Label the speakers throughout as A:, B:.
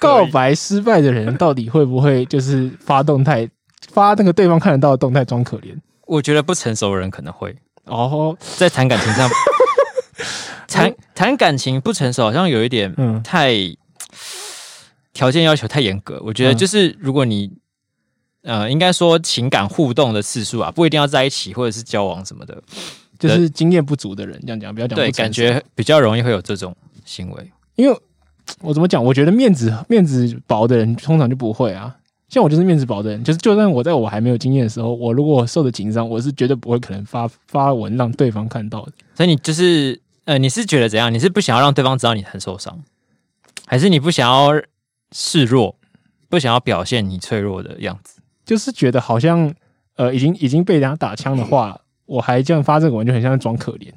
A: 告白失败的人到底会不会就是发动态发那个对方看得到的动态装可怜？
B: 我觉得不成熟的人可能会
A: 哦，
B: 在谈感情上， 谈谈感情不成熟，好像有一点
A: 嗯
B: 太条件要求太严格。我觉得
A: 嗯
B: 就是如果你呃，应该说情感互动的次数啊，不一定要在一起或者是交往什么的，
A: 就是经验不足的人这样讲，不要讲
B: 对，
A: 不成熟
B: 感觉比较容易会有这种行为。
A: 因为我怎么讲，我觉得面子面子薄的人通常就不会啊。像我就是面子薄的人，就是就算我在我还没有经验的时候，我如果受的情伤，我是绝对不会可能发发文让对方看到的。
B: 所以你就是呃，你是觉得怎样？你是不想要让对方知道你很受伤，还是你不想要示弱，不想要表现你脆弱的样子？
A: 就是觉得好像呃，已经已经被人家打枪的
B: 嗯
A: 话，我还这样发这个文，就很像在装可怜。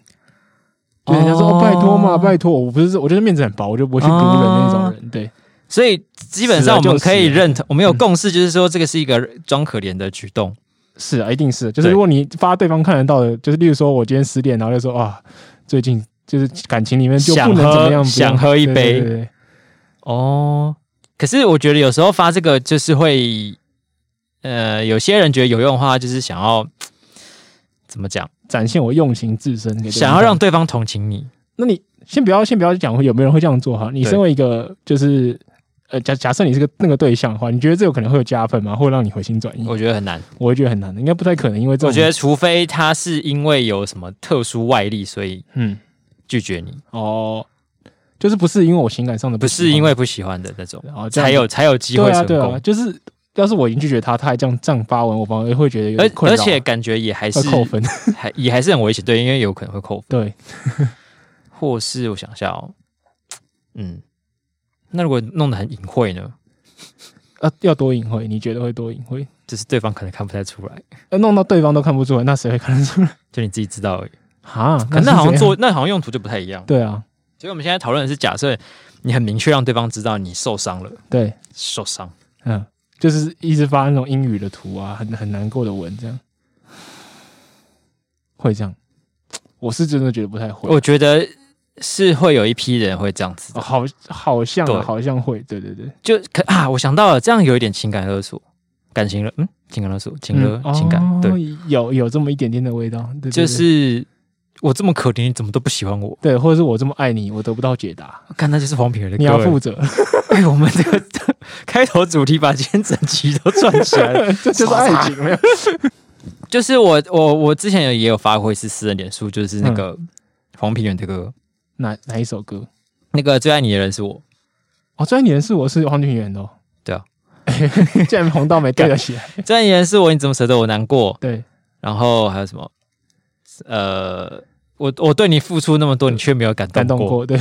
A: 对，人家说、哦、拜托嘛，拜托，我不是我就是面子很薄，我就不会去撸人那种
B: 啊
A: 人。对，
B: 所以基本上我们可
A: 死了
B: 以
A: 就死了嗯
B: 认同，我们有共识，就是说这个是一个装可怜的举动。
A: 是啊，一定是，就是
B: 对
A: 如果你发对方看得到的，就是例如说我今天失恋，然后就说啊，最近就是感情里面就不能
B: 想喝
A: 怎么样，
B: 想喝一
A: 对
B: 杯
A: 对对对
B: 哦，可是我觉得有时候发这个就是会，呃，有些人觉得有用的话，就是想要怎么讲，
A: 展现我用情至深给对方看，
B: 想要让对方同情你。
A: 那你先不要先不要讲会有没有人会这样做哈。你
B: 对
A: 身为一个就是呃假假设你是个那个对象的话，你觉得这有可能会有加分吗？会让你回心转意？
B: 我觉得很难，
A: 我会觉得很难，应该不太可能，因为这种
B: 我觉得除非他是因为有什么特殊外力，所以
A: 嗯
B: 拒绝你。
A: 哦，就是不是因为我情感上的
B: 不
A: 喜欢
B: 是因为不喜欢的那种，
A: 哦这样
B: 才有才有机会
A: 对啊
B: 成
A: 对
B: 功
A: 啊，。就是要是我已经拒绝他，他还这样这样发文，我反而会觉得有
B: 而
A: 点困
B: 呃而
A: 扰啊
B: 且感觉也还是
A: 会扣分。
B: 还也还是很危险，对，因为有可能会扣分，
A: 对，
B: 或是我想一下哦，嗯，那如果弄得很隐晦呢，
A: 呃，要多隐晦，你觉得会多隐晦？
B: 就是对方可能看不太出来，
A: 呃，弄到对方都看不出来，那谁会看得出来？
B: 就你自己知道而已。
A: 哈，
B: 可能那好像
A: 是
B: 做那好像用途就不太一样。
A: 怎样对啊，
B: 所以我们现在讨论的是，假设你很明确让对方知道你受伤了，
A: 对，
B: 受伤，
A: 嗯，就是一直发那种英语的图啊，很很难过的文，这样会这样？我是真的觉得不太会。
B: 我觉得是会有一批人会这样子的，
A: 哦好，好像啊、
B: 对
A: 好像会，对对对，
B: 就可啊，我想到了，这样有一点情感勒索，感情勒，嗯，情感勒索，情勒，
A: 嗯
B: 情感，
A: 哦
B: 对。
A: 有有这么一点点的味道，对对对
B: 就是我这么可怜，你怎么都不喜欢我？
A: 对，或者是我这么爱你，我得不到解答，
B: 看，那就是黄皮儿的歌。
A: 你要负 责，
B: 哎，我们这 个开头主题把今天整集都串起来了。
A: 这就是爱情，没有？
B: 就是我我我之前也有发过一次私人脸书，就是那个黄皮人的歌，
A: 哪哪一首歌？
B: 那个最爱你的人是我。
A: 哦，最爱你的是我是黄俊元的、哦，
B: 对啊，
A: 竟然红到没对得起来，
B: 最爱你的人是我，你怎么舍得我难过？
A: 对，
B: 然后还有什么？呃，我我对你付出那么多，你却没有感
A: 感
B: 动
A: 动
B: 过。
A: 过，对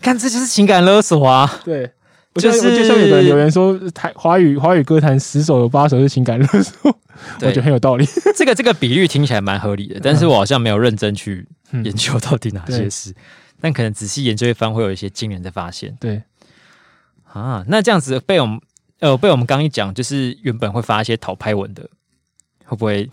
B: 看，这就是情感勒索 啊！
A: 对。我
B: 就
A: 就是我就像有个人留言说，台华语华语歌坛十首有八首是情感勒 索，我
B: 对
A: 觉得，很有 道理。
B: 这个这个比率听起来蛮合理的，但是我好像没有认真去
A: 嗯
B: 研究到底哪些
A: 对
B: 是，但可能仔细研究一番会有一些惊人的发现
A: 对，
B: 啊。那这样子被我们呃被我们刚一讲，就是原本会发一些讨拍文的，会不会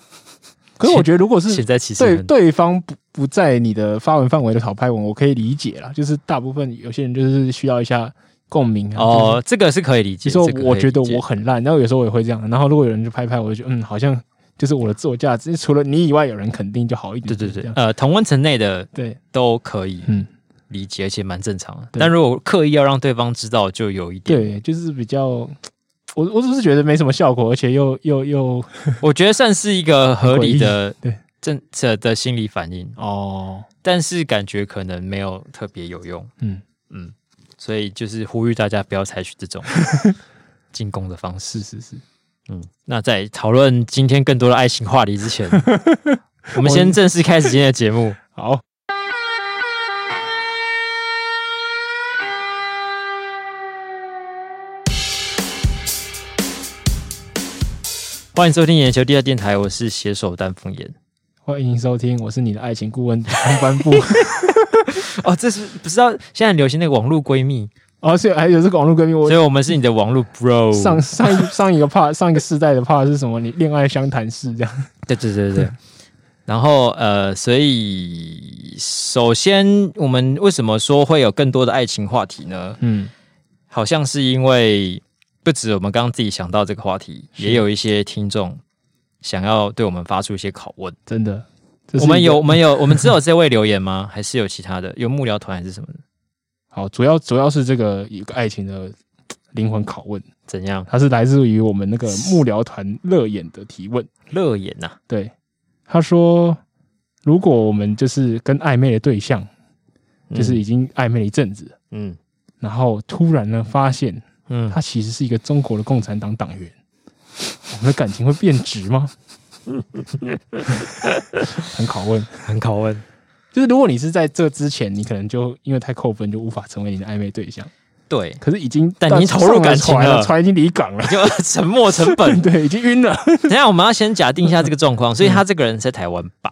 A: 可是我觉得如果是
B: 现在其实
A: 对
B: 很
A: 对方不不在你的发文范围的讨拍文，我可以理解啦。就是大部分有些人就是需要一下共鸣啊。就是
B: 哦，这个是可以理
A: 其
B: 解。
A: 实我
B: 这个可以
A: 我觉得
B: 理解
A: 我很烂，然后有时候我也会这样。然后如果有人就拍拍我，就觉得嗯，好像就是我的自我价值，除了你以外有人肯定就好一
B: 对
A: 点。
B: 对
A: 这
B: 对，
A: 样
B: 呃，同温层内的
A: 对，
B: 都可以
A: 嗯，
B: 理解，而且蛮正常的。
A: 对
B: 但如果刻意要让对方知道，就有一点，
A: 对，就是比较，我我只是觉得没什么效果，而且又又又
B: 我觉得算是一个合理的
A: 诡异对
B: 正这的心理反应。
A: 哦，
B: 但是感觉可能没有特别有用，
A: 嗯，
B: 嗯，所以就是呼吁大家不要采取 这种进攻的方式
A: 是，是是，
B: 嗯。那在讨论今天更多的爱情话题之 前，我们先正式开始今天的节目。
A: 好，
B: 欢迎收听眼球第二电台，我是携手丹凤眼。
A: 欢迎收听，我是你的爱情顾问黄帆布。
B: 哦，这是不知道现在流行那个网络闺蜜，
A: 哦，所以还有这个网络闺蜜，我
B: 所以我们是你的网络 bro。
A: 上上一上一个 part 上一个世代的 part 是什么？你恋爱相谈室这样。
B: 对对对 对。然后呃，所以首先我们为什么说会有更多的爱情话题呢？
A: 嗯，
B: 好像是因为不止我们刚刚自己想到这个话题，
A: 是
B: 也有一些听众想要对我们发出一些拷问。
A: 真的。这是
B: 我们
A: 一个
B: 有我们有我们只有这位留言吗？ 还是有其他的？有幕僚团还是什么的？
A: 好，主要主要是这个一个爱情的灵魂拷问，
B: 怎样？
A: 它是来自于我们 那个幕僚团乐眼的提问。
B: 乐言呐、
A: 对，他说，如果我们就是跟暧昧的对象，
B: 嗯
A: 就是已经暧昧了一阵子，
B: 嗯
A: 然后突然呢发现
B: 嗯，
A: 他其实是一个中国的共产党党员，我们的感情会变质吗？很拷问。
B: 很拷问。
A: 就是如果你是在这之前，你可能就因为太扣分就无法成为你的暧昧对象，
B: 对，
A: 可是已经
B: 但你投入感情
A: 上了船
B: 了
A: 船已经离港了，
B: 就 沉没成本。
A: 对，已经晕了。
B: 等一下我们要先假定一下这个状况，所以他这个人是在台湾吧？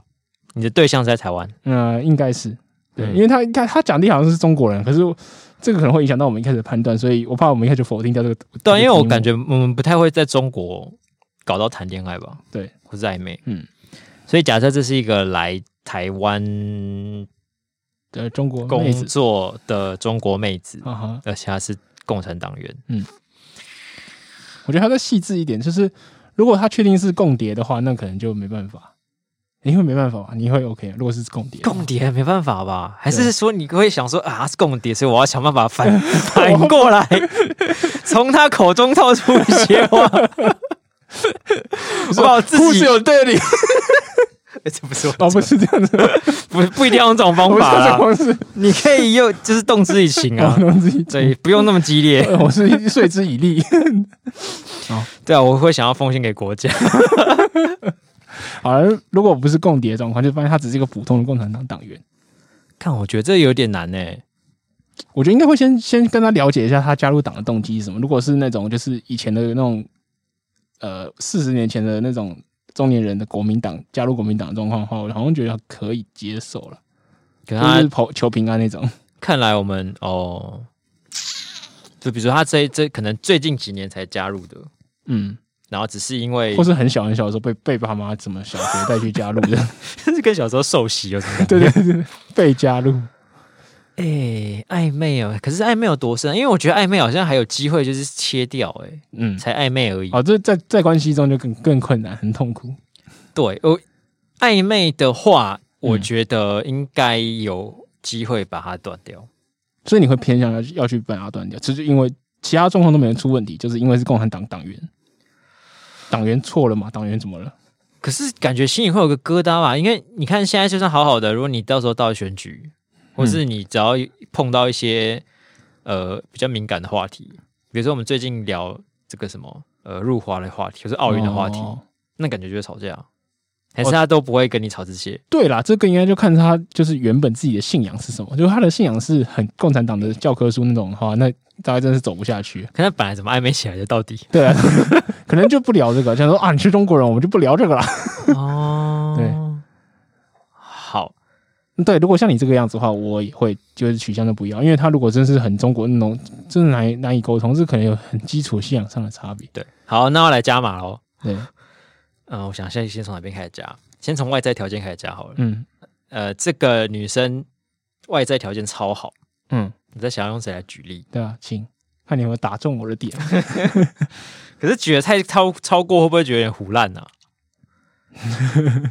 B: 你的对象是在台湾？
A: 嗯、应该是对，
B: 嗯
A: 因为他他他讲的好像是中国人，可是我这个可能会影响到我们一开始的判断，所以我怕我们一开始否定掉这个。
B: 对啊，因为我
A: 觉。
B: 感觉我们不太会在中国搞到谈恋爱吧？
A: 对，
B: 或是暧昧。
A: 嗯
B: 嗯，所以假设这是一个来台湾
A: 呃中国妹
B: 工
A: 子
B: 作的中国妹子，
A: 啊哈，
B: 而且她是共产党员，
A: 我觉得他再细致一点，就是如果他确定是共谍的话，那可能就没办法，你会没办法吧？你会 OK？如果啊是共谍，
B: 共谍没办法吧？还
A: 对
B: 是说你会想说啊，她是共谍，所以我要想办法 反反过 来，从他口中套出一些 话。我把我自
A: 故
B: 己
A: 事，有对 理
B: 欸这不是我
A: 哦，不是这样子，
B: 不不一定要用这种方
A: 我
B: 法啦，
A: 是这种
B: 你可以用就是动之以情啊
A: 是，我，自己，
B: 对，不用那么激烈。
A: 呃我是睡之以力。
B: 对啊，我会想要奉献给国家。
A: 而如果不是共谍的状况，就发现他只是一个普通的共产党党员，
B: 看，我觉得这有点难欸呢。
A: 我觉得应该会先先跟他了解一下他加入党的动机是什么。如果是那种就是以前的那种，呃，四十年前的那种中年人的国民党加入国民党的状况的话，我好像觉得可以接受了，
B: 可
A: 就
B: 他
A: 是求求平安那种。
B: 看来我们哦，就比如说他这这可能最近几年才加入的，
A: 嗯，
B: 然后只是因为
A: 或是很小很小的时候被被爸妈怎么小学带去加入的，
B: 是跟小时候受洗有什么感 觉？
A: 对对对对，被加入。
B: 哎、暧昧哦，可是暧昧有多深？因为我觉得暧昧好像还有机会，就是切掉哎、
A: 嗯，
B: 才暧昧而已。
A: 哦，这在在关系中就更更困难，很痛苦。
B: 对，我暧昧的话，我
A: 嗯
B: 觉得应该有机会把它断掉。
A: 所以你会偏向要要去把它断掉，只是因为其他状况都没人出问题，就是因为是共产党党员，党员错了嘛？党员怎么了？
B: 可是感觉心里会有个疙瘩吧，因为你看现在就算好好的，如果你到时候到了选举，或是你只要碰到一些呃比较敏感的话题，比如说我们最近聊这个什么呃入华的话题，或是奥运的话题，
A: 哦
B: 那感觉就会吵架，啊还是他都不会跟你吵这些。
A: 对啦，这个应该就看他就是原本自己的信仰是什么。就是他的信仰是很共产党的教科书那种的话，那大概真是走不下去。
B: 可他本来怎么暧昧起来的，到底
A: 对、啊，可能就不聊这个，想说啊，你是中国人，我们就不聊这个啦。
B: 哦，
A: 对，
B: 好，
A: 对，如果像你这个样子的话，我也会就是取向就不一样，因为他如果真是很中国那种，真的难难以沟通，这可能有很基础信仰上的差别。
B: 对，好，那我来加码喽。
A: 对，
B: 嗯、我想先先从哪边开始加？先从外在条件开始加好了。
A: 嗯
B: 呃，这个女生外在条件超好，
A: 嗯，
B: 你在想要用谁来举例？
A: 对啊，请看你有没有打中我的点。
B: 可是举的太超超过，会不会觉得有点胡烂 呢、啊？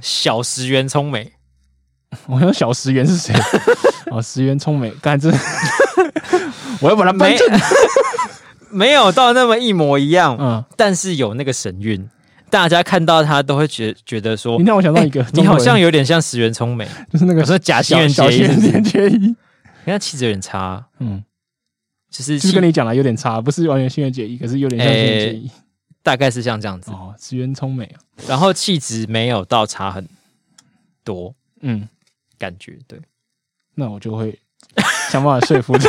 B: 小石原聪美，
A: 我想小石原是谁？ 哦，石原聪美，干这， 我要把他搬正。
B: 没 有到那么一模一样，
A: 嗯，
B: 但是有那个神韵，大家看到她都会觉觉得说
A: 你，让我想到一个，
B: 哎你好像有点像石原聪美。
A: 就是那个
B: 我说假新
A: 小
B: 垣结
A: 小
B: 衣
A: 学
B: 是不是，
A: 连结衣，
B: 人家气质有点差，
A: 嗯，
B: 就是
A: 就是跟你讲了有点差，不是完全新垣结衣，可是有点像新垣结衣。
B: 大概是像这样子，
A: 哦，石原聪美啊，
B: 然后气质没有到差很多
A: 嗯，
B: 感觉，对。
A: 那我就会想办法说服他。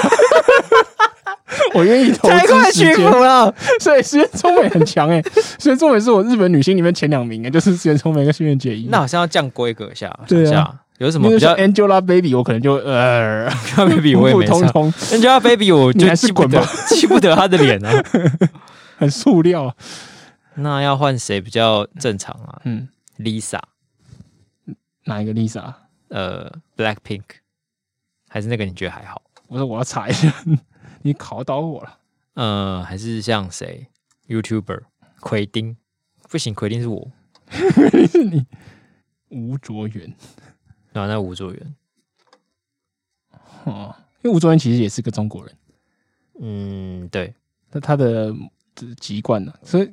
A: 我愿意投
B: 太快
A: 资
B: 屈
A: 时
B: 服
A: 间，
B: 了。
A: 所以石原聪美很强哎、石原聪美是我日本女星里面前两名哎、就是石原聪美跟新垣结衣。
B: 那好像要降规格一下，
A: 对啊
B: 想一下有什
A: 什
B: 么比较
A: Angelababy，我可能就呃，
B: Angelababy 我也
A: 普
B: 没
A: 普通
B: 差
A: 通，
B: ，Angelababy 我
A: 你
B: 就
A: 还是
B: 记不
A: 滚
B: 得
A: 吧
B: 记不得她的脸啊。
A: 很塑料啊。
B: 那要换谁比较正常啊
A: 嗯，
B: ？Lisa，
A: 哪一个 Lisa？
B: 呃，Blackpink，还是那个你觉得还好？
A: 我说我要查一下，你考倒我了。
B: 呃，还是像谁 YouTuber 奎丁，不行，奎丁是我，
A: 是你吴卓源
B: 然后那吴卓源，
A: 哦，因为吴卓源其实也是个中国人，
B: 嗯，对，
A: 那他的籍贯呢、所以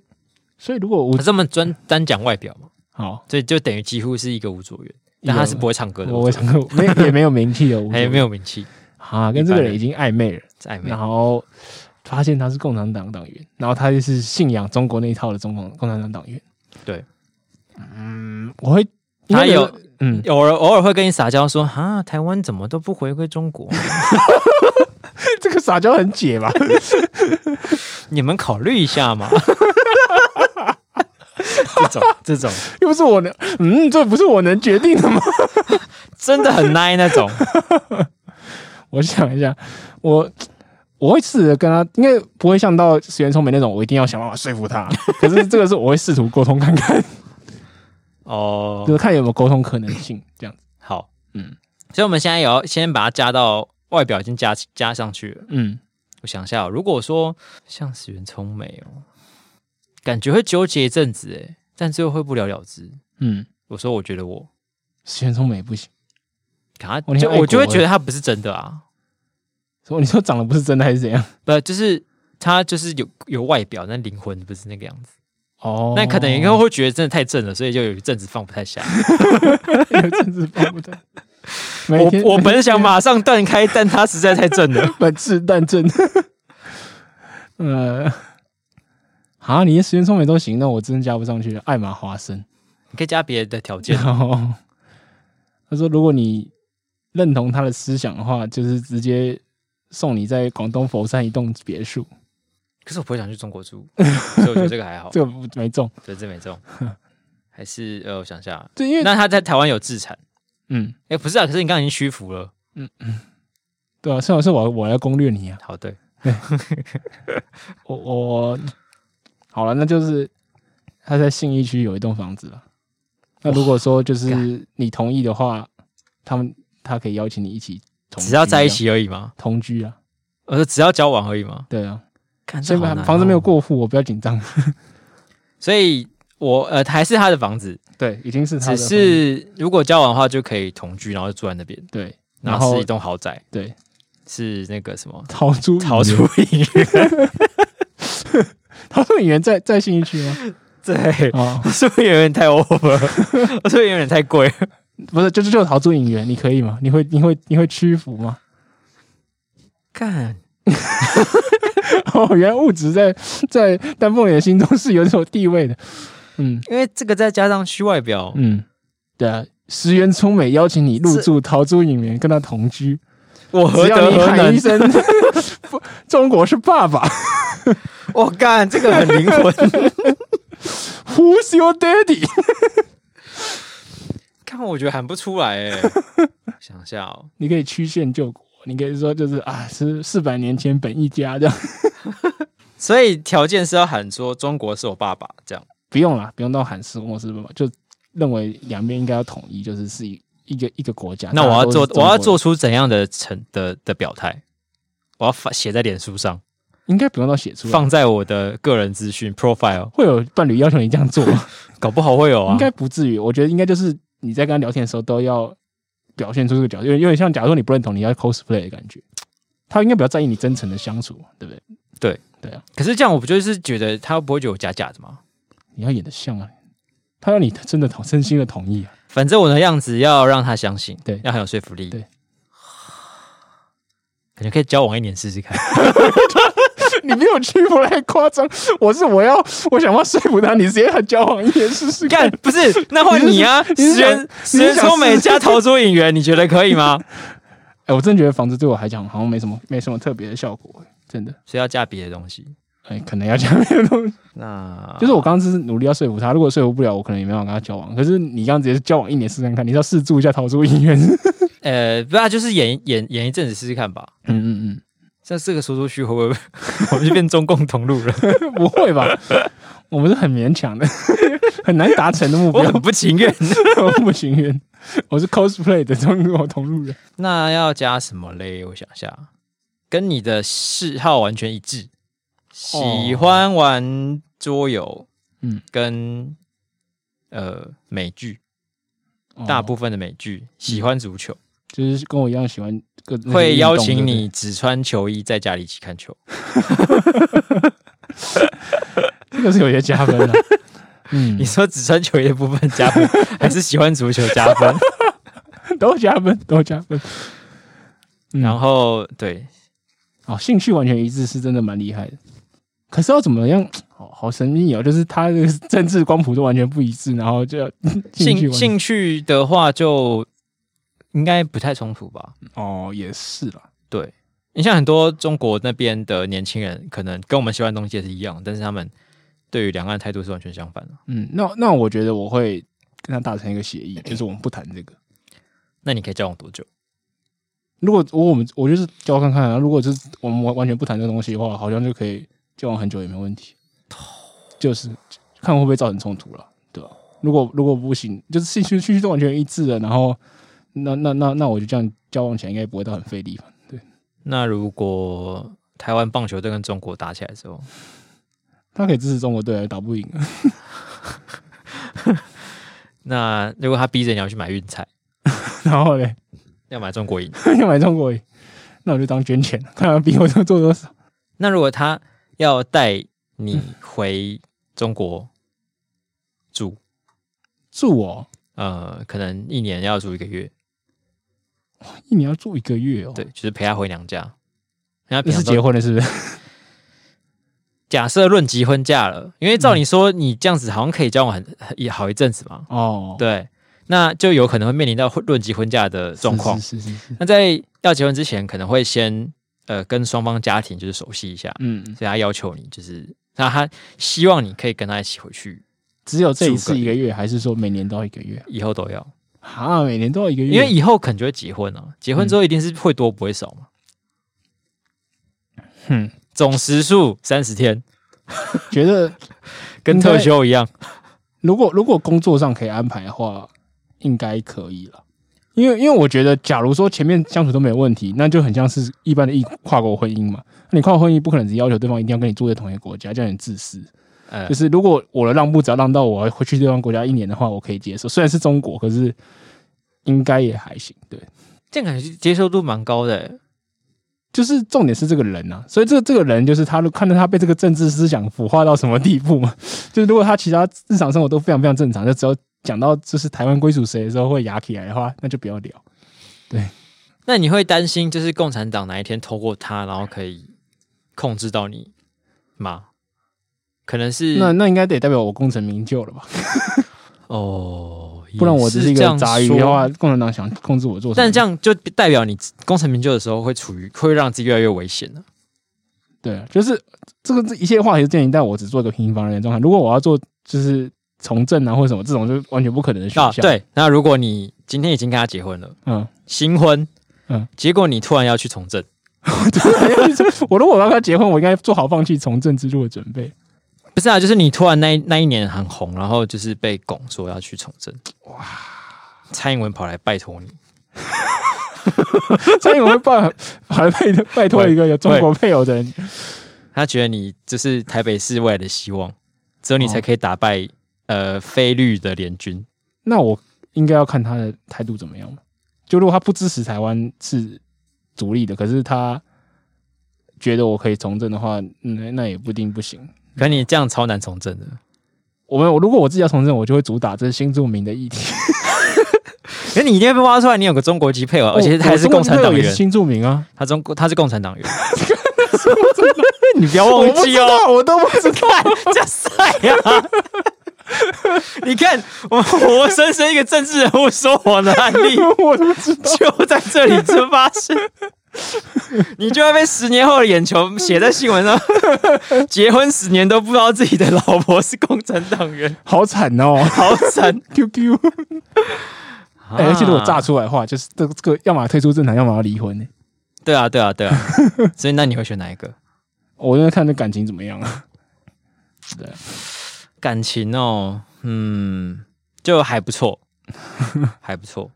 A: 所以如果吴
B: 可是我们专单讲外表嘛，
A: 好，
B: 所以就等于几乎是一个吴卓源，但他是不会唱歌的
A: 我
B: 吴
A: 我
B: 卓源，
A: 想 过没也没有名气哦的吴卓
B: 还
A: 源，
B: 哎有没有名气，
A: 啊，跟这个人已经暧昧了，
B: 在没
A: 然后发现他是共产党党员，然后他就是信仰中国那一套的中共共产党党员。
B: 对，
A: 嗯，我会
B: 他有，
A: 应该就是嗯，
B: 偶尔偶尔会跟你撒娇说啊，台湾怎么都不回归中国，
A: 这个撒娇很解吧？
B: 你们考虑一下嘛。 这种这种
A: 又不是我能，嗯，这不是我能决定的吗？
B: 真的很 nice 那种，
A: 我想一下，我。我会试着跟他，应该不会像到石原聪美那种，我一定要想办法说服他。可是这个是我会试图沟通看看，
B: 哦
A: 就，是看有没有沟通可能性这样子。
B: 好，
A: 嗯
B: 嗯，所以我们现在也要先把它加到外表已经加加上去了。
A: 嗯，
B: 我想一下哦、如果说像石原聪美哦，感觉会纠结一阵子诶，但最后会不了了之。
A: 嗯，
B: 我说我觉得我，
A: 石原聪美也不行。
B: 卡
A: 我连
B: 就
A: 爱国
B: 我就会
A: 欸
B: 觉得他不是真的啊，
A: 所以你说长得不是真的还是怎样？
B: 不就是他就是有有外表，但灵魂不是那个样子。
A: 哦，
B: 那可能应该会觉得真的太正了，所以就有一阵子放不太下。
A: 有政治包不得。每天
B: 我我本想马上断开，但他实在太正了。
A: 本质但真。 呃，啊，你连石原聪美都行，那我真的加不上去了。艾玛华 生，
B: 你可以加别 的条件啊，
A: 然后他说，如果你认同他的思想的话，就是直接送你在广东佛山一栋别墅。
B: 可是我不会想去中国住，所以我觉得这个 还好，
A: 这个不没中，
B: 对，这没 中。还是呃，我想一下，
A: 对，因为
B: 那他在台湾有自产？
A: 嗯，
B: 哎，不是啊，可是你刚刚已经屈服了。
A: 对啊，虽然是我我来攻略你啊，
B: 好，对，
A: 我我好了，那就是他在信义区有一栋房子了。那如果说就是你同意的话，他们他可以邀请你一起同居
B: 只要在一起而已嘛。
A: 同居啊，
B: 我说只要交往而已嘛。
A: 对啊，
B: 看
A: 所以房子没
B: 哦
A: 有，过户，我不要紧张。
B: 所以我呃还是他的房子，
A: 对，已经是他的
B: 只
A: 房子，
B: 是如果交往的话就可以同居，然后就住在那边，
A: 对，然
B: 然后
A: 后
B: 是一栋豪宅，
A: 对
B: 是那个什么
A: 逃出
B: 逃出影院。
A: 逃出影院在在信义区 吗？
B: 对，
A: 哦，
B: 是不是有点太 over？是不是有点太贵？
A: 不是，就是就是逃出影院，你可以吗？你会你会你会屈服吗？
B: 干，
A: 哦，原来物质在在丹凤眼心中是有这种地位的，嗯。
B: 因为这个再加上虚外表，
A: 嗯，对啊，石原聪美邀请你入住桃珠影园，跟他同居，
B: 我何
A: 只要
B: 德
A: 你
B: 何
A: 喊一
B: 能？
A: 声 “不中国是爸爸
B: 我干，这个很灵魂。
A: ”，Who's your daddy？
B: 看，我觉得喊不出来哎。想一下哦，
A: 你可以曲线救国，你可以说就是啊，是四百年前本一家这样，
B: 所以条件是要喊说中国是我爸爸这样。
A: 不用啦，不用到喊石公是爸爸，就认为两边应该要统一，就是是一一个一个国家。
B: 那我要做
A: 大家，都是中国
B: 我
A: 人
B: 要，做出怎样的成的的表态？我要发写在脸书上，
A: 应该不用到写出来。
B: 放在我的个人资讯 profile，
A: 会有伴侣要求你这样做吗，
B: 搞不好会有啊
A: 应。该不至于。我觉得应该就是你在跟他聊天的时候都要表现出这个角色，有点有点像，假如说你不认同，你要 cosplay 的感觉。他应该比较在意你真诚的相处，对不对？
B: 可是这样，我不就是觉得他不会觉得我假假的吗？
A: 你要演的像啊，他让你真的同真心的同意啊。
B: 反正我的样子要让他相信，
A: 对
B: 要很有说服力，
A: 对，
B: 感觉可以交往一年试试 看。
A: 你没有屈服来夸张，我是我要我想要说服他，你直接和交往一年试试
B: 干
A: 看。
B: 不是？那换你啊，
A: 你是
B: 石
A: 想
B: 原石原聪美加逃出影员，你觉得可以吗？
A: 哎、我真的觉得房子对我来讲好像没什么没什么特别的效果，真的。
B: 所以要加别的东西。
A: 哎、可能要讲那个 东西，
B: 那
A: 就是我刚刚只是努力要说服他，如果说服不了，我可能也没办法跟他交往。可是你刚刚直接交往一年试试看，你是要试住一下逃出医院。
B: 呃，不要，就是演演演一阵子试试看吧。
A: 嗯嗯嗯。
B: 像这个说出去，会不会 我们就变中共 同路人？
A: 不会吧？ 我们是很勉强的， 很难达成的目标
B: 我，很不情愿。
A: 我不情愿。我是 cosplay 的中国同路人，
B: 那要加什么嘞？我想一下，跟你的嗜好完全一致，喜欢玩桌游，
A: 嗯，
B: 跟呃美剧，
A: 哦
B: 大部分的美剧喜欢足球，
A: 就是跟我一样喜欢各那些
B: 会邀
A: 运动
B: 请
A: 对不对嗯
B: 你只穿球衣在家里一起看球。
A: 这个是有些加分 的。嗯
B: 你，说只穿球衣的部分加分，还是喜欢足球加 分？
A: 嗯都加分，都加分。嗯
B: 然后对，
A: 哦，兴趣完全一致是真的蛮厉害的。可是要怎么样？好好神秘哦，就是他这个政治光谱都完全不一致，然后就要 兴趣完全
B: 兴兴趣的话就应该不太冲突吧？
A: 哦也是啦，
B: 对，你像很多中国那边的年轻人，可能跟我们喜欢的东西也是一样，但是他们对于两岸的态度是完全相反的。
A: 嗯，那那我觉得我会跟他达成一个协议，就是我们不谈这个。
B: 那你可以交往多久？
A: 如果我我们我就是交换看看啊，如果就是我们完完全不谈这个东西的话，好像就可以交往很久也没问题。就是看会不会造成冲突了，对吧、如果如果不行，就是兴趣兴趣都完全一致了，然后那那那那我就这样交往起来应该不会到很费力吧？对，
B: 那如果台湾棒球队跟中国打起来之后，
A: 他可以支持中国队啊，打不赢 啊，
B: 那如果他逼着你要去买运彩，
A: 然后嘞
B: 要买中国赢，
A: 要买中国赢，那我就当捐钱，看他比我多做多少。
B: 那如果他要带你回中国住，
A: 住我
B: 呃，可能一年要住一个月，
A: 一年要住一个月哦，
B: 对，，就是陪他回娘家。然
A: 那
B: 后平
A: 是
B: 常都
A: 结婚了是不是？
B: 假设论及婚嫁了，因为照你说，你这样子好像可以交往很也好一阵子嘛，
A: 哦，
B: 对，那就有可能会面临到婚论及婚嫁的
A: 是，
B: 状况。
A: 是是是是，
B: 那在要结婚之前，可能会先呃跟双方家庭就是熟悉一下，
A: 嗯，
B: 所以他要求你就是，那他希望你可以跟他一起回去，
A: 只有这一
B: 住
A: 次
B: 个
A: 一个月，还是说每年都要一个月啊？
B: 以后都要，
A: 啊，每年都要一个月，
B: 因为以后可能就会结婚啊，结婚之后一定是会多不会少嘛，
A: 嗯，
B: 总时数三十天，
A: 觉得
B: 跟
A: 应该
B: 特休一样。
A: 如果如果工作上可以安排的话，应该可以了。因为因为我觉得，假如说前面相处都没问题，那就很像是一般的异跨国婚姻嘛。那你跨国婚姻不可能只要求对方一定要跟你住在同一个国家，这样很自私。
B: 呃
A: 就，是如果我的让步只要让到我回去对方国家一年的话，我可以接受。虽然是中国，可是应该也还行。对，
B: 这样感觉接受度蛮高的欸、
A: 就是重点是这个人啊，所以这个这个人就是他，看到他被这个政治思想腐化到什么地步嘛。 就是如果他其他日常生活都非常非常正常，就只有讲到就是台湾归属谁的时候会牙起来的话，那就不要聊。
B: 那你会担心，就是共产党哪一天透过他，然后可以控制到你吗？可能是
A: 那那应该得代表我功成名就了吧？
B: 哦，
A: 不然我只是一
B: 也这
A: 个
B: 样
A: 杂鱼
B: 说
A: 的话，，共产党想控制我做什么？
B: 但这样就代表你功成名就的时候，会处于会让自己越来越危险了。
A: 对啊，就是这个这一切话题是建议在我只做一个平凡人的状态。如果我要做就是从政啊或者什么这种，就完全不可能的选
B: 啊，
A: 项。，
B: 对。那如果你今天已经跟他结婚了，
A: 嗯，
B: 新婚，
A: 嗯，
B: 结果你突然要去从政，
A: 我如果要跟他结婚，我应该做好放弃从政之路的准备。
B: 不是啊，就是你突然那一那一年很红，然后就是被拱说要去从政，哇！蔡英文跑来拜托你，
A: 蔡英文会拜还拜拜托一个有中国配偶 的人，
B: 他觉得你就是台北市未来的希望，只有你才可以打败、呃非绿的联军。
A: 那我应该要看他的态度怎么样嘛就如果他不支持台湾是独立的，可是他觉得我可以从政的话，嗯那那也不一定不行。
B: 可你这样超难从政的，
A: 我们如果我自己要从政，我就会主打这是新住民的议题，
B: 可你一定会被挖出来，你有个中国籍配偶， 而且他还是共产
A: 哦我中国
B: 党
A: 也是
B: 员，
A: 新住民啊，
B: 他中国他是共产党员， 你不要忘记哦。
A: 我都不知道，
B: 加赛啊！ 你看，我活生生一个政治人物说谎的案例，
A: 我都不知道。
B: 就在这里就发生，你就会被十年后的眼球写在新闻上。结婚十年都不知道自己的老婆是共产党员，
A: 好惨 哦
B: 好惨！啊
A: ，QQ。哎、而且如果炸
B: 出，
A: 出来的话，就是这个这个，要么退出政坛，要么要离婚、呢。
B: 对啊，对啊，对啊。所以那你会选哪一个？
A: 我在看这感情怎么样啊。
B: 感情哦，嗯，就还不 错，还不错，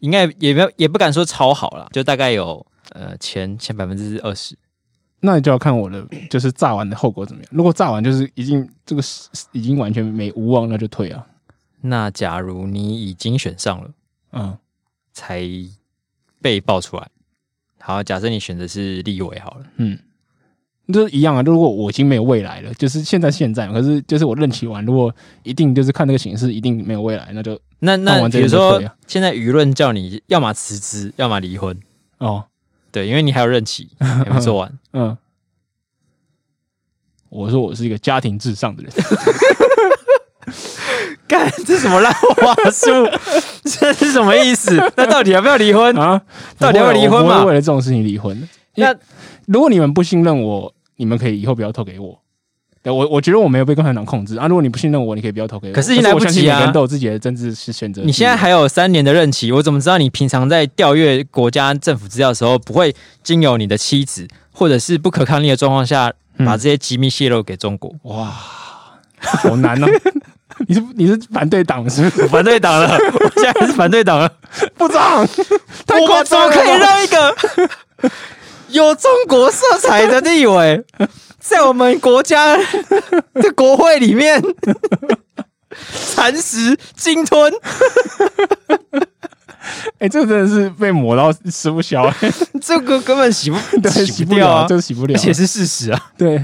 B: 应该也没有也不敢说超好啦，就大概有呃前前百分之二十，
A: 那就要看我的就是炸完的后果怎么样。如果炸完就是已经这个是已经完全没无望，那就退啊。
B: 那假如你已经选上了，
A: 嗯，
B: 才被爆出来，好，假设你选的是立委好了，
A: 就是一样啊。如果我已经没有未来了，就是现在现在，可是就是我任期完，如果一定就是看这个形势，一定没有未来，那就
B: 那
A: 看
B: 那
A: 完这
B: 比
A: 个
B: 如
A: 就
B: 说
A: 退啊
B: 现在舆论叫你要么辞职，要么离婚，
A: 哦，
B: 对，因为你还有 任期还没做完，
A: 嗯。我说我是一个家庭至上的 人，
B: 干这什么烂话术？这是什么意思？那到底要不要离 婚？
A: 啊，
B: 到底要不要离婚
A: 我
B: 嘛
A: 不会为了这种事情离婚的。因为
B: 那
A: 如果你们不信任我，你们可以以后不要投给我。对我我觉得我没有被共产党控制啊！如果你不信任我，你可以不要投给我。
B: 可是现在
A: 在
B: 来不及啊
A: 每个人都有自己的政治是选择。
B: 你现在还有三年的任期，我怎么知道你平常在调阅国家政府资料的时候，不会经由你的妻子或者是不可抗力的状况下，
A: 嗯
B: 把这些机密泄露给中国？
A: 哇，好难哦！ 你是你是反对党是不是？
B: 我反对党了，我现在还是反对党 了。
A: 部长，太
B: 我
A: 夸
B: 们怎
A: 张
B: 么
A: 了
B: 可以
A: 吧！
B: 让一个 有中国色彩的立委，在我们国 家的国会里面 蚕食鲸吞？
A: 哎、这个真的是被磨到吃不消、欸，
B: 这个根本洗不
A: 对，洗不了，
B: 啊，
A: 就是洗不了
B: 而，且是事实啊。
A: 对，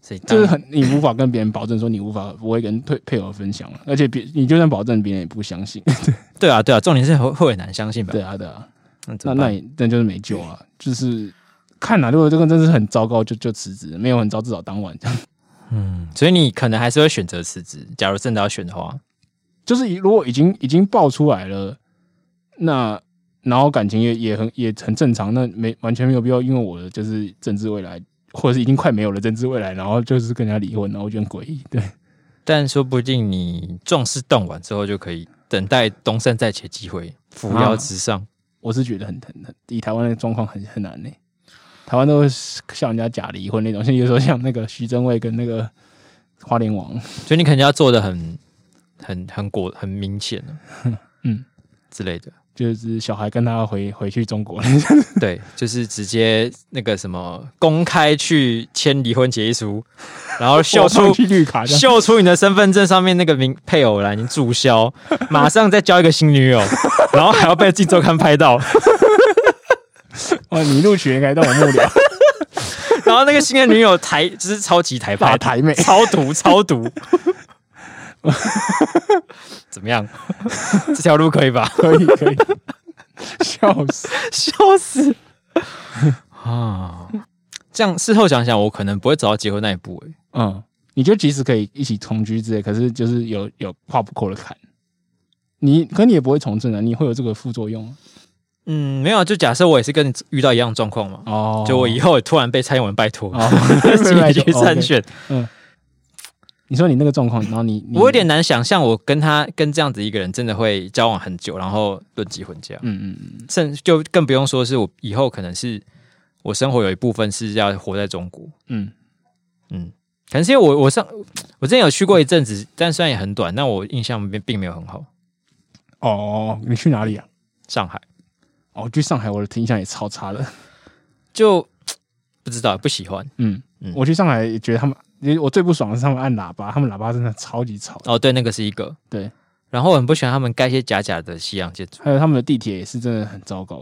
B: 所以当
A: 就
B: 然
A: 是很你无法跟别人保证说你无法不会跟配配偶分享了，而且别你就算保证别人也不相信，
B: 对啊，对啊，重点是会会很难相信吧？
A: 对啊对啊，
B: 那怎
A: 那
B: 么
A: 那
B: 办？
A: 也那就是没救啊，就是看啦、如果这个真是很糟糕，就就辞职；没有很糟，至少当晚这样。
B: 嗯所以你可能还是会选择辞职。假如真的要选的话，
A: 就是如果已经已经爆出来了，那然后感情也也很也很正常，那没完全没有必要，因为我的就是政治未来，或者是已经快没有了政治未来，然后就是跟人家离婚，然后我觉得很诡异。对，
B: 但说不定你壮士断腕之后，就可以等待东山再起的机会，扶摇直上。
A: 我是觉得很疼的，以台湾的状况很很难呢、台湾都会像人家假离婚那种，像有时候像那个徐峥蔚跟那个花莲王，
B: 所以你可能要做的很、很、很果、很明显了，
A: 嗯
B: 之类的。
A: 就是小孩跟他回回去中国了，
B: 对，就是直接那个什么公开去签离婚协议书，然后秀
A: 我放
B: 出
A: 弃绿卡这样，
B: 秀出你的身份证上面那个名配偶栏，你注 销，马上再交一个新女友，然后还要被《镜周刊》拍到，
A: 哦，你录取应该到我 幕僚，
B: 然后那个新的女友台就是超级台
A: 打
B: 派，
A: 台妹，
B: 超毒超毒，怎么样？ 这条路可以吧？
A: 可以可以， 笑死。
B: 笑死 啊！这样事后想想，我可能不会走到结婚那一步、欸。
A: 嗯，你就即使可以一起同居之类，可是就是有有跨不过的坎。你可你也不会从政啊，你会有这个副作用啊
B: 嗯，没有啊，就假设我也是跟你遇到一样的状况嘛，
A: 哦
B: 就我以后也突然被蔡英文拜 托，
A: 哦
B: 自己去参。
A: 哦，OK
B: 选，
A: 你说你那个状况，然后你你
B: 我有点难想象我跟他跟这样子一个人真的会交往很久，然后论及婚嫁，
A: 嗯嗯嗯
B: 甚就更不用说是我以后可能是我生活有一部分是要活在中国，
A: 嗯，
B: 嗯，可能是因为我我上我之前有去过一阵子，但虽然也很短，但我印象并并没有很好。
A: 哦，你去哪里啊？
B: 上海
A: 哦，我去上海，我的印象也超差的。
B: 就不知道不喜欢
A: 嗯
B: 嗯，
A: 我去上海也觉得他们，因为我最不爽的是他们按喇叭，他们喇叭真的超级吵。
B: 哦，对，那个是一个
A: 对，
B: 然后我很不喜欢他们盖一些假假的西洋建筑。
A: 还有他们的地铁也是真的很糟糕，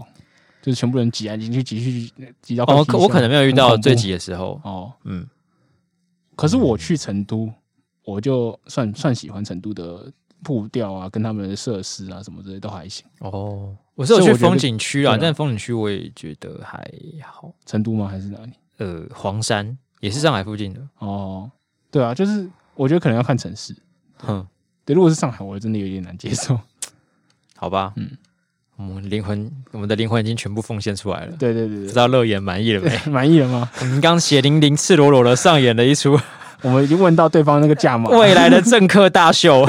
A: 就是全部人挤来挤去挤去挤到快
B: 哦，我
A: 挤
B: 可
A: 死
B: 我可能没有遇
A: 很
B: 到
A: 恐怖
B: 最嗯急的时候，
A: 哦，
B: 嗯，
A: 可是我去成都，我就算算喜欢成都的步调啊，跟他们的设施啊什么之类都还行。
B: 哦，我是
A: 所
B: 有
A: 以
B: 去
A: 我觉得
B: 风景区啊
A: 对啊，
B: 但风景区我也觉得还好。
A: 成都吗？还是哪里？
B: 呃，黄山也是上海附近的，
A: 哦，对啊，就是我觉得可能要看城市。
B: 哼，
A: 对，如果是上海，我真的有点难接 受。
B: 好吧，嗯
A: 嗯，
B: 我们灵魂，我们的灵魂已经全部奉献出来了，
A: 对对对
B: 不知
A: 对
B: 道乐言满意了没？
A: 对，满意了吗？
B: 我们刚血淋淋、赤裸裸的上演了一出
A: 我们已经问到对方那个价码。
B: 未来的政客大秀。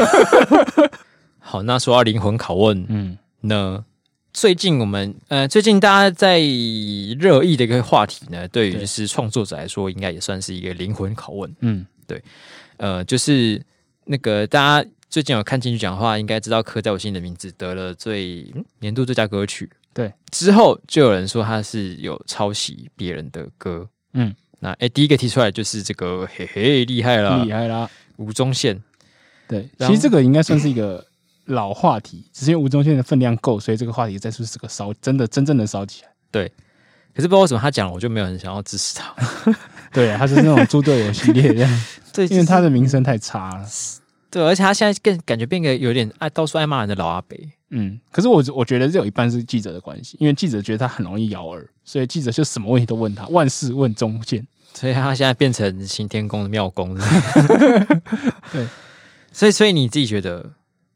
B: 好，那说到灵魂拷问
A: 嗯
B: 呢，最近我们呃，最近大家在热议的一个话题呢，对于
A: 对
B: 就是创作者来说，应该也算是一个灵魂拷问。
A: 嗯，
B: 呃，就是那个大家最近有看进去讲的话，应该知道《刻在我心里的名字》得了最嗯年度最佳歌曲，
A: 对，
B: 之后就有人说他是有抄袭别人的歌，
A: 嗯，
B: 那哎、诶第一个提出来就是这个，嘿嘿，厉害了
A: 厉，害啦。
B: 吴宗宪，
A: 对，其
B: 然后
A: 实这个应该算是一个老话 题，只是因为吴宗宪的分量够，所以这个话题再次是个烧，真的真正的烧起来。
B: 可是不知道为什么他讲了，我就没有很想要支持 他，
A: 对啊，他是那种猪队友系列 这样，
B: 对，
A: 因为
B: 就是
A: 他的名声太差了。
B: 对，而且他现在更感觉变个有点爱到处爱骂人的老阿伯，
A: 嗯，可是我我觉得这有一半是记者的关系，因为记者觉得他很容易咬耳，所以记者就什么问题都问他，万事问中宪。
B: 所以他现在变成行天宫的庙公 了
A: 对，
B: 所以所以你自己觉得，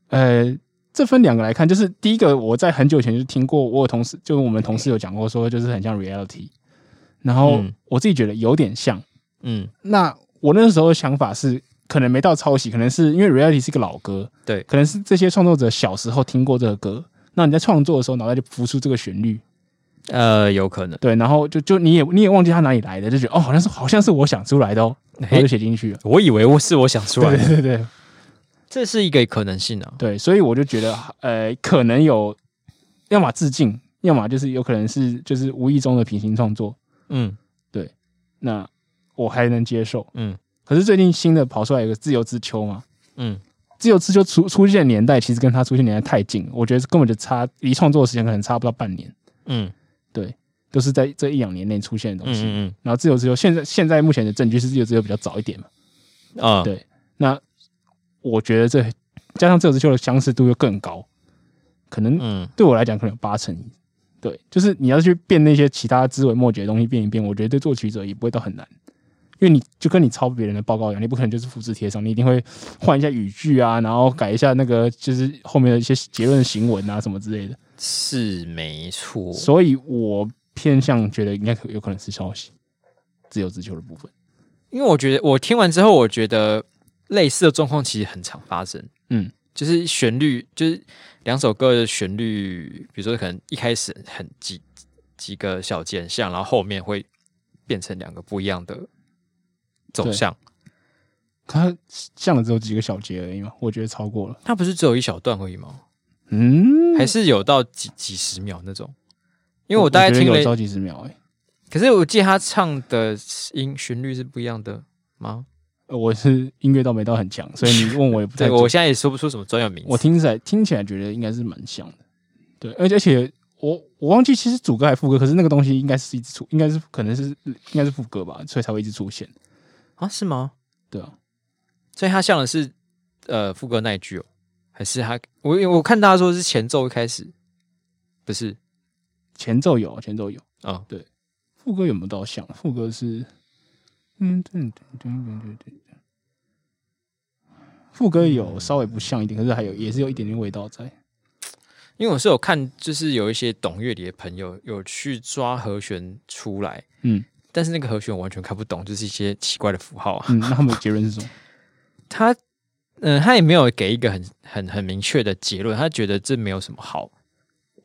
A: 呃，这分两个来看，就是第一个，我在很久前就听过，我有同事，就是我们同事有讲过说，就是很像 reality，然后
B: 嗯
A: 我自己觉得有点像。
B: 嗯，
A: 那我那时候的想法是，可能没到抄袭，可能是因为 reality 是个老歌，
B: 对
A: 可能是这些创作者小时候听过这个歌，那你在创作的时候脑袋就浮出这个旋律，
B: 呃，有可能，
A: 对，然后就就你也你也忘记它哪里来的，就觉得哦，好像是好像是我想出来的哦，然后就写进去了。
B: 我以为我是我想出来
A: 对
B: 的，
A: 对对对
B: 这是一个可能性啊。
A: 对，所以我就觉得，呃，可能有，要么致敬，要么就是有可能是就是无意中的平行创作，
B: 嗯
A: 那我还能接受。
B: 嗯
A: 可是最近新的跑出来有个自由之秋嘛，
B: 嗯，
A: 自由之秋出出现的年代其实跟他出现的年代太近了，我觉得根本就差离创作的时间可能差不到半年，
B: 嗯
A: 都是在这一两年内出现的
B: 嗯
A: 东西。
B: 嗯
A: 然后自由之秋现在现在目前的证据是自由之秋比较早一点嘛，
B: 嗯啊，
A: 对那我觉得这加上自由之秋的相似度又更高，可能
B: 嗯
A: 对我来讲可能有八成以。对，就是你要去变那些其他枝微末节的东西变一变，我觉得对作曲者也不会到很难，因为你就跟你抄别人的报告一样，你不可能就是复制贴上，你一定会换一下语句啊，然后改一下那个就是后面的一些结论行文啊什么之类的。
B: 是没错。
A: 所以我偏向觉得应该可有可能是消息自由自求的部分。
B: 因为我觉得我听完之后，我觉得类似的状况其实很常发生。
A: 嗯，
B: 就是旋律，就是两首歌的旋律，比如说可能一开始很几几个小节很像，然后后面会变成两个不一样的走
A: 对
B: 向。
A: 可它像的只有几个小节而已嘛，我觉得超过了。
B: 它不是只有一小段而已吗？
A: 嗯，
B: 还是有到几几十秒那种？因为我大概
A: 觉得
B: 听了
A: 有，着几十秒、欸，
B: 可是我记得他唱的音旋律是不一样的吗？
A: 呃我是音乐倒没到很强，所以你问我也不太
B: 对，
A: 准
B: 我现在也说不出什么专有名词。
A: 我听起来听起来觉得应该是蛮像的，对，而且而且我我忘记其实主歌还副歌，可是那个东西应该是一直出，应该是可能是应该是副歌吧，所以才会一直出现，
B: 啊，是吗？
A: 对啊，
B: 所以他像的是呃副歌那一句哦，还是他我因为我看大家说是前奏一开始，不是
A: 前奏有前奏有，
B: 啊、
A: 副歌有没有到像？副歌是嗯对对对对对对，副歌
B: 嗯
A: 有稍微不像一点，可是还有也是有一点点味道在，
B: 因为我是有看，就是有一些懂乐理的朋友有去抓和弦出来，
A: 嗯
B: 但是那个和弦我完全看不懂，就是一些奇怪的符号啊。
A: 嗯，那他们的结论是 什么？
B: 他嗯、他也没有给一个很很很明确的结论，他觉得这没有什么好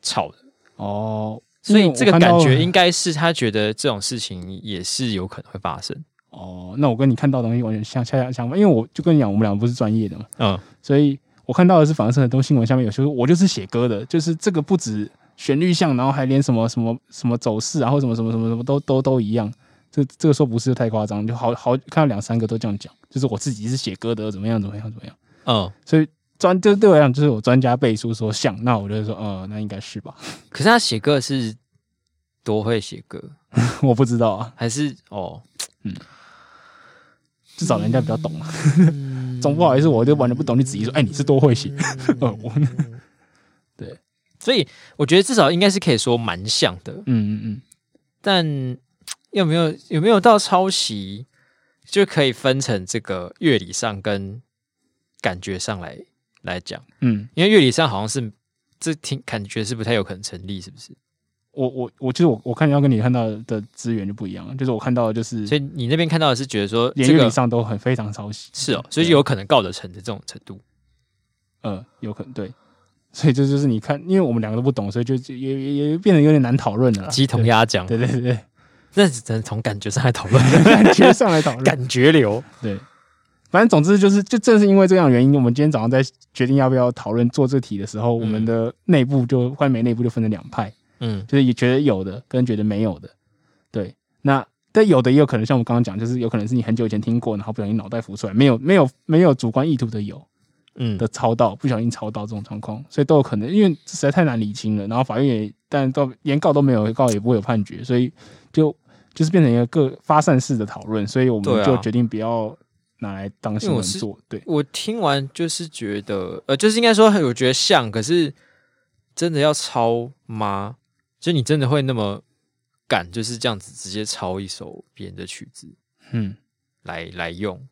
B: 吵的，
A: 哦，
B: 所
A: 因
B: 以
A: 为我
B: 这个
A: 看到
B: 感觉应该是他觉得这种事情也是有可能会发生。
A: 哦，那我跟你看到的东西完全相恰恰相反，因为我就跟你讲，我们两个不是专业的嘛。
B: 嗯
A: 所以我看到的是反而是很多新闻下面有些说我就是写歌的，就是这个不止旋律像，然后还连什么什么什么走势啊，然后什么什么什么什么都都都一样。这这个说不是太夸张，就好好看到两三个都这样讲，就是我自己是写歌的，怎么样怎么样怎么样。
B: 嗯，
A: 所以专就对我来讲，就是有专家背书说像，那我就说呃，那应该是吧，
B: 可是他写歌是多会写歌，
A: 我不知道啊，
B: 还是哦？
A: 至少人家比较懂啊。总不好意思，我就完全不懂，你质疑说，哎、你是多会写， 呃，我
B: 所以我觉得至少应该是可以说蛮像的，
A: 嗯嗯嗯，
B: 但有没有有没有到抄袭，就可以分成这个乐理上跟感觉上来来讲，
A: 嗯，
B: 因为乐理上好像是这听感觉是不太有可能成立，是不是？
A: 我我我就是我我看要跟你看到的资源就不一样了，就是我看到的就是
B: 所以你那边看到的是觉得说
A: 连
B: 这
A: 乐理
B: 个
A: 上都很非常抄袭。
B: 是哦，所以有可能告得成的这种程度。
A: 呃，有可能对，所以这就是你看，因为我们两个都不懂，所以就就也也也变得有点难讨论了啦。
B: 鸡同鸭讲，
A: 对对对对，
B: 那只能从感觉上来讨 论，
A: 感觉上来讨论。
B: 感觉流。
A: 对，反正总之就是，就正是因为这样的原因，我们今天早上在决定要不要讨论做这题的时候，我们的内部就幻媒内部就分成两派，
B: 嗯
A: 就是也觉得有的跟觉得没有的，对。那但有的也有可能像我们刚刚讲，就是有可能是你很久以前听过，然后不小心脑袋浮出来，没有没有没有主观意图的有
B: 嗯
A: 的抄到，不小心抄到这种状况，所以都有可能，因为实在太难理清了。然后法院也，但到连告都没有告，也不会有判决，所以就就是变成一个各发散式的讨论，所以我
B: 对
A: 们
B: 啊
A: 就决定不要拿来当新
B: 因
A: 闻
B: 为我是
A: 做，对。
B: 我听完就是觉得，呃，就是应该说，我觉得像，可是真的要抄吗？就你真的会那么敢，就是这样子直接抄一首别人的曲子
A: 嗯，
B: 来来用？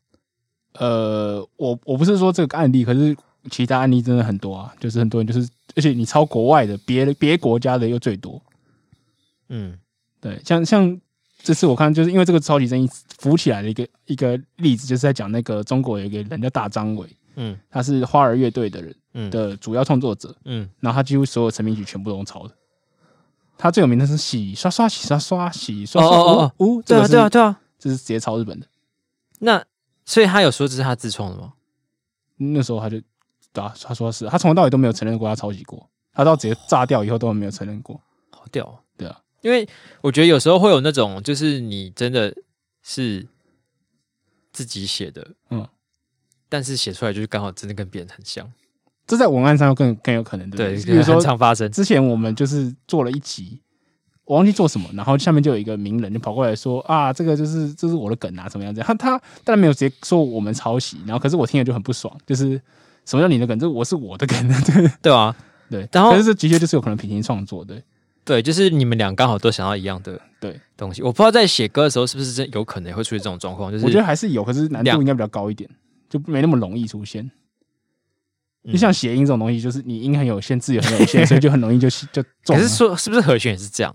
A: 呃，我我不是说这个案例，可是其他案例真的很多啊，就是很多人就是，而且你抄国外的，别别国家的又最多。
B: 嗯
A: 对，像像这次我看，就是因为这个超级争议浮起来的一个一个例子，就是在讲那个中国有一个人叫大张伟，
B: 嗯
A: 他是花儿乐队的人
B: 嗯
A: 的主要创作者，
B: 嗯
A: 然后他几乎所有成名曲全部都用抄的。他最有名的是洗刷刷洗刷刷洗刷刷，
B: 哦哦
A: 哦哦，
B: 对
A: 这
B: 啊
A: 个是
B: 对啊，对啊。
A: 这是直接抄日本的。
B: 那所以他有说这是他自创的吗？
A: 那时候他就打、他说是他从头到尾都没有承认过他抄袭过，他到直接炸掉以后都没有承认过。
B: 好屌、哦！
A: 对啊，
B: 因为我觉得有时候会有那种，就是你真的是自己写的，
A: 嗯，
B: 但是写出来就是刚好真的跟别人很像，
A: 这在文案上更更有可能对
B: 对，
A: 不比如
B: 很
A: 说
B: 常发生。
A: 之前我们就是做了一集，我忘记做什么，然后下面就有一个名人就跑过来说啊，这个就是这是我的梗啊，怎么样？这样他他当然没有直接说我们抄袭，然后可是我听了就很不爽，就是什么叫你的梗？这我是我的梗，对
B: 对啊，
A: 对。
B: 然后
A: 可是这的确就是有可能平行创作，对
B: 对，就是你们俩刚好都想要一样的
A: 对。
B: 东西。我不知道在写歌的时候是不是真有可能会出现这种状况，就是
A: 我觉得还是有，可是难
B: 两
A: 度应该比较高一点，就没那么容易出现。
B: 嗯
A: 你像谐音这种东西，就是你音很有限，字也很有限，所以就很容易就就中
B: 可
A: 了。
B: 是说是不是和弦也是这样？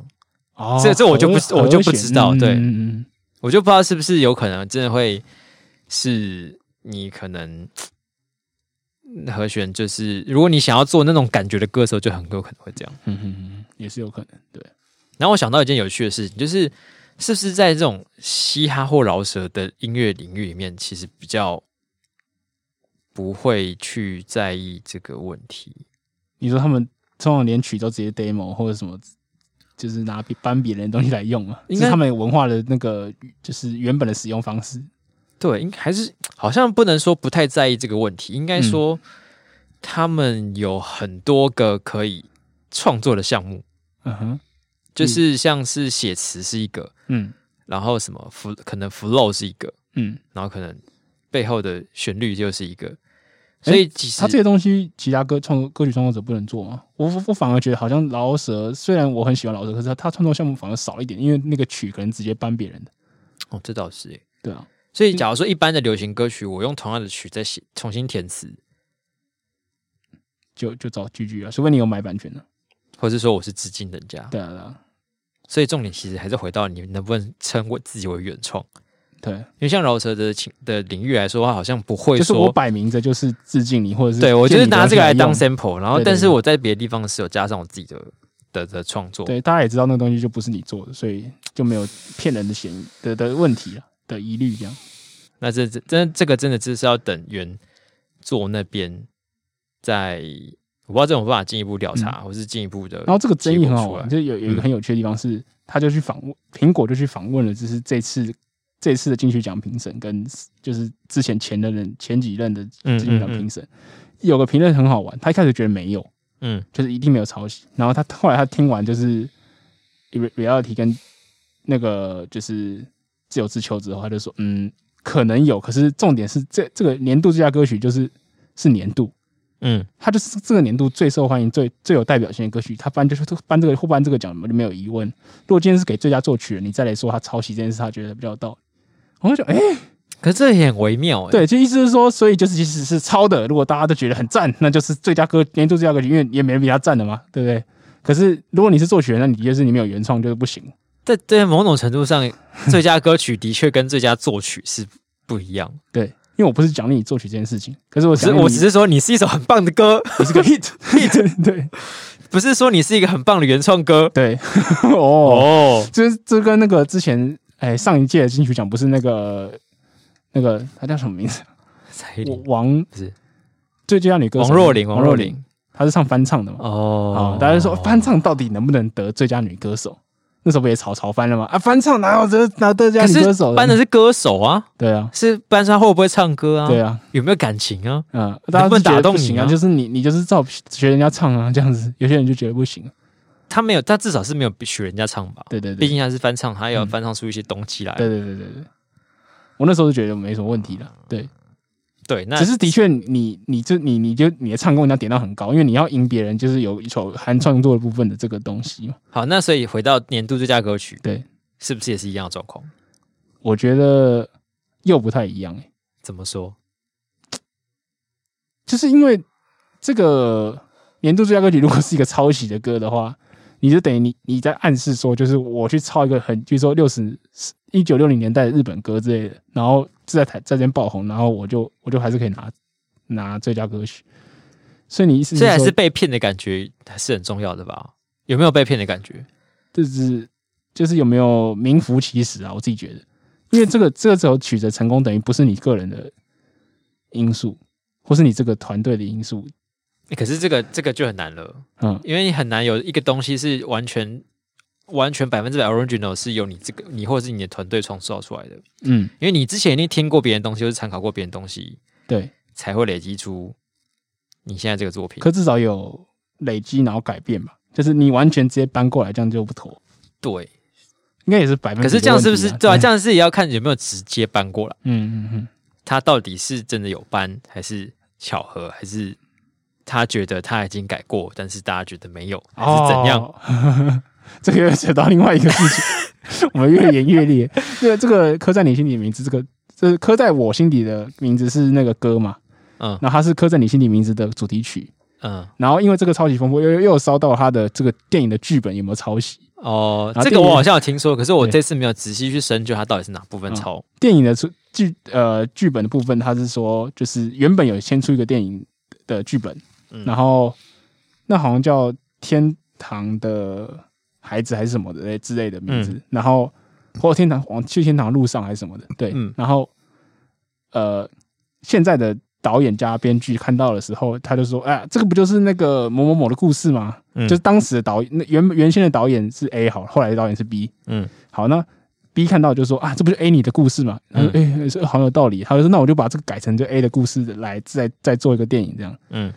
A: 哦
B: 这这我就不
A: 和
B: 我就不
A: 和弦
B: 知道对
A: 嗯嗯嗯
B: 我就不知道是不是有可能真的会是你可能和弦就是，如果你想要做那种感觉的歌的时候，就很有可能会这样。
A: 嗯嗯嗯，也是有可能。对，
B: 然后我想到一件有趣的事情，就是是不是在这种嘻哈或饶舌的音乐领域里面，其实比较不会去在意这个问题。
A: 你说他们通常连曲都直接 demo 或者什么，就是拿别搬别人的东西来用嘛，
B: 应
A: 这
B: 该
A: 是他们文化的那个就是原本的使用方式。
B: 对，应还是好像不能说不太在意这个问题，应该说他们有很多个可以创作的项目，
A: 嗯哼，
B: 就是像是写词是一个，
A: 嗯
B: 然后什么 f 可能 flow 是一个，
A: 嗯，
B: 然后可能背后的旋律又是一个，所以其实
A: 他这些东西，其他歌创歌曲创作者不能做吗？我我反而觉得好像饶舌，虽然我很喜欢饶舌，可是他他创作项目反而少一点，因为那个曲可能直接搬别人的。
B: 哦，这倒是耶
A: 对啊，
B: 所以，假如说一般的流行歌曲，我用同样的曲再写重新填词，
A: 就就找 GG 啊，除非你有买版权的、啊。
B: 或是说我是致敬人家，
A: 对啊，对啊，
B: 所以重点其实还是回到你能不能称为自己为原创。
A: 对，
B: 因为像饶舌的情的领域来说，它好像不会
A: 就是我
B: 说，
A: 摆明着就是致敬你，或者是
B: 对我就
A: 借
B: 是
A: 你的
B: 拿这个来当
A: 东西
B: sample，然后
A: 对对
B: 但是
A: 对
B: 我在别的地方是有加上我自己的的的创作
A: 用。。对，大家也知道那个东西就不是你做的，所以就没有骗人的嫌疑的的问题了的疑虑这样。
B: 那这这真这个真的就是要等原作那边在，我不知道这种办法进一步调查，或是进一步的。
A: 嗯然后这个争议很好
B: 结果出来嗯
A: 玩，就有有一个很有趣的地方是，他就去访问苹果，就去访问了，就是这次这次的金曲奖评审跟就是之前前的人前几任的
B: 嗯
A: 金曲
B: 嗯
A: 奖
B: 嗯
A: 评审，有个评论很好玩，他一开始觉得没有，
B: 嗯
A: 就是一定没有抄袭，然后他后来他听完就是 re- reality 跟那个就是自由之秋之后，他就说嗯可能有，可是重点是这这个年度最佳歌曲就是是年度，
B: 嗯，
A: 他就是这个年度最受欢迎、最最有代表性的歌曲，他颁就是颁这个或颁这个奖，就没有疑问。如果今天是给最佳作曲人，你再来说他抄袭这件事，他觉得比较有道理。我就觉得，哎、
B: 可是这也很微妙、欸。
A: 对，就意思是说，所以就是即使是抄的，如果大家都觉得很赞，那就是最佳歌年度最佳歌曲，因为也没人比他赞的嘛，对不对？可是如果你是作曲人，那你就是你没有原创就是不行。
B: 在在某种程度上，最佳歌曲的确跟最佳作曲是不一样。
A: 对，因为我不是奖励你作曲这件事情，可是我
B: 只是
A: 奖励
B: 我
A: 你
B: 只是说你是一首很棒的歌，
A: 你是个 hit hit，对
B: 不是说你是一个很棒的原创歌。
A: 对， 哦
B: 哦，
A: 这这跟那个之前哎、上一届的金曲奖不是那个那个他叫什么名字？
B: 蔡依
A: 我
B: 林
A: 王
B: 不是
A: 最佳女歌手
B: 王若琳，
A: 王
B: 若
A: 若
B: 琳
A: 琳，她是唱翻唱的嘛，
B: 哦
A: 啊，大家就说翻唱到底能不能得最佳女歌手？那时候不也吵吵翻了吗？啊，翻唱哪有得拿得最佳
B: 可
A: 女歌
B: 是
A: 手
B: 搬的是歌手啊，
A: 对啊，
B: 是搬他会不会唱歌啊？
A: 对，啊，
B: 有没有感情啊？
A: 嗯，大家
B: 能
A: 就
B: 不能
A: 觉
B: 打
A: 得
B: 动
A: 不
B: 你
A: 行啊，
B: 啊
A: 就是你你就是照学人家唱啊这样子，有些人就觉得不行。啊
B: 他没有，他至少是没有学人家唱吧？
A: 对对对
B: 毕，竟他是翻唱，他要
A: 嗯
B: 翻唱出一些东西来。
A: 对对对对对，我那时候就觉得没什么问题了。对，
B: 对，那
A: 只是的确你你就你你就你的唱功你要点到很高，因为你要赢别人，就是有一首含创作的部分的这个东西嘛。
B: 好，那所以回到年度最佳歌曲，
A: 对，
B: 是不是也是一样的状况？
A: 我觉得又不太一样、欸、
B: 怎么说？
A: 就是因为这个年度最佳歌曲如果是一个抄袭的歌的话，你就等于你你在暗示说，就是我去抄一个很，比如说六十一九六零年代的日本歌之类的，然后就在台在这边爆红，然后我就我就还是可以拿拿最佳歌曲。所以你意思是
B: 虽然
A: 说
B: 是被骗的感觉还是很重要的吧？有没有被骗的感觉？
A: 就是就是有没有名副其实啊？我自己觉得，因为这个这首曲子成功等于不是你个人的因素，或是你这个团队的因素。
B: 欸可是这个这个就很难了，
A: 嗯，
B: 因为你很难有一个东西是完全完全百分之百 original 是由你这个你或者是你的团队创造出来的，
A: 嗯，
B: 因为你之前一定听过别人的东西，或是参考过别人的东西，
A: 对。
B: 才会累积出你现在这个作品。
A: 可至少有累积，然后改变吧。就是你完全直接搬过来，这样就不妥。
B: 对，
A: 应该也是百分
B: 可
A: 之、
B: 是这样是不是对啊？这
A: 样，
B: 样是也要看有没有直接搬过来，
A: 嗯嗯嗯，
B: 他到底是真的有搬，还是巧合，还是他觉得他已经改过，但是大家觉得没有，还是怎样？
A: 哦 这个又扯到另外一个事 情，我们越演越烈。这个这个刻在你心底的名字，这个这刻在我心底的名字是那个歌嘛？
B: 嗯
A: 然后它是刻在你心底名字的主题曲。
B: 嗯，
A: 然后因为这个抄袭风波，又又又烧到他的这个电影的剧本有没有抄袭？
B: 哦
A: 然后，
B: 这
A: 第
B: 个
A: 一
B: 我
A: 个
B: 好像有听说，可是我
A: 对
B: 这次没有仔细去深究它到底是哪部分
A: 嗯
B: 抄。
A: 电影的出剧呃剧本的部分，他是说就是原本有先出一个电影的剧本，
B: 嗯
A: 然后那好像叫《天堂的孩子》还是什么的之类的名
B: 嗯
A: 字，然后或天堂往去天堂的路上还是什么的，对，
B: 嗯
A: 然后呃现在的导演加编剧看到的时候，他就说：“哎、这个不就是那个某某某的故事吗？”
B: 嗯
A: 就是当时的导演，那原原先的导演是 A 好，后来的导演是 B，
B: 嗯，
A: 好，那 B 看到就说啊，这不就 A 你的故事嘛？他说哎、是好有道理。他就说那我就把这个改成就 A 的故事来再再做一个电影这样。
B: 嗯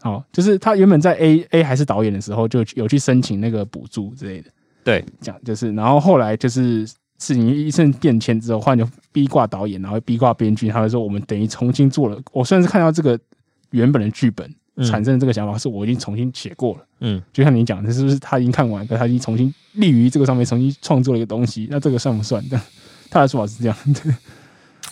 A: 好，就是他原本在 A A 还是导演的时候就有去申请那个补助之类的，
B: 对，
A: 这样就是，然后后来就是事情一阵变迁之后，换成 B 挂导演，然后 B 挂编剧，他会说我们等于重新做了。我虽然是看到这个原本的剧本
B: 嗯
A: 产生的这个想法，是我已经重新写过了。
B: 嗯，
A: 就像你讲的，是不是他已经看完，可他已经重新立于这个上面重新创作了一个东西，那这个算不算？这样 他的说法是这样，对，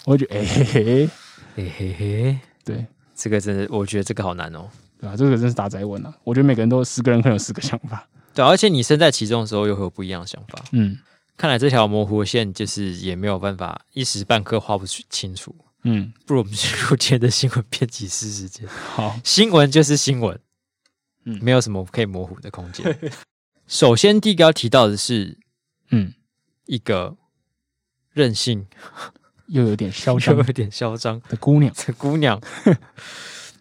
A: 我会觉得哎、 嘿嘿嘿，
B: 嘿嘿嘿，
A: 对
B: 这个真的，我觉得这个好难哦。
A: 对啊，这个真是打宅文啊！我觉得每个人都有十个人可能有十个想法，
B: 对啊，而且你身在其中的时候，又会有不一样的想法。
A: 嗯
B: 看来这条模糊的线就是也没有办法一时半刻画不出清楚。
A: 嗯，
B: 不如我们进入今天的新闻 编辑师时间。
A: 好，
B: 新闻就是新闻，
A: 嗯
B: 没有什么可以模糊的空间。 首先，第一个要提到的是
A: 嗯，
B: 一个 任性
A: 又有点嚣
B: 又
A: 张
B: 有点嚣张
A: 的姑娘，
B: 这姑娘，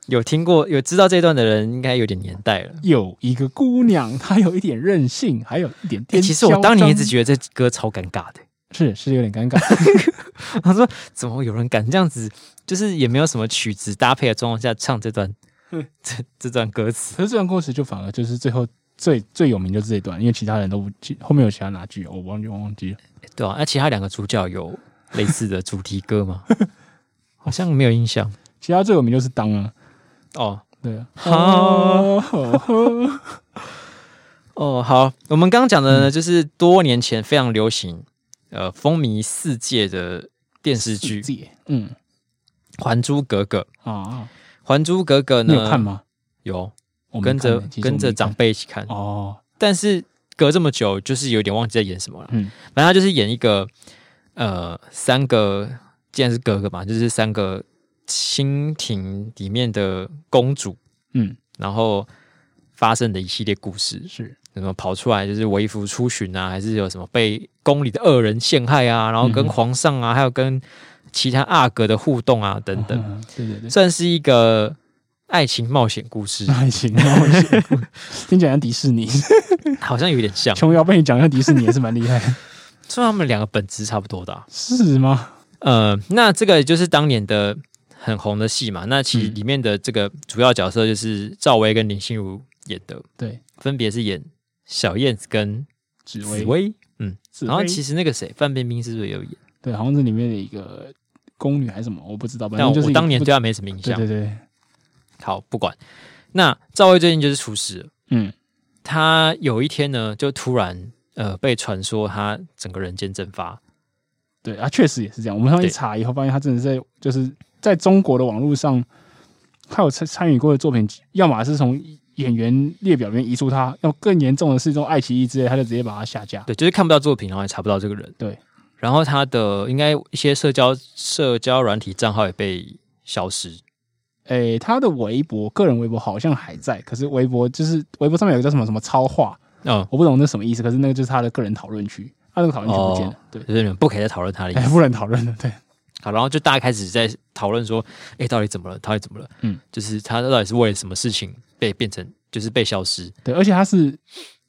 B: 有听过有知道这段的人，应该有点年代了。
A: 有一个姑娘，她有一点任性，还有 一点
B: 欸
A: 点、
B: 其实我当年一直觉得这歌超尴尬的、
A: 是是有点尴尬，
B: 他说怎么会有人敢这样子，就是也没有什么曲子搭配的状况下唱 这段
A: 嗯
B: 这这段歌词。
A: 可是这段故事就反而就是最后最最有名就是这一段，因为其他人都不记，后面有其他哪句我忘记我忘记了，
B: 欸对啊，那、其他两个主角有类似的主题歌吗？ 好像没有印象
A: 其他最有名就是当啊，
B: 哦。
A: 对啊，
B: 好哦，好，我们刚刚讲的呢，就是多年前非常流行，呃，风靡世界的电视剧《
A: 界，嗯
B: 还珠格格》。《
A: 啊，
B: 还珠格格》
A: 你
B: 呢，
A: 有看吗？
B: 有
A: 我没
B: 跟着
A: 看欸其实我没
B: 跟着长
A: 看
B: 辈一起看，
A: 哦，
B: 但是隔这么久，就是有点忘记在演什么了。
A: 嗯
B: 反正他就是演一个呃三个，既然是哥哥嘛，就是三个宫廷里面的公主，
A: 嗯
B: 然后发生的一系列故事，
A: 是，
B: 什么跑出来就是为夫出巡啊，还是有什么被宫里的恶人陷害啊，然后跟
A: 嗯哼
B: 皇上啊，还有跟其他阿哥的互动啊等等，
A: 嗯对对对，，
B: 算是一个。爱情冒险故事
A: 爱情冒险，听起来像迪士 尼。
B: 好像有点像，
A: 琼瑶被你讲像迪士尼也是蛮厉害的，
B: 虽然他们两个本质差不多的啊、
A: 是吗？
B: 呃，那这个就是当年的很红的戏嘛。那其实
A: 嗯
B: 里面的这个主要角色就是赵薇跟林心如演的，
A: 对，
B: 分别是演小燕子跟
A: 紫
B: 紫
A: 薇，
B: 薇。嗯，
A: 紫薇
B: 然后其实那个谁，范冰冰是不是也有演？
A: 对，好像是里面的一个宫女还是什么，我不知道。反
B: 但
A: 正就是
B: 我
A: 一个
B: 当年
A: 不
B: 对她没什么印
A: 对
B: 象。
A: 对对，
B: 好，不管。那赵薇最近就是出事了，
A: 嗯，
B: 她有一天呢，就突然呃被传说她整个人间蒸发，
A: 对啊，确实也是这样。我们上去
B: 对
A: 查以后，发现他真的是在就是在中国的网络上，他有参参与过的作品，要么是从演员列表里面移除他，要更严重的是这种爱奇艺之类，他就直接把他下架。
B: 对，就是看不到作品，然后也查不到这个人。
A: 对，
B: 然后他的应该一些社交社交软体账号也被消失。
A: 诶、他的微博，个人微博好像还在，可是微博就是微博上面有个叫什么什么超话，
B: 嗯，
A: 我不懂那什么意思，可是那个就是他的个人讨论区，他那个讨论区不见了，对，
B: 就是你们不可以再讨论他的意
A: 哎、
B: 思。
A: 不能讨论了，对，
B: 好，然后就大家开始在讨论说，哎，到底怎么了？到底怎么了？
A: 嗯，
B: 就是他到底是为了什么事情被变成，就是被消失？
A: 对，而且他是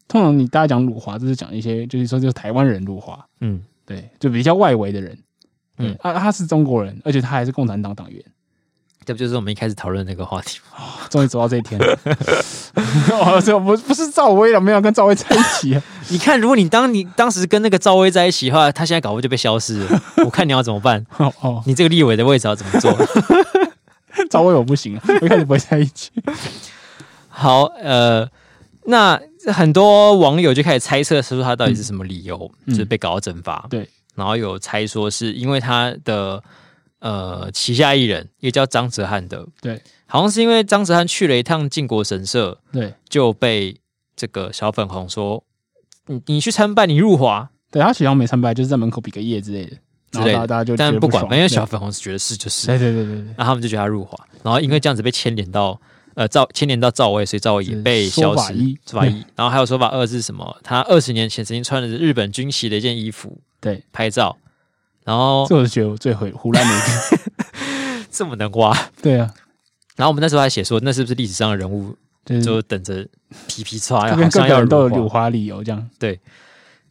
A: 通常你大家讲辱华，就是讲一些就是说就是台湾人辱华，
B: 嗯，
A: 对，就比较外围的人，对，
B: 嗯
A: 啊，他是中国人，而且他还是共产党党员，
B: 这不就是我们一开始讨论的那个话题吗？
A: 终于走到这一天了， 哦，这不不是赵薇了，没有跟赵薇在一起啊、
B: 你看，如果你当你当时跟那个赵薇在一起的话，他现在搞不好就被消失了。 我看你要怎么办？
A: 哦哦，
B: 你这个立委的位置要怎么做？
A: 赵薇我不行，我一开始不会在一起，
B: 好，呃，那很多网友就开始猜测说他到底是什么理由，
A: 嗯
B: 就是被搞到蒸发。
A: 对，
B: 然后有猜说是因为他的呃旗下艺人，一个叫张哲瀚的，
A: 对，
B: 好像是因为张哲瀚去了一趟靖国神社，
A: 对。
B: 就被这个小粉红说你你去参拜，你入华。
A: 对他学校没参拜，就是在门口比个耶之类的，然后
B: 之类
A: 大家
B: 的
A: 大家就觉
B: 但
A: 得
B: 不
A: 不
B: 管，
A: 爽
B: 反正小粉红是觉得是就是，
A: 对对对对对
B: 然后他们就觉得他入华，然后因为这样子被牵连到呃赵牵连到赵薇，所以赵薇也被消
A: 说法
B: 失
A: 一。
B: 说 法一，然后还有说法二是什么？他二十年前曾经穿的是日本军旗的一件衣服
A: 对
B: 拍照，然后
A: 这我是觉得我最毁胡乱的一 个。
B: 这么能挖。
A: 对啊，
B: 然后我们那时候还写说，那是不是历史上的人物
A: 就是
B: 就等着皮皮
A: 嗯
B: 刷，
A: 这
B: 好
A: 边各
B: 像
A: 个
B: 要
A: 人都有
B: 辱
A: 辱
B: 华
A: 华理由这样。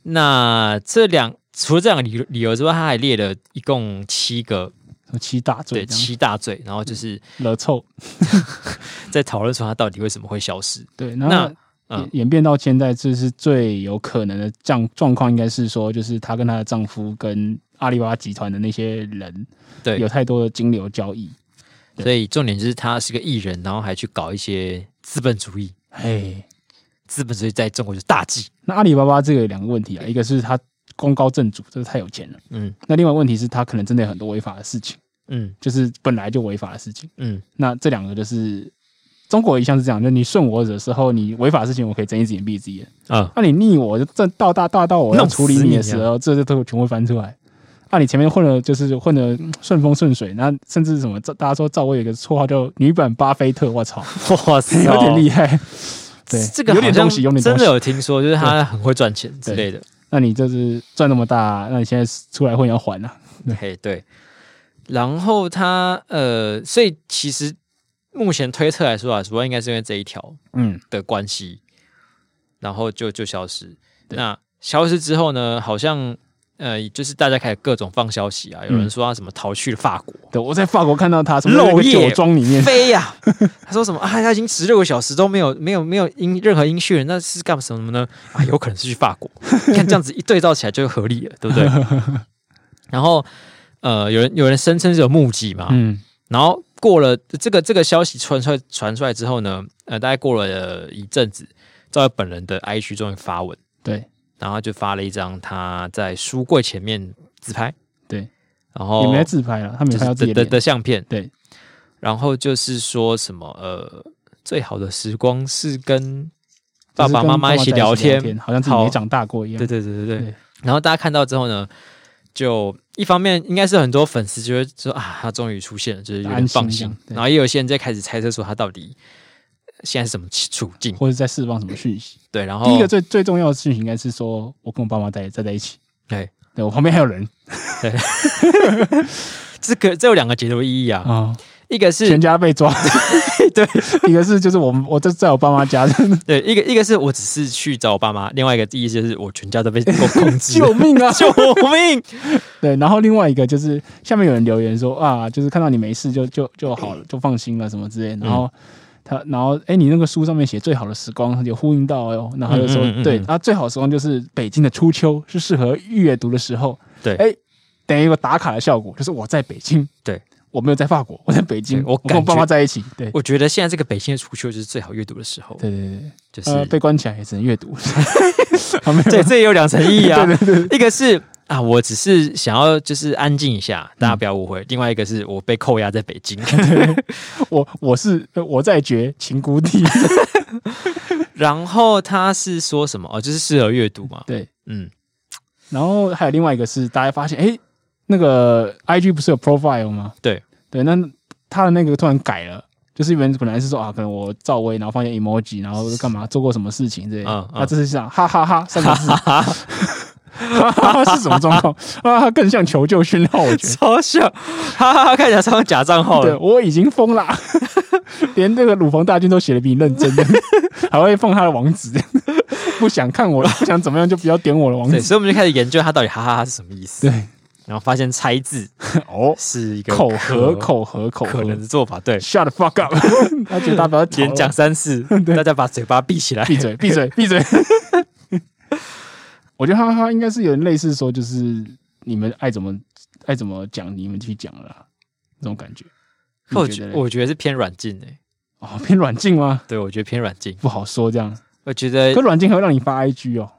B: 那这两除了这两个理理由之外，他还列了一共七个
A: 什么七大罪
B: 对
A: 这样，
B: 七大罪，然后就是
A: 惹臭。
B: 在讨论说他到底为什么会消失。
A: 对，然
B: 那
A: 后
B: 嗯
A: 演演变到现在，这是最有可能的状状况，应该是说，就是她跟她的丈夫跟阿里巴巴集团的那些人
B: 对
A: 有，太多的金流交易。对
B: 所以重点就是他是个艺人，然后还去搞一些资本主义，
A: 嘿，
B: 资本主义在中国就是大忌。
A: 那阿里巴巴这个有两个问题啊，一个是他功高震主，这个太有钱了；
B: 嗯
A: 那另外问题是他可能真的有很多违法的事情，
B: 嗯
A: 就是本来就违法的事情。
B: 嗯，
A: 那这两个就是中国一向是这样，就是你顺我者的时候，你违法的事情我可以睁一只眼闭一只眼；
B: 啊、
A: 那、你逆我，就正到大大到我要
B: 弄死
A: 处理
B: 你
A: 你的
B: 啊
A: 时候，这这都全部翻出来。那、你前面混了，就是混的顺风顺水，那甚至什么，赵大家说赵薇有个绰号叫“女版巴菲特”，我操，
B: 哇 塞，
A: 有点厉 害。对，
B: 哦这个
A: 有点
B: 好像
A: 东西，有点
B: 真
A: 东
B: 的
A: 西。
B: 有听说，就是他很会赚钱之类的。
A: 那你就是赚那么大，那你现在出来混要还啊？对
B: 嘿，对。然后他呃，所以其实目前推测来说啊，主要应该是因为这一条
A: 嗯，
B: 的关系，然后就就消失。
A: 对
B: 那消失之后呢，好像呃，就是大家开始各种放消息啊，有人
A: 嗯
B: 说他什么逃去了法国，
A: 对，我在法国看到他什么那
B: 漏
A: 个
B: 夜
A: 酒庄里面，
B: 飞呀、 他说什么啊？他已经十六个小时都没有没有没有音任何音讯了，那是干什么呢？啊，有可能是去法国。 看这样子一对照起来就合理了，对 不对？然后呃，有人有人声称是有目击嘛，
A: 嗯，
B: 然后过了这个这个消息传出来传出来之后呢，呃，大概过了一阵子，赵薇本人的 IG 终于发文，
A: 对，
B: 然后他就发了一张他在书柜前面自拍，
A: 对，
B: 然后
A: 也没在自拍了，他没
B: 就
A: 有看到自
B: 是
A: 己
B: 的
A: 的
B: 的
A: 脸。
B: 的相片，
A: 对。
B: 然后就是说什么呃，最好的时光是跟爸爸妈妈一起聊天，
A: 天，好像自己没
B: 好
A: 长大过一样。
B: 对对对对对
A: 对。
B: 然后大家看到之后呢，就一方面应该是很多粉丝就会说啊，他终于出现了，就是有点
A: 安心
B: 放
A: 这
B: 心
A: 样。对
B: 然后也有些人在开始猜测说他到底现在是什么处境。
A: 或者在释放什么讯息。
B: 对，然后
A: 第一个最最重要的事情应该是说，我跟我爸妈在在在一起，
B: 对
A: 对我旁边还有人
B: 这个这有两个解读意义啊，
A: 啊，
B: 一个是
A: 全家被 抓，
B: 对，
A: 一个是就是我们我在在我爸妈家，
B: 对，一个一个是我只是去找我爸妈，另外一个意思就是我全家都被我控制 了，
A: 救命啊！
B: 救命！
A: 对，然后另外一个就是下面有人留言说啊，就是看到你没事就就就好了，就放心了什么之类的。然后他，然后哎，你那个书上面写最好的时光有呼应到哦，然后他就说
B: 嗯嗯嗯嗯
A: 对，
B: 嗯
A: 啊，最好的时光就是北京的初秋，是适合阅读的时候。
B: 对
A: 哎，等于一个打卡的效果，就是我在北京，
B: 对
A: 我没有在法国，我在北京，
B: 对我
A: 跟我
B: 感觉
A: 爸妈在一起，对。
B: 我觉得现在这个北京的初秋就是最好阅读的时候，
A: 对对对
B: 就是、
A: 对，呃，被关起来也只能阅读， 啊没有
B: 对，这也有两层意 义啊。一个是啊，我只是想要就是安静一下，大
A: 嗯
B: 家不要误会；另外一个是我被扣押在北京，
A: 我我是呃我在绝情谷底，
B: 然后他是说什么？哦，就是适合阅读嘛。
A: 对，
B: 嗯，
A: 然后还有另外一个是，大家发现，哎，那个 I G 不是有 profile 吗？
B: 对
A: 对，那他的那个突然改了，就是原本来是说啊，可能我照微，然后放一些 emoji，然后是干嘛做过什么事情之类的。
B: 嗯嗯
A: 啊，这是想哈哈哈三个 字， 哈哈哈是什么状况？啊，它更像求救讯号，我觉 得。
B: 超像，哈哈哈，看起来像假账号
A: 对，
B: 了。
A: 我已经疯了， 连那个鲁鹏大军都写的比你认真， 还会放他的网址， 不想看我，不想怎么样就不要点我的网
B: 对，
A: 址。
B: 所以我们就开始研究他到底哈哈哈是什么意思。
A: 对，
B: 然后发现猜字
A: 哦，
B: 是一个
A: 口
B: 可
A: 盒，口盒，口
B: 可
A: 盒
B: 能。的做法，对，
A: Shut the fuck up！他 觉得大家不要吵了
B: 连讲三 次，大家把嘴巴闭起来。
A: 闭嘴，闭 嘴，闭嘴。我觉得哈哈应该是有点类似说，就是你们爱怎么爱怎么讲，你们去讲了啦，那种感觉。你
B: 我
A: 觉
B: 觉
A: 得嘞
B: 我觉得是偏软禁欸诶，
A: 哦偏软禁吗？
B: 对我觉得偏软禁。
A: 不好说这样。
B: 我觉得
A: 可软禁还会让你发 IG 哦。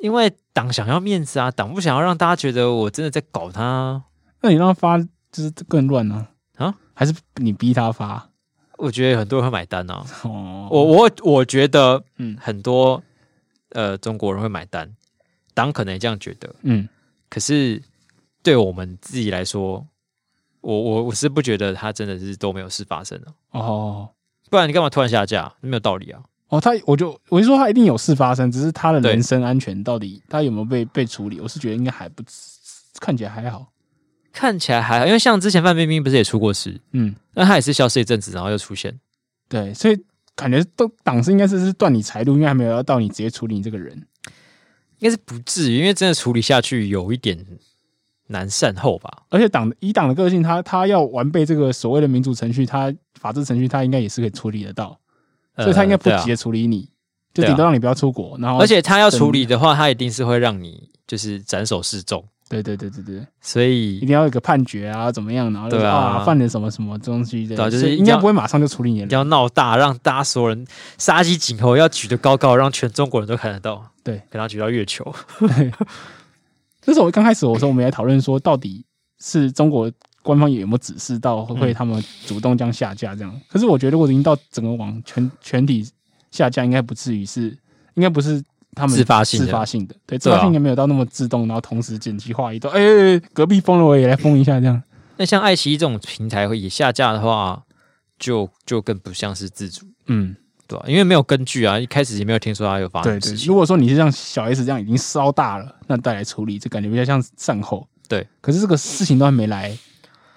B: 因为党想要面子啊，党不想要让大家觉得我真的在搞他啊。
A: 那你让他发就是更乱呢？
B: 啊？
A: 还是你逼他发？
B: 我觉得很多人会买单啊。
A: 哦，
B: 我我我觉得，
A: 嗯
B: 嗯，很多呃中国人会买单，党可能也这样觉得。
A: 嗯
B: 可是对我们自己来说，我我我是不觉得他真的是都没有事发生的、
A: 哦
B: 不然你干嘛突然下架？没有道理啊。
A: 哦，他我就我就说他一定有事发生，只是他的
B: 对
A: 人身安全到底他有没有被被处理？我是觉得应该还不，看起来还好。
B: 看起来还好，因为像之前范冰冰不是也出过事，
A: 嗯，
B: 那她也是消失一阵子，然后又出现。
A: 对，所以感觉都党是应该是是断你财路，因为还没有要到你直接处理你这个人。
B: 应该是不至于，因为真的处理下去有一点难善后吧。
A: 而且党以党的个性，他他要完备这个所谓的民主程序，他法治程序，他应该也是可以处理得到，所以他应该不急
B: 呃对啊
A: 着处理你，就
B: 对啊
A: 顶多让你不要出国，然后
B: 而且他要处理的话，他一定是会让你就是斩首示众，
A: 对对对对对，
B: 所
A: 一
B: 以
A: 定要有一个判决啊，怎么样，然后就
B: 对
A: 是
B: 啊
A: 啊犯了什么什么东西的，
B: 对啊就是
A: 所以
B: 一定
A: 应该
B: 要
A: 不会马上就处理你
B: 一
A: 的人。
B: 定要闹大，让大家所有人杀鸡儆猴，要举得高高，让全中国人都看得到。
A: 对，
B: 可能要举到月球。
A: 那时候我刚开始我说我们也讨论说，到底是中国官方有没有指示到
B: 嗯
A: 会他们主动这样下架这样？可是我觉得，如果已经到整个网全全体下架，应该不至于是，应该不是他们
B: 自发性的
A: 自发性的，对，自
B: 对啊
A: 发性应该没有到那么自动，然后同时剪辑化一段，哎、隔壁封了我也来封一下这样。
B: 那像爱奇艺这种平台会也下架的话，就就更不像是自主，
A: 嗯，
B: 对吧、因为没有根据啊，一开始也没有听说他有发
A: 对
B: 生
A: 对
B: 事。情。
A: 如果说你是像小 S 这样已经烧大了，那再来处理，这感觉比较像善后。
B: 对，
A: 可是这个事情都还没来，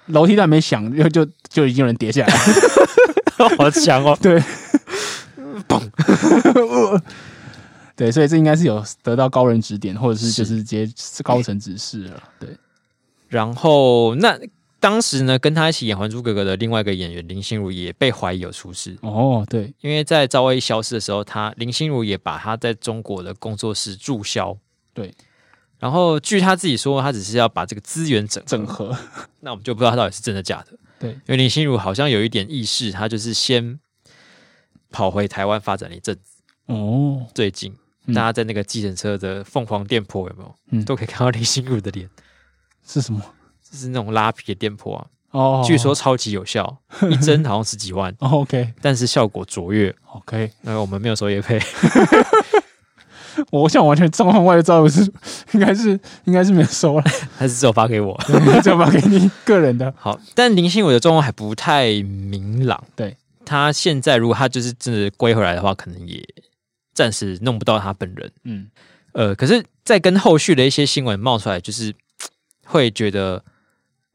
A: 楼梯都还没响，就就就已经有人跌下来了。
B: 好强哦！
A: 对，嘣， 对，所以这应该是有得到高人指点，或者是就是直接高层指示了。对，
B: 然后那当时呢，跟他一起演《还珠格格》的另外一个演员林心如也被怀疑有出事，
A: 哦，对，
B: 因为在赵薇消失的时候，她林心如也把她在中国的工作室注销。
A: 对，
B: 然后据她自己说，她只是要把这个资源整合，
A: 整合，
B: 那我们就不知道她到底是真的假的。
A: 对
B: 因为林心如好像有一点意识，她就是先跑回台湾发展了一阵子。
A: 哦，
B: 最近
A: 嗯
B: 大家在那个计程车的凤凰店铺有没有，
A: 嗯
B: 都可以看到林心如的脸，
A: 是什么？
B: 就是那种拉皮的店铺啊，
A: 哦，
B: 据说超级有效，一针好像十几万，
A: ，OK，OK，、
B: 但是效果卓越。
A: OK，
B: 那我们没有收叶配，
A: 我想完全状况外照是，应该是应该是没有收了，
B: 还是只有发给我。
A: 就发给你个人的。
B: 好，但林心如的状况还不太明朗。
A: 对，
B: 他现在如果他就是真的归回来的话，可能也暂时弄不到他本人。
A: 嗯，
B: 呃，可是，在跟后续的一些新闻冒出来，就是会觉得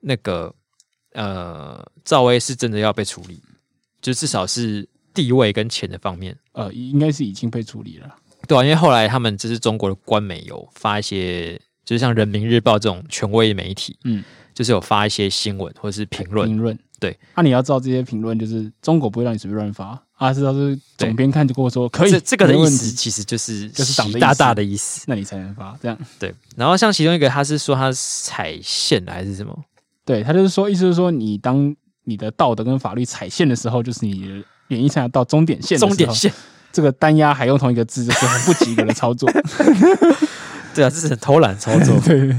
B: 那个呃，赵薇是真的要被处理，就至少是地位跟钱的方面，
A: 呃，应该是已经被处理了啦。
B: 对啊，因为后来他们就是中国的官媒有发一些，就是像《人民日报》这种权威媒体，
A: 嗯，
B: 就是有发一些新闻或者是评论，
A: 评论啊
B: 对，
A: 那、你要知道这些评论就是中国不会让你随便乱发，啊，是要是总编看就跟我说可以，
B: 这这个的
A: 没
B: 意
A: 问
B: 思
A: 题，
B: 其实就是
A: 就是党的
B: 习
A: 意思
B: 大大的意思。
A: 那你才能发。这样，
B: 对，然后像其中一个，他是说他踩线了还是什么？
A: 对他就是说，意思是说，你当你的道德跟法律踩线的时候，就是你的演艺生涯到终点线的时候，
B: 终 点线？
A: 这个单压还用同一个字，就是很不及格的 操作。
B: 对啊，这是很偷懒操 作。
A: 对，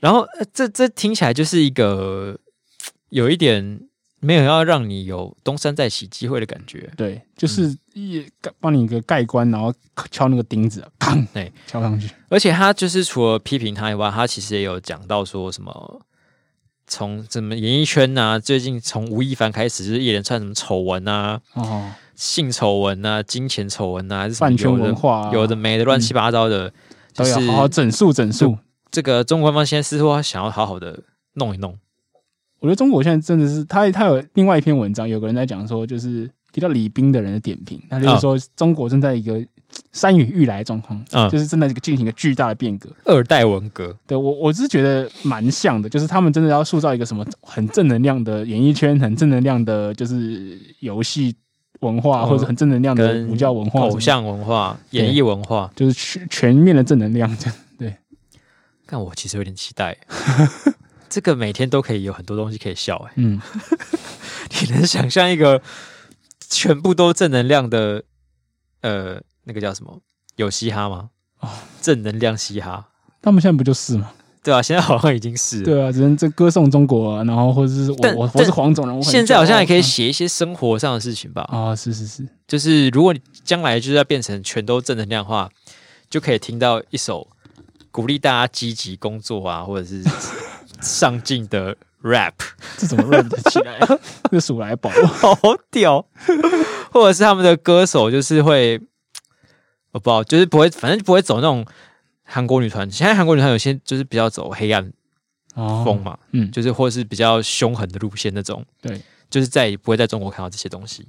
B: 然后呃这这听起来就是一个嘖有一点没有要让你有东山再起机会的感觉。
A: 对，就是一帮你一个盖棺，然后敲那个钉子，砰，
B: 对，
A: 敲上去。
B: 而且他就是除了批评他以外，他其实也有讲到说什么。从什么演艺圈啊，最近从吴亦凡开始，就是一连串什么丑闻啊、
A: 哦，
B: 性丑闻啊、金钱丑闻啊，还是什么
A: 饭圈
B: 有的
A: 文化、啊嗯
B: 有的没的乱七八糟的，就
A: 都要
B: 是
A: 好好整肃整肃。
B: 这个中国官方现在似乎想要好好的弄一弄，
A: 我觉得中国现在真的是，他他有另外一篇文章，有个人在讲说，就是提到李斌的人的点评，他就是说中国正在一个嘖山雨欲来的状况，
B: 嗯
A: 就是正在一个进行一个巨大的变革。
B: 二代文革，
A: 对我我是觉得蛮像的，就是他们真的要塑造一个什么很正能量的演艺圈，很正能量的，就是游戏文化，
B: 嗯
A: 或者很正能量的
B: 跟
A: 舞教文化什么的，
B: 偶像文化、
A: 对
B: 演艺文化，
A: 就是全全面的正能量这样。
B: 但我其实有点期 待，这个每天都可以有很多东西可以笑、欸，
A: 嗯，
B: 你能想象一个全部都正能量的，呃，那个叫什么？有嘻哈吗？
A: 哦
B: 正能量嘻哈，
A: 他们现在不就是吗？
B: 对啊，现在好像已经是了，
A: 对啊，只能这歌颂中国、啊，然后或者是我
B: 但
A: 我我
B: 但
A: 是黄种人，我很
B: 现在好像还可以
A: 骄傲
B: 写一些生活上的事情吧，
A: 啊、是是是，
B: 就是如果你将来就是要变成全都正能量的话，就可以听到一首鼓励大家积极工作啊，或者是上进的 rap，
A: 这怎么 rap 得起来？啊 这数来宝，啊
B: 好屌！或者是他们的歌手就是会，我不知道，就是不会，反正不会走那种韩国女团。现在韩国女团有些就是比较走黑暗
A: 哦
B: 风嘛，
A: 嗯，
B: 就是或是比较凶狠的路线那种，
A: 对，
B: 就是再也不会在中国看到这些东西，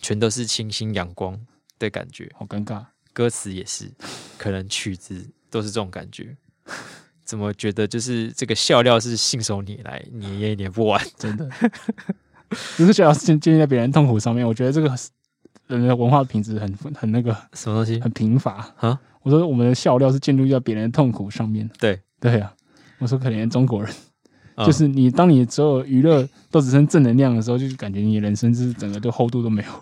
B: 全都是清新阳光的感觉。
A: 好尴尬。啊
B: 歌词也是，可能曲子都是这种感觉。怎么觉得就是这个笑料是信手拈来，你也念不完？
A: 真的。只是觉得建建立在别人痛苦上面，我觉得这个人的文化品质很很那个
B: 什么东西？
A: 很贫乏
B: 啊。
A: 我说我们的笑料是建立在别人的痛苦上面。
B: 对
A: 对啊，我说可怜的中国人，
B: 嗯
A: 就是你当你所有娱乐都只剩正能量的时候，就感觉你人生就是整个就厚度都没有了。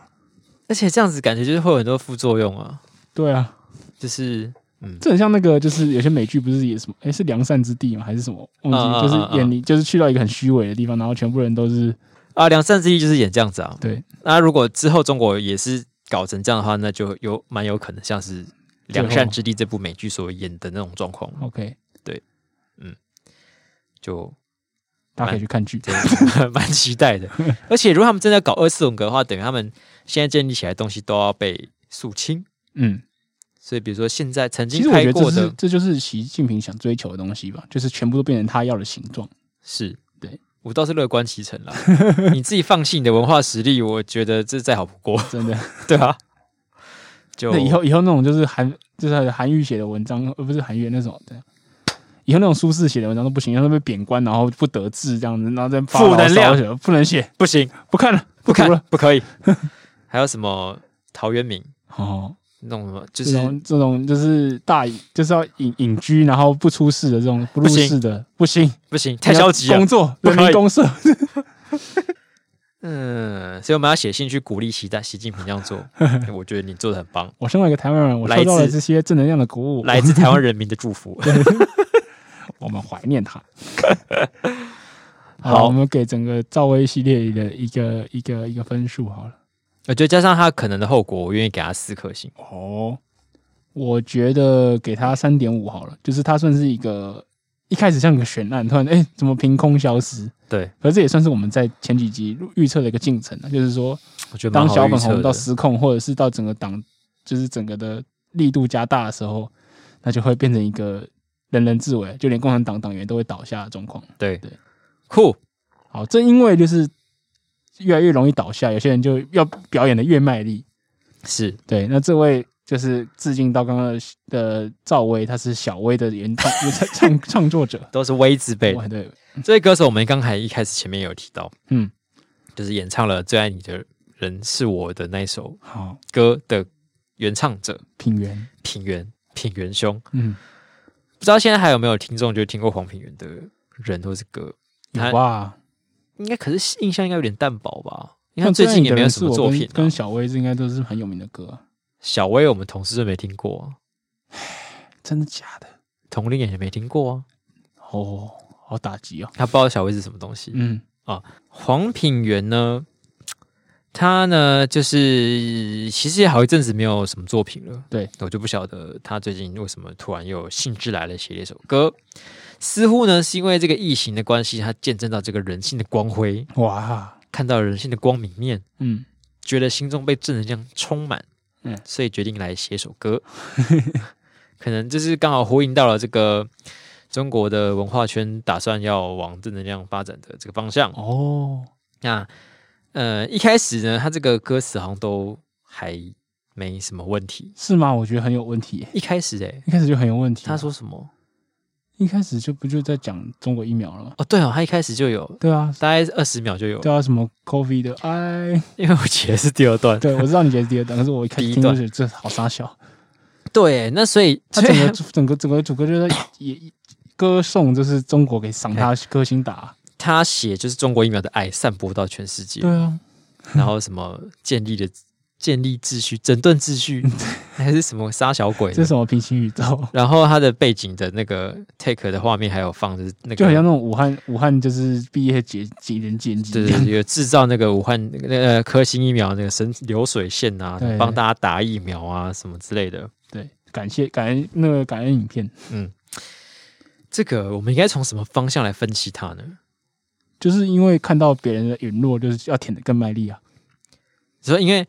B: 而且这样子感觉就是会有很多副作用啊，
A: 对啊，
B: 就是嗯，
A: 这很像那个，就是有些美剧不是也什么，哎，是良善之地吗？还是什么？
B: 嗯嗯
A: 忘记，就是
B: 嗯
A: 演你就是去到一个很虚伪的地方，然后全部人都是
B: 啊，两善之一就是演这样子啊。
A: 对
B: 那如果之后中国也是搞成这样的话，那就有蛮有可能像是《两善之地》这部美剧所演的那种状况，
A: OK，
B: 就
A: 大家可以去看剧。
B: 真的 蛮期待的。而且如果他们真的要搞二次文革的话，等于他们现在建立起来的东西都要被肃清。
A: 嗯。
B: 所以，比如说现在曾
A: 其
B: 经
A: 实我觉
B: 拍
A: 得这
B: 过
A: 是
B: 的
A: 这就是习近平想追求的东西吧，就是全部都变成他要的形 状。
B: 是，
A: 对
B: 我倒是乐观其成啦。 你自己放弃你的文化实力，我觉得这再好不过，
A: 真的，
B: 对啊。就
A: 那以后以后那种就是韩就是韩愈写的文章，呃，不是韩愈那种对。以后那种苏轼写的文章都不行，要是被贬官，然后不得志这样子，然后再发
B: 负能
A: 牢骚
B: 量
A: 什么，不能写，
B: 不行，
A: 不看了，
B: 不
A: 不
B: 看
A: 读了。
B: 不可以。 还有什么陶渊明
A: 哦，
B: 那种什么，就
A: 这
B: 是
A: 种这种就是大隐就是要隐隐居，然后不出世的这种不入
B: 不行
A: 世的，不行，
B: 不行，太消极
A: 你要工
B: 了。
A: 作
B: 不
A: 人
B: 可以
A: 民公社，
B: 嗯，所以我们要写信去鼓励习大 习近平这 样做。我觉得你做的很棒，
A: 我身为一个台湾人，我
B: 来
A: 受到了
B: 自
A: 这些正能量的鼓舞，
B: 来自台湾人民的 祝福。
A: 我们怀念 他。
B: 好
A: 我们给整个赵薇系列的一个一个一个分数好了。
B: 我觉得加上他可能的后果，我愿意给他四颗星。
A: 哦，我觉得给他三点五好了，就是他算是一个一开始像个悬案，突然哎、诶怎么凭空消失？
B: 对，
A: 可是这也算是我们在前几集预预测的一个进程啊，就是说
B: 我觉得蛮
A: 当
B: 好
A: 小
B: 预
A: 粉
B: 测
A: 红
B: 的
A: 到失控，或者是到整个党就是整个的力度加大的时候，那就会变成一个人人自危，就连共产党党员都会倒下的状况。
B: 对
A: 对
B: 酷。
A: 好，正因为就是越来越容易倒下，有些人就要表演的越卖力。
B: 是
A: 对，那这位就是致敬到刚刚的的赵薇，她是小薇的原创 创创创作者。
B: 都是微字辈的。
A: 哇对，
B: 这位歌手我们刚才一开始前面有提到，
A: 嗯，
B: 就是演唱了《最爱你的人是我》的那一首
A: 好，
B: 歌的原唱者
A: 品源，
B: 品源品源兄，
A: 嗯，
B: 不知道现在还有没有听众就听过黄品源的人或是歌？他
A: 有吧？
B: 应该可是印象应该有点淡薄吧？因
A: 像
B: 为他最近也没有
A: 人
B: 什么作品、啊
A: 跟。小哦薇这应该都是很有名的歌啊、
B: 小薇我们同事就没听过、啊，
A: 真的假的？
B: 同龄人也没听过啊，
A: 哦，好打击哦。
B: 他不知道小薇是什么东西。
A: 嗯，
B: 黄品源呢，他呢就是其实也好一阵子没有什么作品了，
A: 对
B: 我就不晓得他最近为什么突然又兴致来了写了一首歌，似乎呢是因为这个疫情的关系，他见证到这个人性的光辉，
A: 哇，
B: 看到人性的光明面，
A: 嗯，
B: 觉得心中被正能量充满，
A: 嗯
B: 所以决定来写首歌， 可能就是刚好呼应到了这个。中国的文化圈打算要往正能量发展的这个方向，
A: 哦，
B: 那呃，一开始呢，他这个歌词好像都还没什么问题。
A: 是吗？我觉得很有问题耶，
B: 一开始哎、
A: 一开始就很有问题。
B: 他说什么？
A: 一开始就不就在讲中国疫苗了吗？
B: 哦，对哦，他一开始就有，
A: 对啊，
B: 大概二十秒就有，
A: 对啊，什么 COVID 的 哎，
B: 因为我写的是第二段。
A: 对我知道你觉得第二段，可是我一开
B: 第
A: 始
B: 一
A: 听就
B: 段
A: 觉得这好傻笑。
B: 对欸，那所以
A: 他
B: 所
A: 整
B: 以
A: 个整个整个整个就在也歌颂，就是中国给赏 他歌星打。
B: 他写就是中国疫苗的爱散播到全世界，
A: 对啊，
B: 然后什么建立的建立秩序、整顿秩序，还是什么杀小鬼
A: 嗯这
B: 的
A: 是。什么平行宇宙？
B: 然后他的背景的那个 take 的画面还有放就是那个
A: 就好像那种武汉武汉就是毕业节节人剪辑
B: 对
A: 一样
B: 对，对有制造那个武汉那个呃科兴疫苗那个生流水线啊
A: 对，
B: 帮大家打疫苗啊什么之类的。
A: 对，感谢感恩那个感恩影片，
B: 这个我们应该从什么方向来分析它呢？
A: 就是因为看到别人的陨落，就是要舔的更卖力啊。
B: 所以因为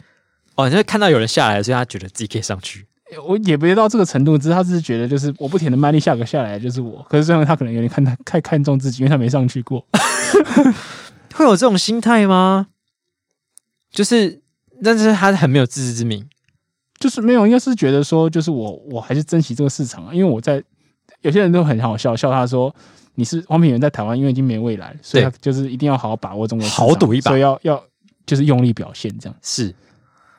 B: 哦，因为看到有人下来，所以他觉得自己可以上去。
A: 我也没到这个程度，只是他只是觉得，就是我不舔的卖力，下个下来就是我。可是这样他可能有点看 他太看重自己，因为他没上去过。
B: 会有这种心态吗？就是，但是他很没有自知之明。
A: 就是没有，应该是觉得说，就是我我还是珍惜这个市场啊，因为我在有些人都很好笑，笑他说你是黄品源在台湾，因为已经没未来，所以他就是一定要好好把握中国市场
B: 豪赌一把
A: 所以要要就是用力表现这样。
B: 是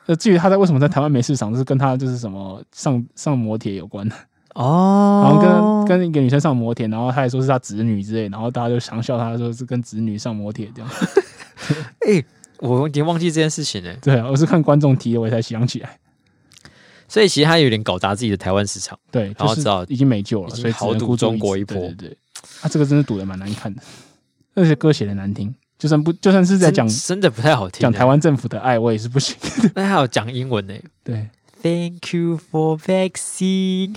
A: 那至于他在为什么在台湾没市场，是跟他就是什么上上摩铁有关的，
B: 哦，
A: 然后跟跟一个女生上摩铁，然后他还说是他侄女之类，然后大家就常笑他说是跟侄女上摩铁这样。
B: 哎、我已经忘记这件事情了。
A: 对啊，我是看观众提的，我才想起来。
B: 所以其实他有点搞砸自己的台湾市场。
A: 对，
B: 然后
A: 就是
B: 知道
A: 已经没救了，
B: 已经
A: 所以只
B: 豪
A: 能
B: 赌
A: 孤注
B: 中国
A: 一
B: 一
A: 掷
B: 搏
A: 对对对，他、这个真的赌的蛮难看的，而且歌写的难听，就算不就算是在讲
B: 真真的不太好听
A: 讲
B: 欸。
A: 台湾政府的爱，我也是不行。
B: 那还有讲英文呢、
A: 对
B: Thank you for vaccine 。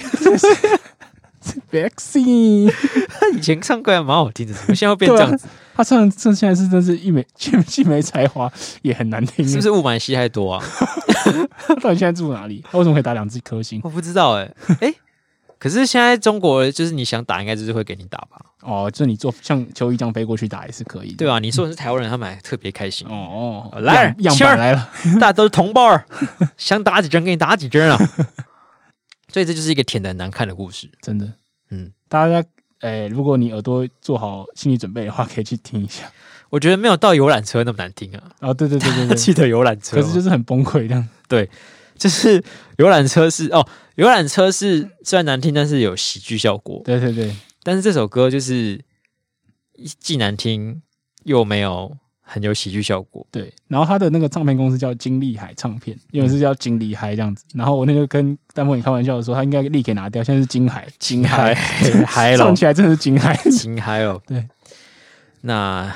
A: ，vaccine，啊
B: 他以前唱歌还蛮好听的，怎么现在会 变这样子？
A: 他唱这现在是真是 一没既既没才华，也很难听。
B: 是不是雾霾吸太多啊？
A: 他 到底现在住哪里？他为什么可以打两只颗星？
B: 我不知道哎、哎、可是现在中国就是你想打，应该就是会给你打吧？
A: 哦，就是你坐像球衣这样飞过去打也是可以的，
B: 对吧、啊你说你是台湾人，他们还特别开心，
A: 哦哦，
B: 来
A: 样样
B: 签儿
A: 板来了，
B: 大家都是同胞儿，想打几针给你打几针啊。所以这就是一个舔的难看的故事。
A: 真的，
B: 嗯，
A: 大家。哎、如果你耳朵做好心理准备的话，可以去听一下。
B: 我觉得没有到游览车那么难听啊，
A: 哦，对对对 对对，
B: 记得游览
A: 嗯
B: 车
A: 可
B: 吗，
A: 是就是很崩溃这 样。
B: 就是游览车是哦，游览车是虽然难听，但是有喜剧效果。
A: 对对对，
B: 但是这首歌就是既难听又没有很有喜剧效果。
A: 对，然后他的那个唱片公司叫金利海唱片，原本是叫金利海这样子。然后我那个跟丹凤你开玩笑的说，他应该利给拿掉，现在是金海，金海，
B: 嗨
A: 唱起来真的是金海。
B: 金嗨了。
A: 对，
B: 那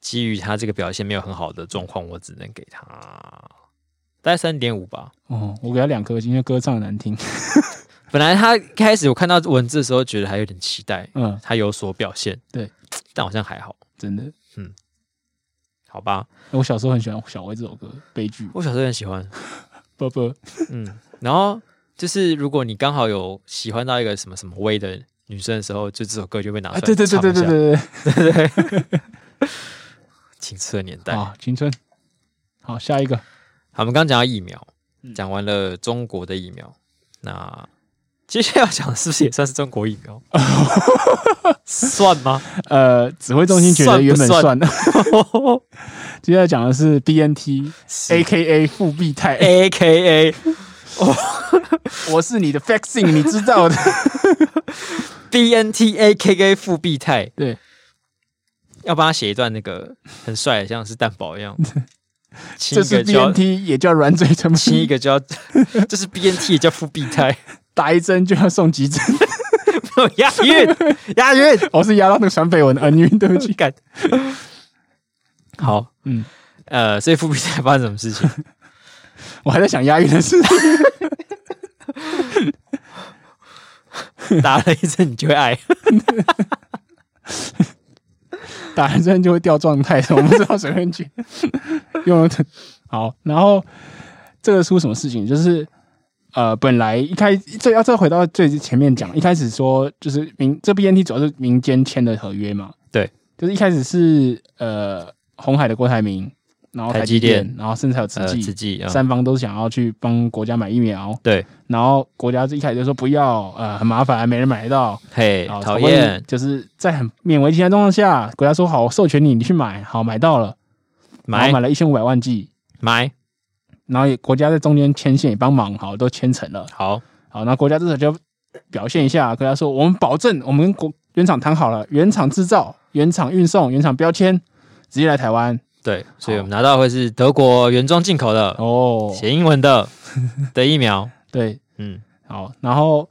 B: 基于他这个表现没有很好的状况，我只能给他大概三点五吧。
A: 哦，我给他两颗星，因为歌唱得难听。
B: 本来他一开始我看到文字的时候，觉得还有点期待，
A: 嗯，
B: 他有所表现。
A: 对，
B: 但好像还好，
A: 真的，
B: 好吧。
A: 我小时候很喜欢小薇这首歌，悲剧。
B: 我小时候很喜欢，
A: 不不，
B: 嗯，然后就是如果你刚好有喜欢到一个什么什么微的女生的时候，就这首歌就被拿出
A: 啊，
B: 来
A: 对对对对对
B: 唱一下
A: 对对，
B: 青春的年代。
A: 好，青春。好，下一个，
B: 好，我们刚刚讲到疫苗
A: 嗯，
B: 讲完了中国的疫苗，那接下来要讲的是不是也算是中国疫 苗？算吗？
A: 呃，指挥中心觉得原本算 的，接下来讲的是 BNT A K A 复必泰，
B: A K A
A: 哎我是你的 vaccine，你知道的。
B: B N T A K K 复必泰，
A: 对，
B: 要帮他写一段那个很帅，像是蛋堡 一样，亲
A: 这
B: 一个
A: 是
B: 就要
A: BNT 也叫软嘴唇，
B: 亲一个就要， 这是 B N T 也叫复必泰，
A: 打一针就要送急诊。
B: 没有 押 韵，押韵，
A: 我是压到那个传绯闻的恩怨，对不起。
B: 干。好，
A: 嗯，
B: 呃，所以复必泰发生什么事情？
A: 我还在想押韵的事。
B: 打了一针你就 会爱，
A: 打完针就会掉状态，我不知道谁会 去用了。好，然后这个出什么事情？就是呃，本来一开这要再回到最前面讲，一开始说就是民这 BNT 主要是民间签的合约嘛，
B: 对，
A: 就是一开始是呃红海的郭台铭，然后
B: 台
A: 台积
B: 积电
A: 电，然后甚至还有慈
B: 呃，
A: 济，
B: 自己啊，
A: 三方都想要去帮国家买疫苗，
B: 对，
A: 然后国家一开始就说不要，呃，很麻烦，没人买得到，
B: 嘿，
A: 然后
B: 讨
A: 好不容易
B: 厌，
A: 就是在很勉为其难的状况下，国家说好授权你，你去买，好买到了，然
B: 买
A: 后买了一千五百万剂，
B: 买，
A: 然后也国家在中间牵线也帮忙，好都牵成了，
B: 好，
A: 好，那国家这时候就表现一下，国家说我们保证，我们跟国原厂谈好了，原厂制造、原厂运送、原厂标签，直接来台湾
B: 对，所以
A: 好
B: 我们拿到会是德国原装进口的，
A: 哦，
B: 写英 文的的疫苗，
A: 对，
B: 嗯，
A: 好，然后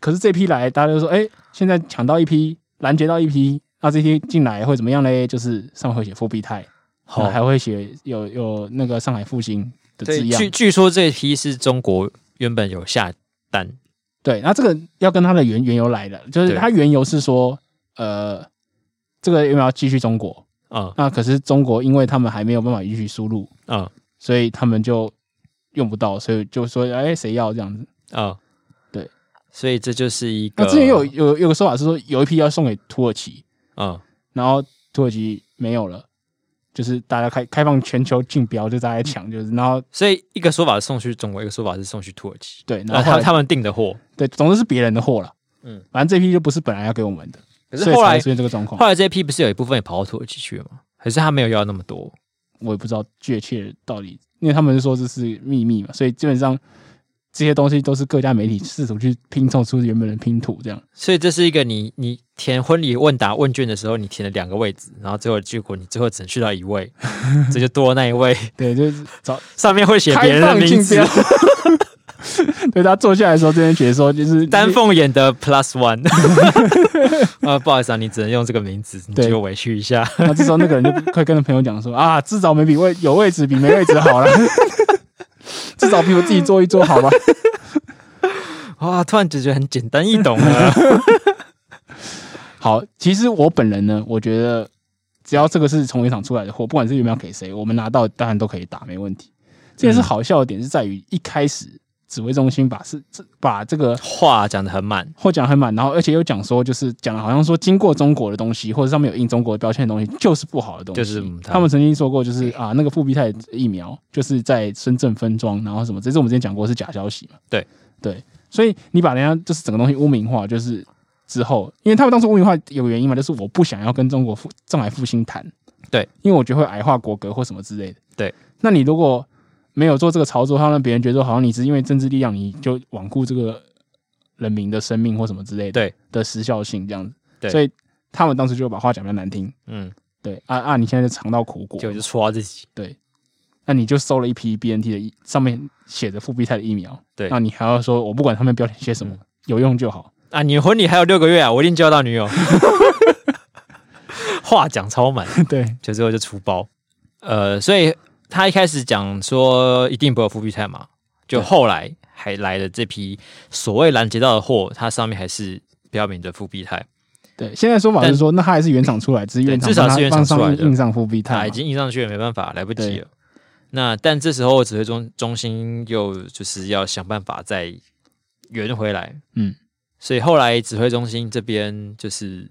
A: 可是这批来，大家就说，哎、现在抢到一批，拦截到一批，那这些进来会怎么样嘞？就是上面会写复必泰。
B: 好，
A: 还会写有有那个上海复兴的字
B: 对，
A: 样
B: 据。据说这批是中国原本有下单，
A: 对，那这个要跟它的原缘由来的，就是
B: 对
A: 它缘由是说，呃，这个疫苗继续中国，
B: 嗯
A: 那可是中国因为他们还没有办法允许输入，
B: 嗯
A: 所以他们就用不到，所以就说，哎，谁要这样子？
B: 嗯，
A: 对，
B: 所以这就是一个，
A: 那之前有有有个说法是说，有一批要送给土耳其，
B: 嗯，
A: 然后土耳其没有了。就是大家开开放全球竞标，就大家抢，就是然后
B: 所以一个说法是送去中国，一个说法是送去土耳其，
A: 对，然
B: 那
A: 后后
B: 他
A: 来
B: 他们订的货，
A: 对，总之是别人的货了。
B: 嗯，
A: 反正这批就不是本来要给我们的，
B: 可是
A: 所以
B: 后
A: 才
B: 来
A: 会出现这个状况。
B: 后来这一批不是有一部分也跑到土耳其去了吗？还是他没有要那么多？
A: 我也不知道确切到底，因为他们说这是秘密嘛，所以基本上这些东西都是各家媒体试图去拼凑出原本的拼图，这样
B: 所以这是一个你你填婚礼问答问卷的时候，你填了两个位置，然后最后结果你最后只能去到 一位，这就多那一位，
A: 对，就是找
B: 上面会写别
A: 开
B: 人的
A: 放竞
B: 名字，
A: 标。 对，他坐下来的时候，这边觉得说就是
B: 丹凤眼的 Plus One，啊，不好意思啊，你只能用这个名字，你
A: 对
B: 就委屈一下。
A: 那这时候那个人就快跟朋友讲说啊，至少没比位有位置比没位置好了， 至少比我自己坐一坐好吧。
B: 哇，突然就觉得很简单易懂了。
A: 好，其实我本人呢，我觉得只要这个是从原厂出来的货，不管是有没有给谁，我们拿到当然都可以打，没问题。这也是好笑的点是在于一开始指挥中心把是这把这个
B: 话讲的很满，
A: 获奖很满，然后而且又讲说就是讲的好像说经过中国的东西，或者上面有印中国的标签的东西就是不好的东西。
B: 就是嗯他
A: 他们曾经说过，就是啊那个复必泰疫苗就是在深圳分装，然后什么，这是我们之前讲过是假消息嘛。
B: 对
A: 对，所以你把人家就是整个东西污名化，就是之后，因为他们当初污名化有原因嘛，就是我不想要跟中国复上海复兴谈，
B: 对，
A: 因为我觉得会矮化国格或什么之类的。
B: 对，
A: 那你如果没有做这个操作，他让别人觉得说好像你是因为政治力量你就罔顾这个人民的生命或什么之类的，
B: 对
A: 的时效性这样子。
B: 对
A: 所以他们当时就把话讲比较难听。
B: 嗯，
A: 对啊啊！你现在就尝到苦果，
B: 结果就戳到自己。
A: 对，那你就收了一批 BNT 的疫，上面写着复必泰的疫苗，
B: 对嗯
A: 那你还要说我不管他们标签写什么，有用就 好。
B: 啊，你婚礼还有六个月啊，我一定交到女友。 话讲超满，
A: 对
B: 就最后就出包。呃，所以他一开始讲说一定不会有复必泰嘛，就
A: 对
B: 后来还来了这批所谓拦截到的货，它上面还是标明着复必泰，
A: 对，现在说法是说，那它还是原厂出来，只是原厂
B: 至少
A: 帮它
B: 是原厂
A: 帮
B: 出来
A: 上
B: 的
A: 印上复必泰嘛，
B: 他已经印上去也没办法，来不及
A: 对
B: 了。那但这时候指挥中中心又就是要想办法再圆回来，
A: 嗯，
B: 所以后来指挥中心这边就是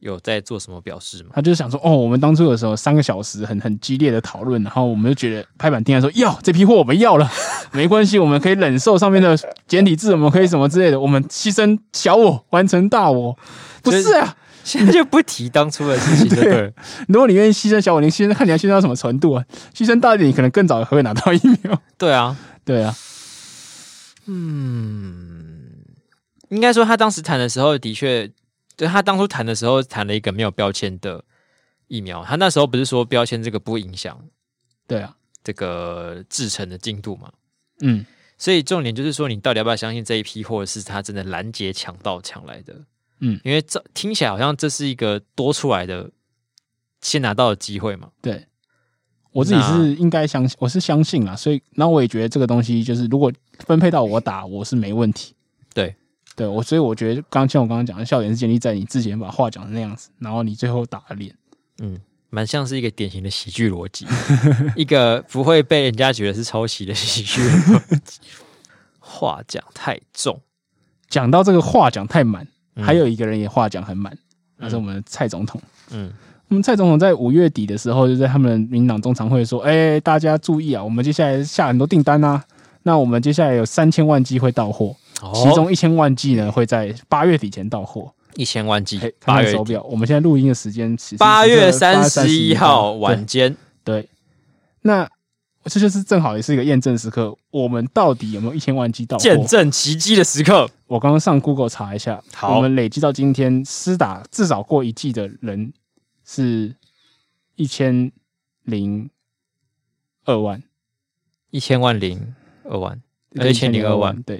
B: 有在做什么表示吗？
A: 他就是想说，哦，我们当初的时候三个小时很很激烈的讨论，然后我们就觉得拍板定案说要这批货我们要了， 没关系，我们可以忍受上面的简体字，我们可以什么之类的，我们牺牲小我完成大我，不是啊？
B: 现在就不提当初的事情就 对了。
A: 如果你愿意牺牲小我，你牺牲看你要牺牲到什么程度啊？牺牲大一点，你可能更早会拿到疫苗。
B: 对啊，
A: 对啊，
B: 应该说他当时谈的时候的确，对他当初谈的时候谈了一个没有标签的疫苗。他那时候不是说标签这个不影响
A: 对啊，
B: 这个制成的进度嘛？
A: 嗯，
B: 所以重点就是说，你到底要不要相信这一批货是他真的拦截抢到抢来的？
A: 嗯，
B: 因为这听起来好像这是一个多出来的先拿到的机会嘛。
A: 对。我自己是应该相信，我是相信啦，所以那我也觉得这个东西就是，如果分配到我打，我是没问题。
B: 对，
A: 对我，所以我觉得刚像我刚刚讲的，笑点是建立在你之前把话讲成那样子，然后你最后打了脸。
B: 嗯，蛮像是一个典型的喜剧逻辑， 一个不会被人家觉得是抄袭的喜剧逻辑。话讲太重，
A: 讲到这个话讲太满，
B: 嗯
A: 还有一个人也话讲很满，那是我们的蔡总统。
B: 嗯，
A: 我们蔡总统在五月底的时候，就在他们民党中常会说：“哎、大家注意啊，我们接下来下很多订单啊，那我们接下来有三千万剂会到货，其
B: 哦，
A: 中一千万剂呢会在八月底前到货。
B: 一千万剂
A: 哎”，看
B: 八
A: 看
B: 月
A: 手表，我们现在录音的时间其实是
B: 八月
A: 31
B: 三十一号
A: 对
B: 晚间，
A: 对，那这就是正好也是一个验证时刻，我们到底有没有一千万剂到货？
B: 见证奇迹的时刻。
A: 我刚刚上 Google 查一下，
B: 好
A: 我们累积到今天，施打至少过一季的人是一千零二万，
B: 一千万零二万，呃一千零二万，，
A: 对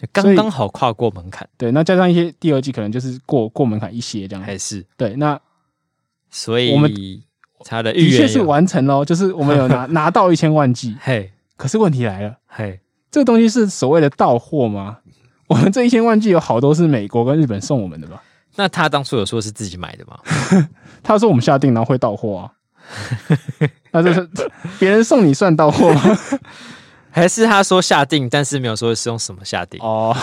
A: 所
B: 刚
A: 以
B: 刚好跨过门槛，
A: 对。那加上一些第二季，可能就是过过门槛一些这样。
B: 还是
A: 对，那
B: 所以
A: 我们
B: 他的预
A: 的确
B: 言
A: 是
B: 有
A: 完成喽，就是我们有 拿拿到一千万剂，
B: 嘿
A: 可是问题来了，
B: 嘿，
A: 这个东西是所谓的到货吗？我们这一千万剂有好多是美国跟日本送我们的吧？
B: 那他当初有说是自己买的吗？
A: 他说我们下定，然后会到 货啊。那这是别人送你算到货 吗？
B: 还是他说下定，但是没有说是用什么下定，
A: 哦，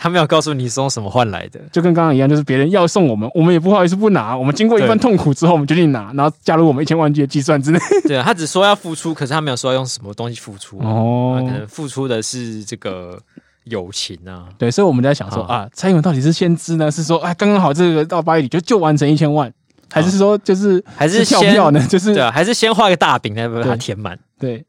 B: 他没有告诉你是用什么换来 的。
A: 就跟刚刚一样，就是别人要送我们，我们也不好意思不拿。我们经过一番痛苦之后，我们决定拿，然后加入我们一千万 G 的计算 之内。
B: 对啊他只说要付出，可是他没有说要用什么东西付出。
A: 哦
B: 他可能付出的是这个友情啊。
A: 对，所以我们在想说
B: 啊
A: 啊，蔡英文到底是先知呢，是说哎刚刚好这个到八月底就就完成一千万，还是说就是
B: 还是
A: 跳
B: 先
A: 票呢？就是
B: 对啊，还是先画个大饼，再把它
A: 对
B: 填满。
A: 对，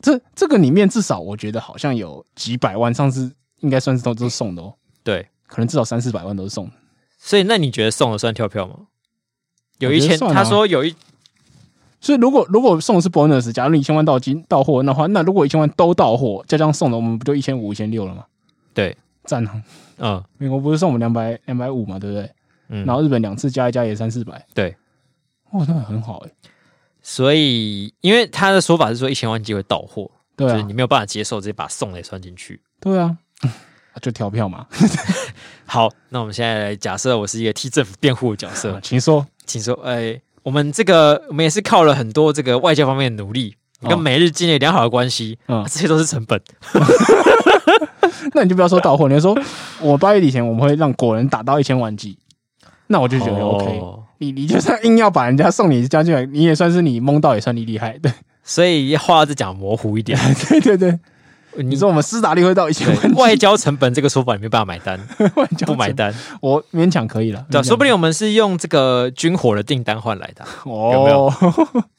A: 这这个里面至少我觉得好像有几百万，上次应该算是都都是送的哦，
B: 对，
A: 可能至少三四百万都是送的。
B: 所以那你觉得送了算跳票吗？有
A: 我
B: 一
A: 觉得
B: 千，
A: 算啊
B: 他说有一
A: 所以如果如果送的是 bonus，假如你一千万到金到货的话，那如果一千万都到货，再这样送的，我们不就一千五、一千六了吗？
B: 对，
A: 赞啊！
B: 嗯
A: 美国不是送我们两百两百五嘛，对不对？
B: 嗯，
A: 然后日本两次加一加也三四百，
B: 对，
A: 哇，那很好哎、
B: 所以因为他的说法是说一千万机会到货，
A: 对
B: 就是
A: 啊
B: 你，没有办法接受，直接把送的也算进去。
A: 对啊， 就调票嘛，
B: 好，那我们现在来假设我是一个替政府辩护的角色，
A: 请说。
B: 请说，哎、我们这个我们也是靠了很多这个外交方面的努力，
A: 哦
B: 跟美日建立良好的关系，啊
A: 嗯
B: 这些都是成本。
A: 那你就不要说到货，你就说我八月底前我们会让果仁打到一千万 G，那我就觉得 OK。
B: 哦
A: 你你就算硬要把人家送你加进来，你也算是你蒙到，也算你厉害。对
B: 所以话再讲模糊一点，
A: 对对对，
B: 你
A: 你说我们施打力会到一千万 G，
B: 嗯 外交成本这个说法你没办法买单，
A: 万交
B: 不买
A: 成
B: 单，
A: 我勉强可以了，
B: 对啊，
A: 勉强
B: 说不定我们是用这个军火的订单换来 的啊、有没
A: 哦，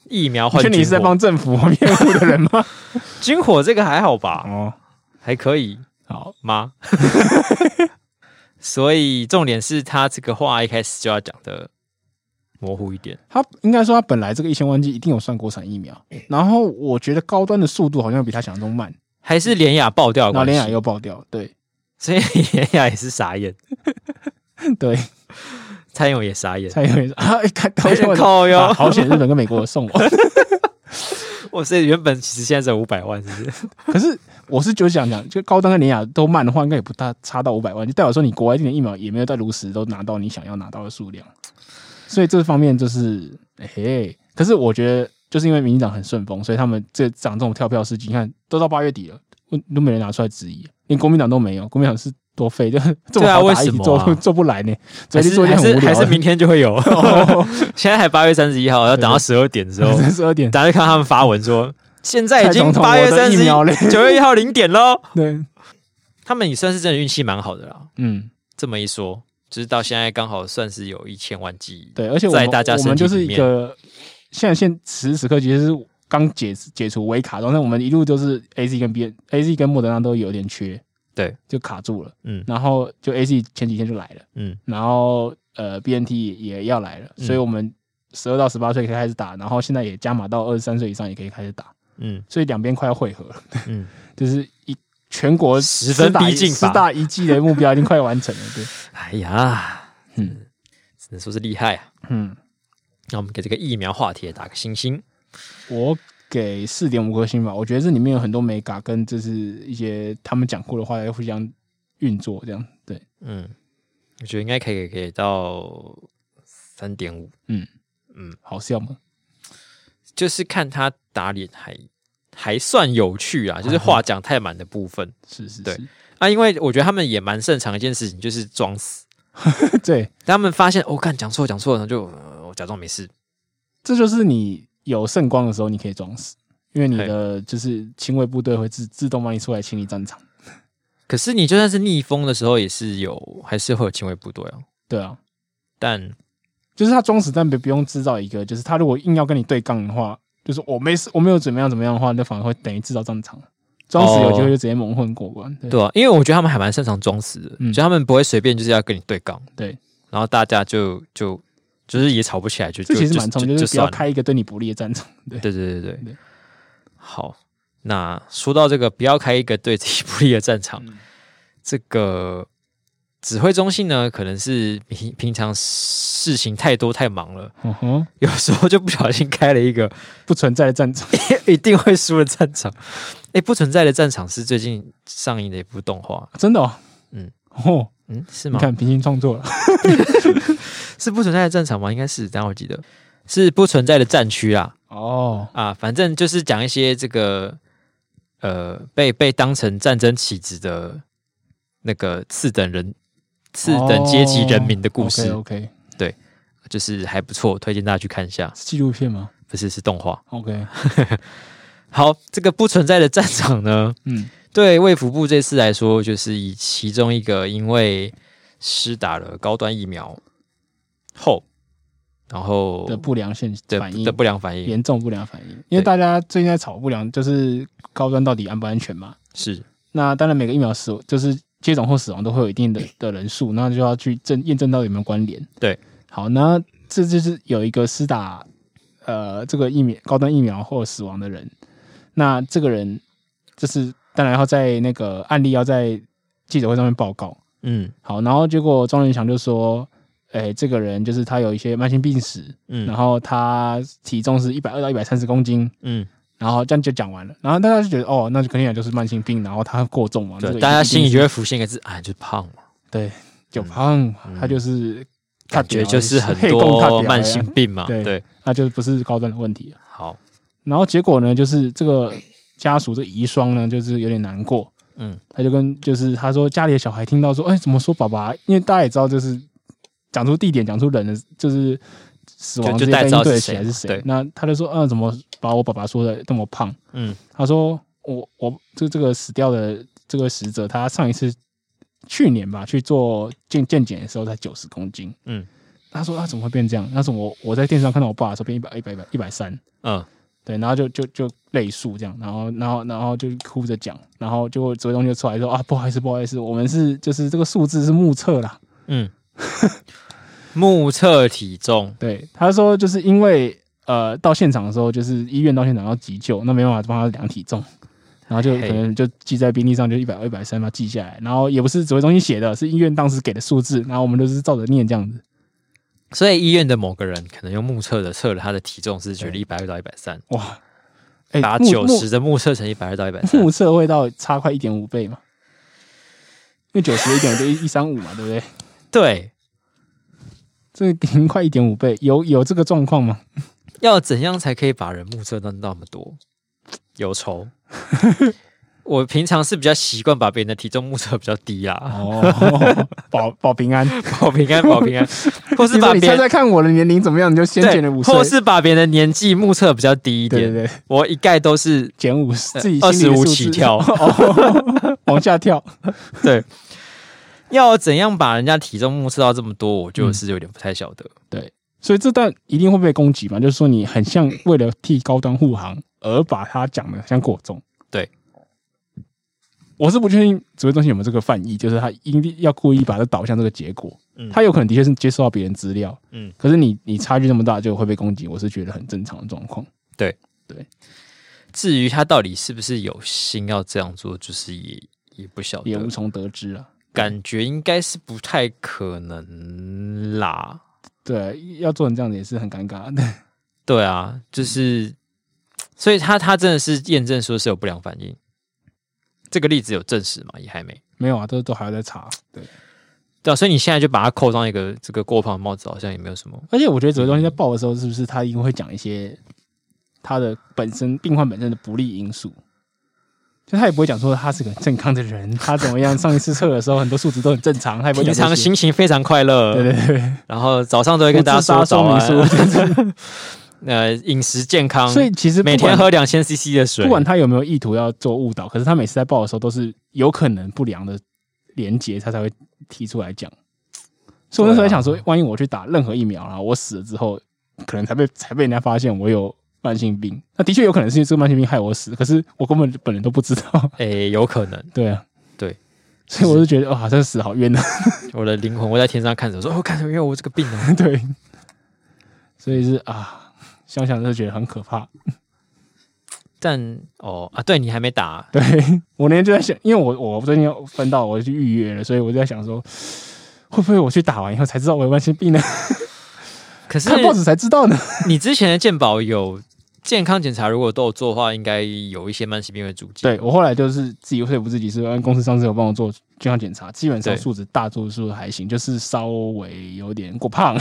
B: 疫苗
A: 我
B: 换
A: 觉得
B: 军
A: 你是在
B: 火。
A: 帮政府辩护的人 吗？
B: 军火这个还好吧，
A: 哦，
B: 还可以
A: 好，
B: 吗？所以重点是他这个话一开始就要讲的模糊一点，
A: 他应该说他本来这个一千万剂一定有算国产疫苗，然后我觉得高端的速度好像比他想象中慢，
B: 还是连雅爆掉的
A: 然后哦
B: 关
A: 联雅
B: 系，
A: 又爆掉，对
B: 所以连雅也是傻眼，
A: 对，
B: 蔡英文也傻眼。
A: 蔡英文说啊，哎看好险我，
B: 靠哟
A: 啊好险日本跟美国有送我，
B: 我所以原本其实现在只有五百万，是不是？
A: 可是我是就想讲，就高端跟联雅都慢的话，应该也不大差到五百万，就代表说你国外进的疫苗也没有在如实都拿到你想要拿到的数量，所以这方面就是，哎嘿，可是我觉得就是因为民进党很顺风，所以他们这涨这种跳票事情，你看都到八月底了，问都没人拿出来质疑，连国民党都没有，国民党是多废，就是这
B: 对
A: 么
B: 啊
A: 好
B: 为
A: 打一
B: 什
A: 起
B: 么
A: 做
B: 啊
A: 出做不来呢？嘴
B: 还
A: 力做
B: 是
A: 一件
B: 还
A: 很无
B: 是
A: 聊
B: 还
A: 的，
B: 是明天就会 有。 现在还八月三十一号，要等到十二点之 后，
A: 十二点，
B: 大家看他们发文说，现在已
A: 蔡
B: 经
A: 总统
B: 八月
A: 我的
B: 三
A: 疫
B: 十
A: 苗嘞
B: 一， 九月一号零点喽。
A: 对，
B: 他们也算是真的运气蛮好的啦。
A: 嗯，
B: 这么一说，就是到现在刚好算是有一千万记忆。
A: 对，而且我
B: 在
A: 们
B: 大家
A: 我
B: 身
A: 们
B: 体
A: 就是
B: 里
A: 一
B: 面
A: 个现在现此时此刻其实是刚解解除微卡，然后我们一路都是 A Z 跟 B A Z 跟莫德纳都有点缺，
B: 对，
A: 就卡住了，
B: 嗯
A: 然后就 A Z 前几天就来了，
B: 嗯，
A: 然后呃 B N T 也要来了，
B: 嗯
A: 所以我们十二到十八岁可以开始打，然后现在也加码到二十三岁以上也可以开始打，
B: 嗯
A: 所以两边快要汇合了，
B: 嗯，
A: 就是一全国
B: 十分
A: 施打一
B: 逼近
A: 施
B: 吧
A: 打一季的目标已经快完成了， 对，
B: 哎呀，
A: 嗯
B: 只能说是厉害啊。
A: 嗯，
B: 那我们给这个疫苗话题也打个星星。
A: 我给四点五颗星吧，我觉得这里面有很多美感跟就是一些他们讲过的话要互相运作这样，对，
B: 嗯，我觉得应该可以给到三点五，
A: 好笑吗？
B: 就是看他打脸还还算有趣 啊，就是话讲太满的部分
A: 是是
B: 对
A: 是，
B: 啊。因为我觉得他们也蛮擅长一件事情，就是装死。
A: 对，
B: 他们发现哦，看讲错讲错了，然后就、呃我假装没事。
A: 这就是你有圣光的时候你可以装死，因为你的就是亲卫部队会自自动帮你出来清理战场，
B: 可是你就算是逆风的时候，也是有还是会有亲卫部队哦。
A: 对啊，
B: 但
A: 就是他装死，但不不用制造一个，就是他如果硬要跟你对杠的话，就是我没事，我没有怎么样怎么样的话，那反而会等于制造战场。装死有机会就直接蒙混过关，对
B: 对啊，因为我觉得他们还蛮擅长装死的，
A: 嗯
B: 就他们不会随便就是要跟你对杠，
A: 对，
B: 然后大家就就就是也吵不起来，就
A: 这
B: 就
A: 其实
B: 就
A: 蛮聪明，
B: 就
A: 就是不要
B: 算了。
A: 开一个对你不利的战场，对，
B: 对对对对
A: 对，
B: 好。那说到这个，不要开一个对自己不利的战场。
A: 嗯
B: 这个指挥中心呢，可能是平平常事情太多太忙了，
A: 嗯哼，
B: 有时候就不小心开了一个
A: 不存在的战场，
B: 一定会输的战场。哎，不存在的战场是最近上映的一部动画，
A: 真的哦，
B: 嗯，
A: 哦，
B: 嗯，是
A: 你
B: 吗？
A: 看平行创作了，
B: 是不存在的战场吗？应该是，但我记得是不存在的战区啊
A: 哦，
B: 啊，反正就是讲一些这个呃被被当成战争棋子的那个次等人次等阶级人民的故事，
A: ，OK，
B: 就是还不错，推荐大家去看一下。
A: 是纪录片吗
B: 不是，是动画。
A: ？OK，
B: 好，这个不存在的战场呢，
A: 嗯，
B: 对卫福部这次来说，就是以其中一个因为施打了高端疫苗后，然后
A: 的不良现
B: 的
A: 反应
B: 的不良反应
A: 严重不良反应，因为
B: 对
A: 大家最近在炒不良，就是高端到底安不安全嘛？
B: 是
A: 那当然，每个疫苗死就是接种后死亡都会有一定的的人数，那就要去证验证到底有没有关联。
B: 对，
A: 好，那这就是有一个施打呃这个疫苗高端疫苗后死亡的人，那这个人就是当然要在那个案例要在记者会上面报告。
B: 嗯
A: 好，然后结果庄仁祥就说，哎、这个人就是他有一些慢性病史，然
B: 嗯
A: 后他体重是一百二到一百三十公斤。
B: 嗯，
A: 然后这样就讲完了，然后大家就觉得哦，那就肯定就是慢性病，然后他过重嘛，这
B: 对，
A: 个
B: 大家心里
A: 一
B: 就
A: 定
B: 会浮现一个字，哎，就是胖嘛，
A: 对就胖，他就是
B: 嗯感觉就是很
A: 嘿讲较
B: 多
A: 对
B: 慢性病嘛，
A: 对
B: 对，
A: 那就不是高端的问题了。
B: 好，
A: 然后结果呢，就是这个家属这个遗孀呢，就是有点难过，
B: 嗯，
A: 他就跟就是他说家里的小孩听到说，哎，怎么说爸爸？因为大家也知道，就是讲出地点，讲出人的，就是死亡
B: 就
A: 这
B: 就
A: 些
B: 大家知道
A: 对
B: 是
A: 的
B: 谁
A: 起来是
B: 嘛
A: 谁
B: 对。
A: 那他就说，嗯、怎么把我爸爸说的那么胖？
B: 嗯
A: 他说我我这这个死掉的这个死者，他上一次去年吧去做健健检的时候才九十公斤。
B: 嗯
A: 他说他啊怎么会变这样？他说我我在电视上看到我爸的时候变一百一百一百一百三，
B: 嗯，
A: 对，然后就就就泪诉这样，然后然后然后就哭着讲，然后结果指挥中就出来说啊不好意思不好意思，我们是就是这个数字是目测啦，
B: 嗯， 目测体重，
A: 对，他说就是因为呃到现场的时候，就是医院到现场要急救，那没办法帮他量体重，然后就
B: 嘿
A: 可能就记在病历上，就一百二、一百三嘛记下来，然后也不是指挥中心写的，是医院当时给的数字，然后我们都是照着念这样子。
B: 所以医院的某个人可能用目测的测了他的体重是举例
A: 对
B: 一百二到一百三，
A: 哇，哎、
B: 把
A: 目
B: 九十的目测乘一百二到一百
A: 目
B: 三，
A: 目测会到差快一点五倍嘛？因为九十一点就一一三五嘛，对不对？
B: 对。
A: 这已经快一点五倍，有有这个状况吗？
B: 要怎样才可以把人目测到那么多？有仇，我平常是比较习惯把别人的体重目测比较低啦，
A: 哦， 保保平安，
B: 保平安保平安，或
A: 或
B: 是 把
A: 你
B: 别
A: 猜
B: 人
A: 猜看我的年龄怎么样，你就先减了
B: 对，
A: 五岁
B: 或，是把别人的年纪目测比较低一
A: 对对
B: 点，
A: 对，
B: 我一概都是
A: 减五十，自己
B: 呃二
A: 心
B: 十
A: 里的
B: 五
A: 数
B: 起
A: 字， 哦
B: 跳，
A: 往下跳，
B: 对。要怎样把人家体重目测到这么多，我就是有点不太晓得。
A: 所以这段一定会被攻击嘛？就是说你很像为了替高端护航而把它讲的像过重，
B: 对。
A: 我是不确定指挥中心有没有这个犯意，就是他一定要故意把它导向这个结果。
B: 嗯
A: 他有可能的确是接受到别人资料，
B: 嗯，
A: 可是你你差距这么大就会被攻击，我是觉得很正常的状况。
B: 至于他到底是不是有心要这样做，就是也也不晓
A: 也无
B: 得，
A: 从得知啊。
B: 感觉应该是不太可能啦。
A: 对，要做成这样子也是很尴尬 的。
B: 对啊，就是，所以他他真的是验证说是有不良反应，这个例子有证实吗？也还没。
A: 没有啊，都都还要再查。对，
B: 对啊，所以你现在就把它扣上一个这个过胖的帽子，好像也没有什么。
A: 而且我觉得指挥中心在报的时候，是不是他一定会讲一些他的本身病患本身的不利因素？就他也不会讲说他是个很健康的 人，他怎么样？上一次测的时候很多数值都很正常，他也不会讲
B: 平
A: 这
B: 常
A: 些
B: 心情非常快乐，
A: 对对对，
B: 然后早上都会跟大家说
A: 不自杀
B: 早啊
A: 说明
B: 安，
A: 书。
B: 呃，饮食健康，
A: 所以其实
B: 每
A: 不
B: 天啊
A: 管
B: 喝两千 CC 的水
A: 不。管他有没有意图要做误导，可是他每次在报的时候都是有可能不良的连结，他才会提出来讲。所以我那时候在想说，万一我去打任何疫苗然后我死了之后，可能才被才被人家发现我有慢性病。那的确有可能是因为这个慢性病害我死，可是我根本本人都不知道。
B: 诶，哎有可能，
A: 对啊，
B: 对，
A: 所以我就觉得哦，好像死得好冤啊。
B: 我的灵魂会在天上看着，我说：“哦，看什么？因为我这个病啊。
A: 对，所以是啊，想想就觉得很可怕。
B: 但哦啊，对你还没打，
A: 对 我那天就在想，因为我我最近要分到我去预约了，所以我就在想说，会不会我去打完以后才知道我有慢性病呢？
B: 可是
A: 看报纸才知道呢。
B: 你之前的健保有健康检查，如果都有做的话，应该有一些慢性病的主疾。
A: 对我后来就是自己说服自己，是因为公司上次有帮我做健康检查，基本上
B: 对
A: 数值大多数还行，就是稍微有点过 胖，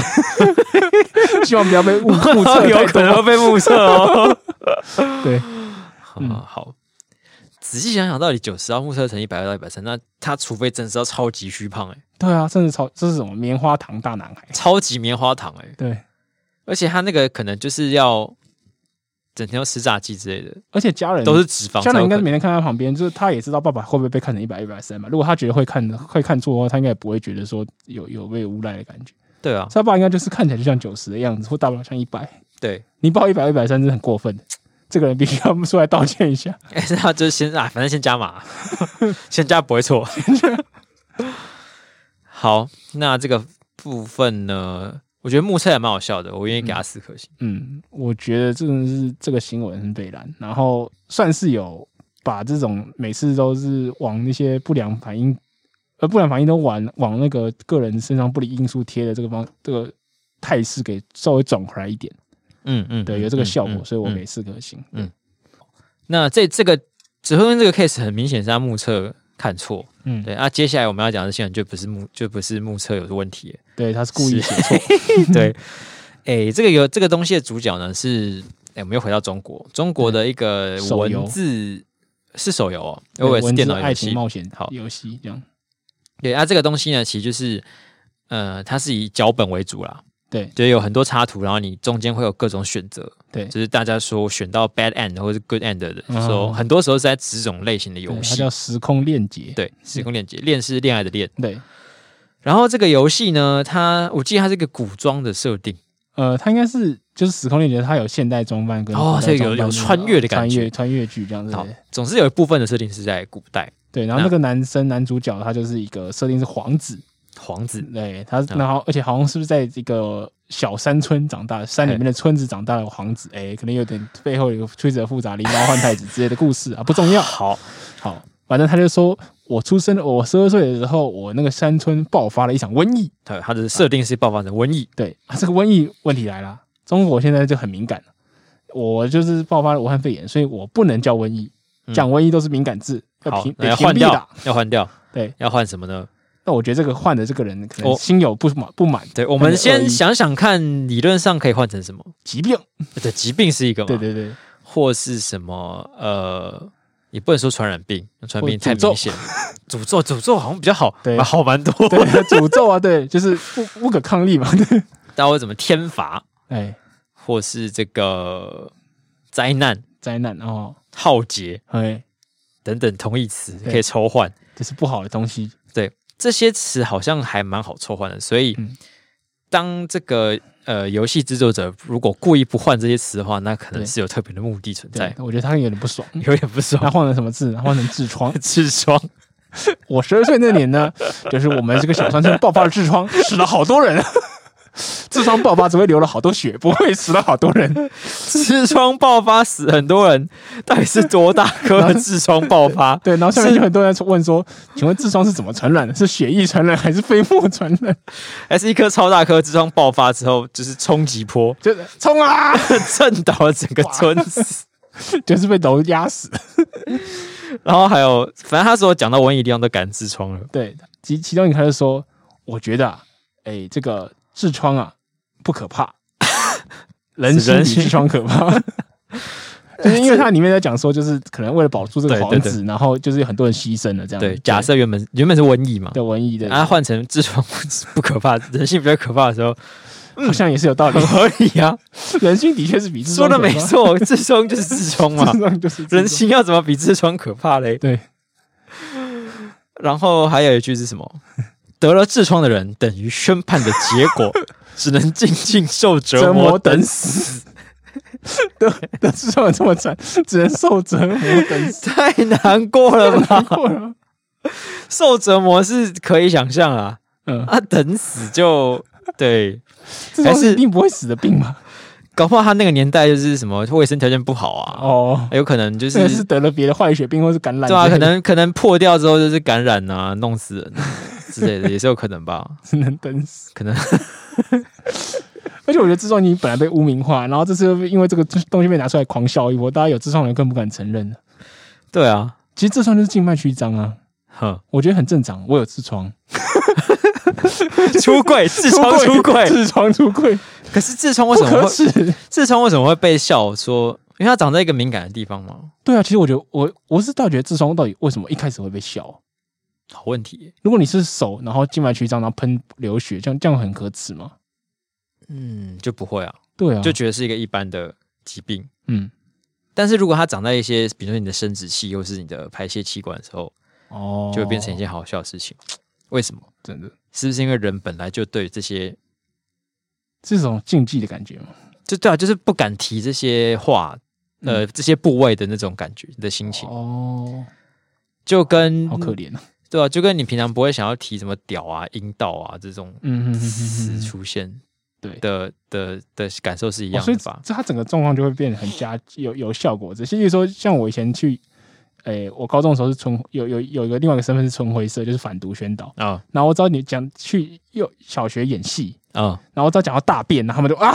A: 希望不要被误误测
B: 有
A: 太
B: 可
A: 多。
B: 能会被目测 哦。
A: 对，
B: 嗯，好。仔细想想，到底九十到目测乘一百二到一百三，那他除非真的是要超级虚胖、欸，
A: 对啊，甚至超这是什么棉花糖大男孩？
B: 超级棉花糖、欸，
A: 对，
B: 而且他那个可能就是要整天要吃炸鸡之类的，
A: 而且家人
B: 都是脂肪才
A: 家
B: 有可能。
A: 长应该每天看在旁边，就是他也知道爸爸会不会被看成一百一百三嘛。如果他觉得会看会看错的话，他应该也不会觉得说有有被诬赖的感觉。
B: 对啊，
A: 所以他爸应该就是看起来就像九十的样子，或大不了像一百。
B: 对，
A: 你报一百一百三是很过分的，这个人必须要出来道歉一下。
B: 哎、那就是先啊，反正先加 码，先加不会错。 好，那这个部分呢，我觉得目测也蛮好笑的，我愿意给他四颗星。
A: 嗯，我觉得真的是这个新闻很北蓝，然后算是有把这种每次都是往那些不良反应，呃，不良反应都往往那个个人身上不利因素贴的这个方这个态势给稍微转回来一点。
B: 嗯嗯，
A: 对，有这个
B: 嗯
A: 效
B: 嗯
A: 果，所以我
B: 嗯
A: 给四颗星。
B: 嗯那这这个指挥官这个 case 很明显是他目测看错，
A: 嗯，
B: 对。那、啊接下来我们要讲的新闻就不是目就不是目测有问题，
A: 对，他是故意写错，
B: 对。
A: 嗯
B: 哎、这个有这个东西的主角呢是，哎、我们又回到中国，中国的一个
A: 手游
B: 文字是手游哦，
A: 对
B: 我也是
A: 文
B: 电
A: 字
B: 脑游
A: 爱
B: 戏
A: 情。冒险
B: 好
A: 游戏这样。
B: 对啊，这个东西呢，其实就是，呃，它是以脚本为主啦，
A: 对
B: 就是有很多插图，然后你中间会有各种选择，
A: 对
B: 就是大家说选到 bad end 或是 good end 的
A: 嗯
B: 时候，很多时候是在指这种类型的
A: 对，
B: 游
A: 它
B: 戏
A: 叫。时空链接。
B: 对，时空链接，恋是恋爱的恋。
A: 对，
B: 然后这个游戏呢，它我记得它是一个古装的设定，
A: 呃，它应该是就是时空链接，它有现代装扮跟
B: 哦
A: 古代
B: 这
A: 装
B: 个有
A: 扮
B: 有
A: 那种
B: 穿越的感觉
A: 穿越穿越剧这样子。
B: 好，总是有一部分的设定是在古代，
A: 对，然后那个男生男主角他就是一个设定是皇子，
B: 皇子
A: 对
B: 啊
A: 他，然后而且好像是不是在这个小山村长大，山里面的村子长大的皇子，哎，可能有点背后有曲折复杂，狸猫换太子之类的故事啊，不重要。
B: 好，
A: 好，反正他就说我出生，我十二岁的时候，我那个山村爆发了一场瘟疫。
B: 对，它的设定是爆发成瘟疫，
A: 对啊，这个瘟疫问题来了，中国现在就很敏感了。我就是爆发了武汉肺炎，所以我不能叫瘟疫，
B: 嗯
A: 讲瘟疫都是敏感字，要
B: 好
A: 屏，
B: 那
A: 得
B: 要
A: 屏
B: 换
A: 蔽的
B: 掉。，要换掉，
A: 对，
B: 要换什么呢？
A: 那我觉得这个换的这个人可能
B: 我
A: 心有不满，不满
B: 哦对，我
A: 他
B: 们
A: 的恶
B: 先
A: 意
B: 想想看，理论上可以换成什么？
A: 疾病。
B: 对，疾病是一个嘛，
A: 对对对，
B: 或是什么呃也不能说传染病，传染病
A: 或
B: 太
A: 诅咒
B: 明显。诅咒，诅咒好像比较好，
A: 对
B: 好蛮多。
A: 对，诅咒啊，对，就是不不可抗力嘛，对，
B: 大家会怎么天罚，
A: 哎，
B: 或是这个灾难、
A: 灾难哦，
B: 浩劫
A: 哎，
B: 等等同义词
A: 对
B: 可以抽换。
A: 这是不好的东西，
B: 这些词好像还蛮好抽换的，所以
A: 嗯
B: 当这个呃游戏制作者如果故意不换这些词的话，那可能
A: 对
B: 是有特别的目的存
A: 对
B: 在，，
A: 我觉得他有点不爽。
B: 有点
A: 他
B: 不爽。。
A: 换了什么字？他换成痔疮
B: 痔疮，
A: 我十二岁那年呢，就是我们这个小山村爆发了痔疮，死了好多人。 痔疮爆发只会流了好多血，不会死了好多人。
B: 痔疮爆发死很多人，到底是多大 颗的痔疮爆发？
A: 对，然后下面就很多人问说：“请问痔疮是怎么传染的？是血液传染还是飞沫传染
B: 还是一颗超大颗痔疮爆发之后，就是冲击 波？”
A: 就是冲啊，
B: 震倒了整个村 子。
A: 就是被楼压死。
B: 然后还有，反正他所讲到瘟疫地方都赶痔疮了。
A: 对，其其中一个他就说：“我觉得啊，哎，这个痔疮啊不可怕，人心比痔疮可怕。” 就是因为它里面在讲说，就是可能为了保住这个
B: 对对
A: 皇子，然后就是有很多人牺牲了这样。
B: 对，假啊设原本原本是瘟疫嘛，
A: 的文艺的，
B: 然后换成痔疮不可怕， 人性比较可怕的时候，
A: 好像也是有道理
B: 很。合理啊。
A: 嗯 人性的确是比痔
B: 说
A: 疮
B: 的
A: 可怕
B: 没，错， 痔疮就是 痔疮嘛
A: 痔，疮啊就是痔疮
B: 啊人性要怎么比痔疮可怕嘞？
A: 对
B: 然后还有一句是什么？ 得了痔疮的人，等于宣判的结果 只能静静受折
A: 折
B: 磨
A: 磨
B: 等
A: 等
B: 死。
A: 死。得得痔疮有这么惨，只能受折磨等死。
B: 太 难过了 吧？
A: 过了，
B: 受折磨是可以想象啊，
A: 嗯，
B: 啊，等死就对，
A: 痔
B: 还
A: 疮
B: 是
A: 是一定不会死的病嘛？
B: 搞不好他那个年代就是什么卫生条件不好啊，
A: 哦，
B: 有可能就
A: 这个
B: 是
A: 是得了别的坏血病或是感染之
B: 对
A: 类的，
B: 啊，可能 可能破掉之后就是感染啊，弄死人之类的，也是有可能吧。
A: 只能等死。
B: 可能
A: 而且我觉得痔疮你本来被污名化，然后这次又因为这个东西被拿出来狂笑一波，大家有痔疮的人更不敢承认了。
B: 对啊，
A: 其实痔疮就是静脉曲张啊，
B: 哼，
A: 我觉得很正常。我有痔疮，
B: 出柜，痔疮 出柜。
A: 痔疮出柜，
B: 可是痔疮为
A: 不
B: 什么
A: 可
B: 会
A: 耻。
B: 痔疮为什么会被笑说？因为它长在一个敏感的地方嘛。
A: 对啊，其实我觉得我我是倒觉得痔疮到底为什么一开始会被笑？
B: 好问题耶，
A: 如果你是手，然后静脉曲张，然后喷流血，这样这样很可耻吗？
B: 嗯，就不会啊，
A: 对啊，
B: 就觉得是一个一般的疾病。
A: 嗯
B: 但是如果它长在一些，比如说你的生殖器或是你的排泄器官的时候，
A: 哦，
B: 就会变成一件好笑的事情。为什么？
A: 真的
B: 是不是因为人本来就对这些，
A: 这种禁忌的感觉嘛？
B: 就对啊，就是不敢提这些话，
A: 嗯
B: 呃，这些部位的那种感觉的心情，
A: 哦，
B: 就跟
A: 好可怜啊。
B: 对啊，就跟你平常不会想要提什么屌啊、阴道啊这种
A: 嗯嗯嗯
B: 词
A: 嗯嗯
B: 出现
A: 对
B: 的的的感受是一
A: 哦
B: 样
A: 所
B: 的
A: 以
B: 吧？
A: 这它整个状况就会变得很加有有效果。只是例如说，像我以前去，诶、我高中的时候是春有有有一个另外一个身份是春晖社，就是反毒宣导。
B: 啊
A: 然后我只要你讲去幼小学演戏，
B: 啊，
A: 然后只要讲到大便，然后他们就啊，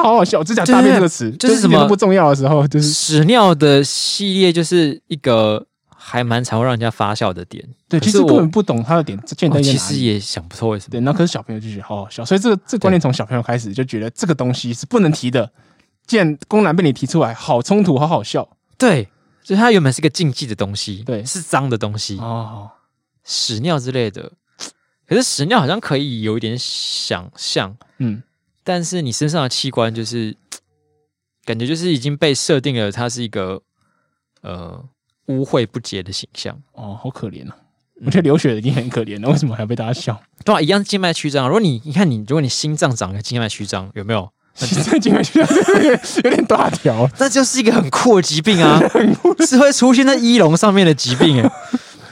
A: 好好笑，只讲大
B: 对
A: 便
B: 对
A: 这个词，
B: 就是什
A: 一点
B: 么
A: 都不重要的时候，就是
B: 屎尿的系列就是一个还蛮常会让人家发笑的点。
A: 对，
B: 可
A: 其
B: 是
A: 实
B: 我
A: 根本不懂它的点见在
B: 我
A: 于
B: 其
A: 哪
B: 实
A: 里。
B: 也想不透为什么。
A: 对，那可是小朋友就觉得好好笑，所以这个这个观念从小朋友开始就觉得这个东西是不能提的。既然公然被你提出来，好冲突，好好笑
B: 对，就是它原本是个禁忌的东西，
A: 对
B: 是脏的东西，
A: 哦。
B: 屎尿之类的。可是屎尿好像可以有一点想象，
A: 嗯，
B: 但是你身上的器官就是感觉就是已经被设定了，它是一个呃污秽不洁的形象。
A: 哦，好可怜啊！我觉得流血已经很可怜了，为什么还要被大家笑？
B: 对啊，一样是静脉曲张啊。如果你你看你，如果你心脏长了静脉曲张，有没有？
A: 这进来就有点大条，
B: 那就是一个很酷的疾病啊，是会出现在医龙上面的疾病哎、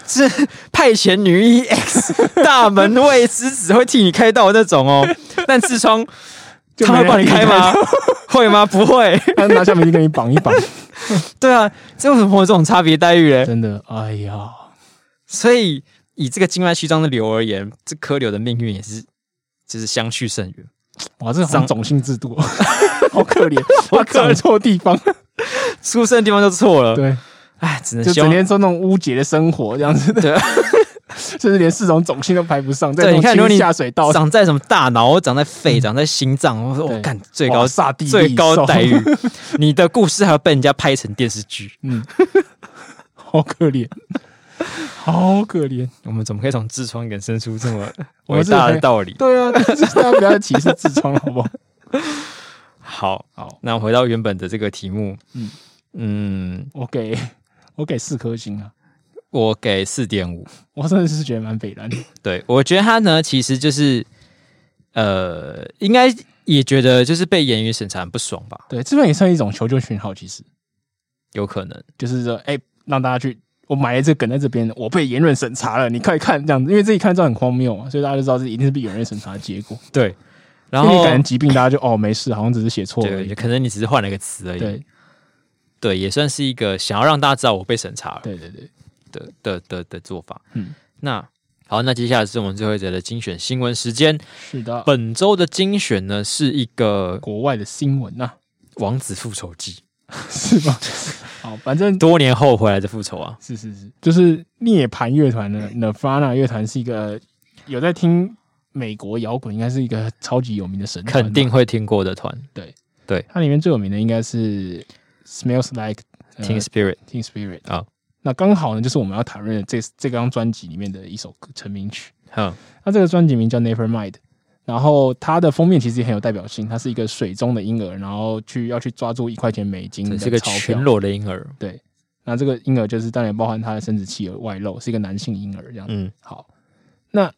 B: 是派遣女医 X 大门卫之子会替你开刀的那种哦，但痔疮
A: 就
B: 他
A: 没
B: 会
A: 人
B: 帮你
A: 替你
B: 开吗
A: 开？
B: 会吗？不会。
A: 他拿橡皮筋给你绑一绑，
B: 对啊，这为什么会有这种差别待遇嘞？
A: 真的，哎呀，
B: 所以以这个静脉曲张的瘤而言，这颗瘤的命运也是就是相去甚远。
A: 哇，这好
B: 长
A: 像种姓制度哦， 好可怜， 我长错地方，
B: 出生的地方就错 了，
A: 对，
B: 哎，只能
A: 就
B: 希
A: 整
B: 望
A: 天说那种污洁的生活这样子的，
B: 对，
A: 甚至连四种种姓都排不上，在
B: 对你
A: 那
B: 看如
A: 种
B: 果你
A: 清下水道
B: 长在什么大脑，长在肺，长在心脏，我说我
A: 对
B: 干最高
A: 萨地
B: 最高待遇，你的故事还要被人家拍成电视剧，
A: 嗯，好可怜， 好可怜。
B: 我们怎么可以从痔疮衍生出这 么
A: 我
B: 伟
A: 们是
B: 大
A: 可
B: 的
A: 以
B: 道理？
A: 对啊，但是大家不要歧视痔疮，好不好？
B: 好，
A: 好，
B: 那回到原本的这个题目，
A: 嗯
B: 嗯嗯，
A: 我给我给四颗星啊，
B: 我给四点五。
A: 我真的是觉得蛮北蓝的。
B: 对，我觉得他呢，其实就是呃，应该也觉得就是被言语审查很不爽吧，
A: 对，这份也算一种求救讯号，其实
B: 有可能。
A: 就是说，哎、让大家去，我埋了这个梗在这边，我被言论审查了，你快看这样子，因为自己看到很荒谬嘛，所以大家就知道这一定是被言论审查的结果。
B: 对，然
A: 因为
B: 后
A: 你感染疾病，大家就哦没事，好像只是写错而
B: 对，
A: 已。
B: 可能你只是换了一个词而已。
A: 对
B: 对也算是一个想要让大家知道我被审查了
A: 对对对，
B: 的的的的做法。
A: 嗯，
B: 那好，那接下来是我们最后一则的精选新闻时间。
A: 是的，
B: 本周的精选呢是一个《
A: 国外的新闻呐、
B: 王子复仇记
A: 是 吧？好，反正》，
B: 多年后回来的复仇啊。
A: 是是是，就是涅槃乐团
B: 嗯
A: 的 Nirvana 乐团是一个有在听美国摇滚，应该是一个超级有名的神团吧
B: 肯定会听过的团
A: 它里面最有名的应该是 Smells Like、呃、
B: ，Teen Spirit。
A: Teen Spirit
B: 啊。
A: 那刚好呢，就是我们要谈论的这这张专辑里面的一首歌成名曲。
B: 哼，
A: 那这个专辑名叫 Never Mind，然后它的封面其实也很有代表性，它是一个水中的婴儿，然后去要去抓住一块钱美金
B: 嗯这
A: 的
B: 是个
A: 钞
B: 全
A: 票。
B: 裸的婴儿。
A: 对，那这个婴儿就是当然包含他的生殖器有外露，是一个男性婴儿这样子。
B: 嗯，
A: 好，那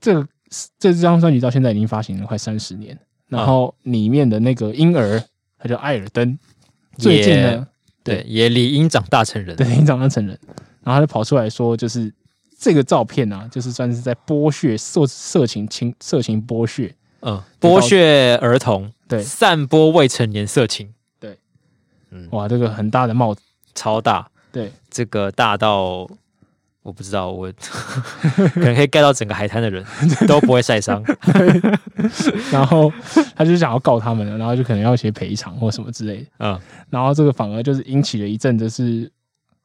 A: 这个这张专辑到现在已经发行了快三十年，然后里面的那个婴儿，他叫艾尔登，最近呢，
B: 对，也理应长大成人。
A: 对，已经长大成人，然后他就跑出来说，就是这个照片啊，就是算是在剥削色色情情色情剥削，
B: 嗯，剥削儿童，
A: 对
B: 散播未成年色情，
A: 哇，这个很大的帽子，
B: 超大。
A: 对，
B: 这个大到我不知道，我 可能可以盖到整个海滩的人都不会晒 伤。
A: 然后他就想要告他们了，然后就可能要一些赔偿或什么之类的，
B: 嗯，
A: 然后这个反而就是引起了一阵就是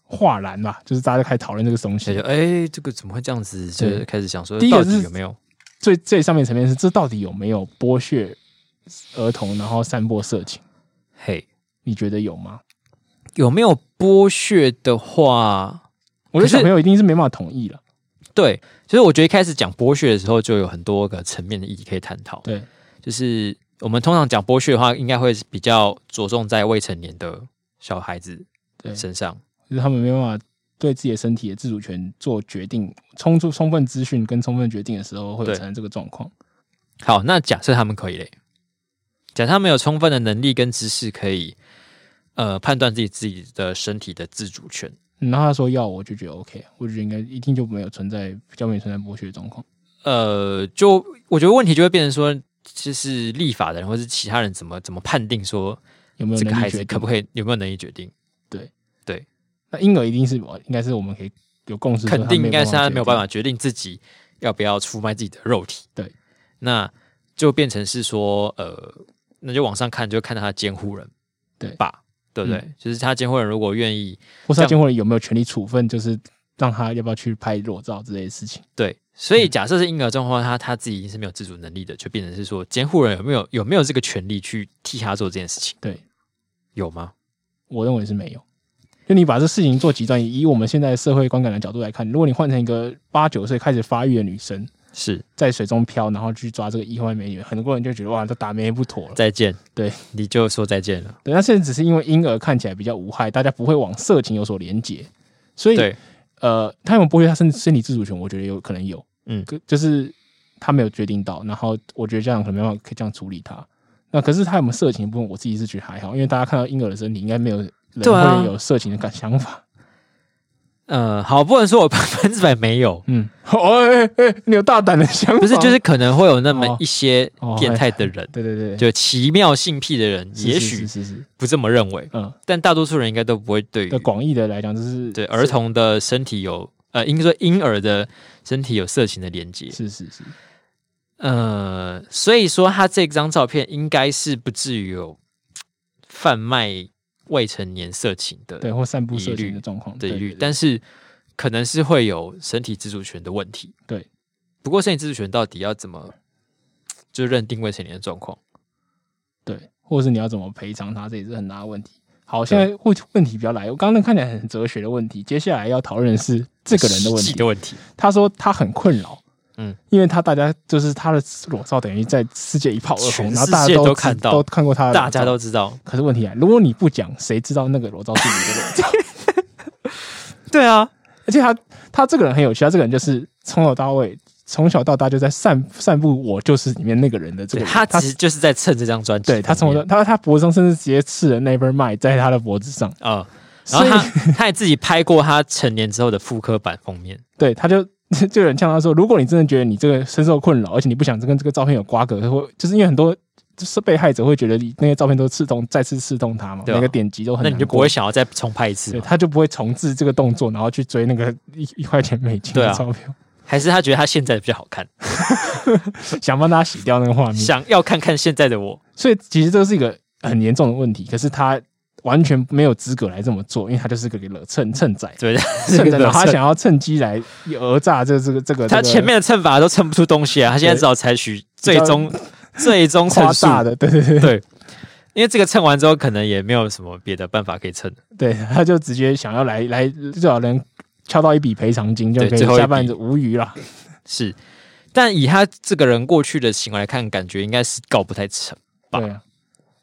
A: 哗然吧，就是大家就开始讨论这个东
B: 所以
A: 西
B: 就，哎，这个怎么会这样子？就
A: 对
B: 开始想说，
A: 第一个
B: 到
A: 是
B: 底有没有？
A: 最最上面层面是这到底有没有剥削儿童，然后散播色情？
B: 嘿，
A: 你觉得有吗？
B: 有没有剥削的话？
A: 我觉得
B: 可是
A: 小朋友一定是没办法同意了。
B: 对，就是我觉得一开始讲剥削的时候，就有很多个层面的意义可以探讨。
A: 对，
B: 就是我们通常讲剥削的话，应该会比较着重在未成年的小孩子
A: 对
B: 身上。
A: 就是他们没办法对自己的身体的自主权做决定，充足充分资讯跟充分决定的时候，会有
B: 对
A: 产生这个状况。
B: 好，那假设他们可以嘞，假设他们有充分的能力跟知识，可以呃判断自己自己的身体的自主权。
A: 嗯然后他说要，我就觉得 OK，我就觉得应该一定就没有存在比较没有存在剥削的状况。
B: 呃，就我觉得问题就会变成说，就是立法的人或是其他人怎么怎么判定说
A: 有没有
B: 这个
A: 能
B: 孩
A: 力决
B: 子
A: 定？
B: 可不可以有没有能力决定？
A: 那婴儿一定是应该是我们可以有共识，
B: 肯定应该是他没有办
A: 法
B: 法决定自己要不要出卖自己的肉体。
A: 对，
B: 那就变成是说，呃，那就往上看，就看到他的监护人，
A: 对嗯
B: 吧？对不对？就是他监护人如果愿意，
A: 决定，或是他
B: 这样
A: 监护人有没有权利处分，就是让他要不要去拍裸照之类的事情。
B: 对，所以假设是婴儿状况，他他自己已经是没有自主能力的，就变成是说，监护人有没有有没有这个权利去替他做这件事情？
A: 对，
B: 有吗？
A: 我认为是没有。就你把这事情做极端，以我们现在社会观感的角度来看，如果你换成一个八九岁开始发育的女生，
B: 是，
A: 在水中漂，然后去抓这个意外美女，很多人就觉得哇，这打媒不妥了。
B: 再见，
A: 对，
B: 你就说再见了。
A: 对，那现在只是因为婴儿看起来比较无害，大家不会往色情有所连结，所以
B: 对，
A: 呃，他有没有剥削他身身体自主权，我觉得有可能有，
B: 嗯
A: 可，就是他没有决定到，然后我觉得这样可能没办法可以这样处理他。那可是他有没有色情的部分，我自己是觉得还好，因为大家看到婴儿的身体，应该没有人
B: 对啊
A: 会有色情的感想法。
B: 呃，好，不能说我 百分之百没有，
A: 嗯，哦，哎、哎、你有大胆的想法，
B: 不是，就是可能会有那
A: 哦
B: 么一些
A: 哦
B: 变态的人，
A: 对对对，
B: 就奇妙性癖的人，
A: 是是
B: 也许
A: 是是是，
B: 不这么认为，
A: 嗯，
B: 但大多数人应该都不会对于
A: 对广义的来讲，就是
B: 对儿童的身体有呃，应该说婴儿的身体有色情的连接，
A: 是是是。
B: 呃，所以说他这张照片应该是不至于有贩卖未成年色情的
A: 对，或散布色
B: 疑虑
A: 情的状况
B: 的疑虑，
A: 对
B: 但是可能是会有身体自主权的问题。
A: 对，
B: 不过身体自主权到底要怎么就认定未成年的状况？
A: 对，或者是你要怎么赔偿他，这也是很大的问题。好，现在问问题比较来，我刚刚那看起来很哲学的问题，接下来要讨论的是这个人的问
B: 实际
A: 题。
B: 的问题，
A: 他说他很困扰，
B: 嗯，
A: 因为他大家就是他的裸照等于在世界一炮而红，
B: 全
A: 然后大家
B: 世界
A: 都
B: 都
A: 知
B: 看到
A: 都看过他的裸照，
B: 大家都知道。
A: 可是问题啊，如果你不讲，谁知道那个裸照是你的裸照？
B: 对啊，
A: 而且他他这个人很有趣，他这个人就是从头到尾，从小到大就在散散布我就是里面那个人的这
B: 对
A: 个
B: 他
A: 人。
B: 其实就是在蹭这张专辑里
A: 对
B: 面。
A: 他从头到他他脖子上甚至直接刺了 Never Mind 在他的脖子上，
B: 啊、然
A: 所
B: 后
A: 以
B: 他他也自己拍过他成年之后的复刻版封面，
A: 对他就就有人呛他说，如果你真的觉得你这个深受困扰，而且你不想跟这个照片有瓜葛，会就是因为很多。就是被害者会觉得你那些照片都刺痛，再次刺痛他嘛，
B: 对啊
A: 每个点击都 很
B: 那
A: 难过，
B: 你就不会想要再重拍一次
A: 对，
B: 吗？
A: 他就不会重置这个动作，然后去追那个 一一块钱美金
B: 对
A: 的
B: 啊
A: 钞票，
B: 还是他觉得他现在比较好看，
A: 想帮大家洗掉那个画面。
B: 想要看看现在的我？
A: 所以其实这是一个很严重的问题，可是他完全没有资格来这么做，因为他就是个个蹭蹭仔，
B: 对，
A: 蹭仔，
B: 这个
A: 然后他
B: 蹭
A: 想要趁机来讹诈这这个这个
B: 他
A: 这个
B: 前面的蹭法都蹭不出东西啊，他现在
A: 对
B: 只好采取
A: 较
B: 最终最终
A: 夸
B: 蹭数，
A: 大的，对对对
B: 对，因为这个蹭完之后，可能也没有什么别的办法可以蹭，
A: 对，他就直接想要来来至少能敲到一笔赔偿金，就
B: 对
A: 可以
B: 最后一
A: 下半
B: 笔
A: 子无余啦。
B: 是。但以他这个人过去的行为来看，感觉应该是告不太成，吧
A: 对啊，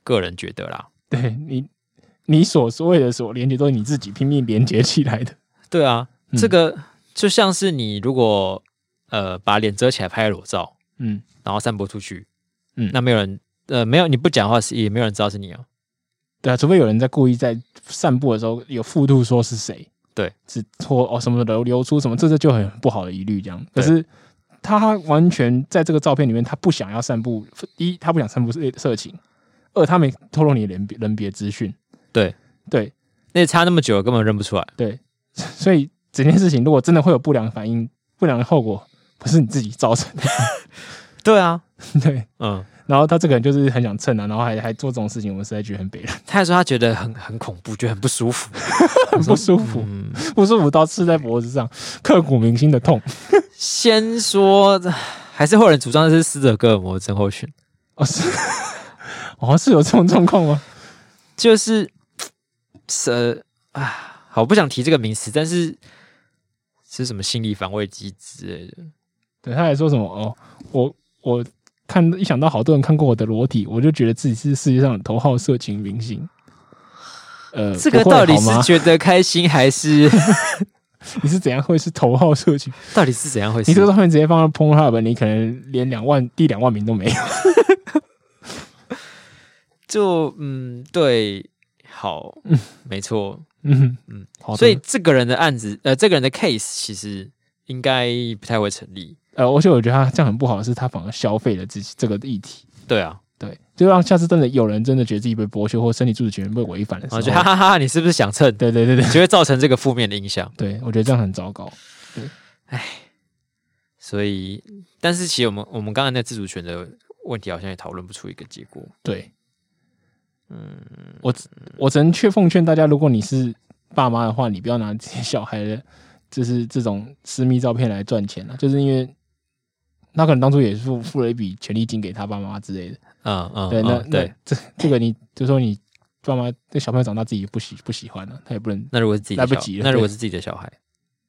B: 个人觉得啦。
A: 对你你所所谓的所连接都是你自己拼命连接起来的。
B: 对啊，
A: 嗯
B: 这个就像是你如果呃把脸遮起来拍裸照，
A: 嗯，
B: 然后散播出去，
A: 嗯
B: 那没有人呃没有你不讲话是也没有人知道是你哦。
A: 对啊，除非有人在故意在散步的时候有附图说是谁，
B: 对，
A: 是拖哦什么流流出什么，这这就很不好的疑虑这样。可
B: 对
A: 是他完全在这个照片里面，他不想要散布，一他不想散布色色情，二他没透露你的人别人别资讯，
B: 对
A: 对
B: 那差那么久根本认不出来，
A: 对， 所以整件事情如果真的会有不良反应、不良的后果，不是你自己造成的，
B: 对啊，
A: 对。
B: 嗯，
A: 然后他这个人就是很想蹭啊，然后还还做这种事情，我实在觉得很北人，
B: 他还说他觉得很很恐怖，觉得很不舒服，
A: 很不舒服，
B: 嗯，
A: 不舒服到刺在脖子上，刻骨铭心的痛。
B: 先说还是会有人主张这是斯德哥尔摩症候群，
A: 哦，是， 哦，是有这种状况吗？
B: 就是是呃啊，好，我不想提这个名词，但是是什么心理防卫机制之类的。
A: 对他还说什么？哦，我我看一想到好多人看过我的裸体，我就觉得自己是世界上的头号色情明星。呃，
B: 这个
A: 不会
B: 到底
A: 好
B: 是
A: 吗
B: 觉得开心还 是
A: 你是怎样会是头号色情？
B: 到底是怎样回事？
A: 你这个 照片直接放到 Pornhub，你可能连两万第两万名都没有。
B: 就嗯，对，好，没错。
A: 嗯
B: 嗯
A: 嗯，好的
B: 所以这个人的案子，呃，这个人的 case 其实应该不太会成立。
A: 呃，而且我觉得他这样很不好，是他反而消费了自己这个议题。
B: 对啊，
A: 对，就让下次真的有人真的觉得自己被剥削或身体著作权被违反的时
B: 然后
A: 候，
B: 就哈哈哈，你是不是想蹭？
A: 对对对对
B: 就会造成这个负面的影响。
A: 对，我觉得这样很糟糕。
B: 所以，但是其实我们我们刚才那自主权的问题好像也讨论不出一个结果。
A: 对，嗯，我只我只能却奉劝大家，如果你是爸妈的话，你不要拿自己小孩的，就是这种私密照片来赚钱了、就是因为他可能当初也是付付了一笔权利金给他爸妈之类的。
B: 嗯嗯，
A: 对，那、
B: 嗯对
A: 那。这这个你就说你爸妈这小朋友长大自己不喜不喜欢了、他也不能，
B: 那如果是自己的
A: 来不
B: 小
A: 及了
B: 那如
A: 对
B: 果是自己的小孩，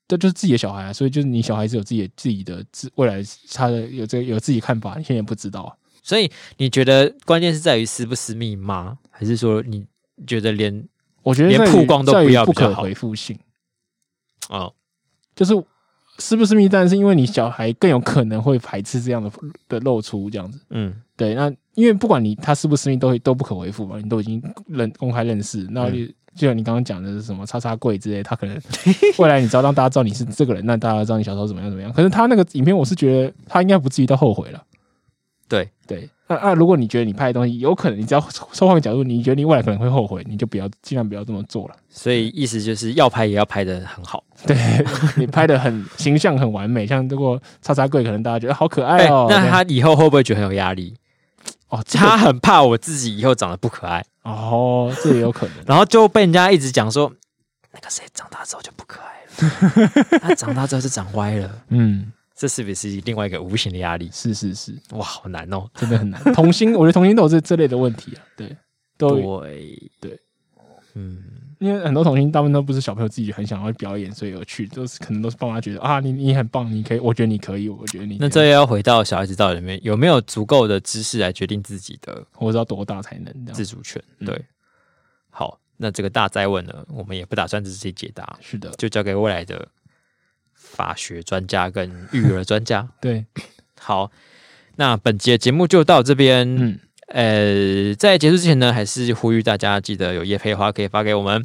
A: 这就是自己的小孩啊，所以就是你小孩子有自己的自己的自未来他的有这个有自己看法，你现在也不知道、啊。
B: 所以你觉得关键是在于私不私密吗？还是说你觉得连
A: 我觉得
B: 连
A: 在于
B: 曝光都
A: 在于
B: 不要
A: 不
B: 比较
A: 可
B: 好
A: 回复性。
B: 哦
A: 就是是不是密但是因为你小孩更有可能会排斥这样的的露出这样子。
B: 嗯
A: 对，那因为不管你他是不是密都会都不可回复嘛，你都已经认公开认识，那就、就像你刚刚讲的是什么叉叉柜之类，他可能 未来你只要让大家知道你是这个人，那大家知道你小时候怎么样怎么样。可是他那个影片，我是觉得他应该不至于到后悔了。
B: 对
A: 对，那那如果你觉得你拍的东西有可能，你只要收换个角度，你觉得你未来可能会后悔，你就不要尽量不要这么做了。
B: 所以意思就是要拍也要拍的很好。
A: 对你拍的很形象很完美，像如果叉叉柜，可能大家觉得好可爱
B: 哎、
A: 哦。
B: 那他以后会不会觉得很有压力？
A: 哦，这
B: 他很怕我自己以后长得不可爱，
A: 哦，这也有可能。
B: 然后就被人家一直讲说，那个谁长大之后就不可 爱了，他长大之后就长歪了。
A: 嗯，
B: 这是不是另外一个无形的压力？
A: 是是是，
B: 哇，好难哦。
A: 真的很难。童星，我觉得童星都有这这类的问题啊。对，都
B: 对
A: 对，
B: 嗯，
A: 因为很多童星大部分都不是小朋友自己很想要表演，所以有去，都是可能都是爸妈觉得啊，你你很棒，你可以，我觉得你可以，我觉得你
B: 那
A: 可以
B: 这又要回到小孩子到底里面有没有足够的知识来决定自己的
A: 我知道多大才能这
B: 自
A: 样。
B: 主权？
A: 嗯
B: 对，好，那这个大灾问呢，我们也不打算自己解答，
A: 是的，
B: 就交给未来的法学专家跟育儿专家。
A: 对，
B: 好，那本节节目就到这边。
A: 嗯，
B: 呃，在结束之前呢，还是呼吁大家记得有叶配的话可以发给我们。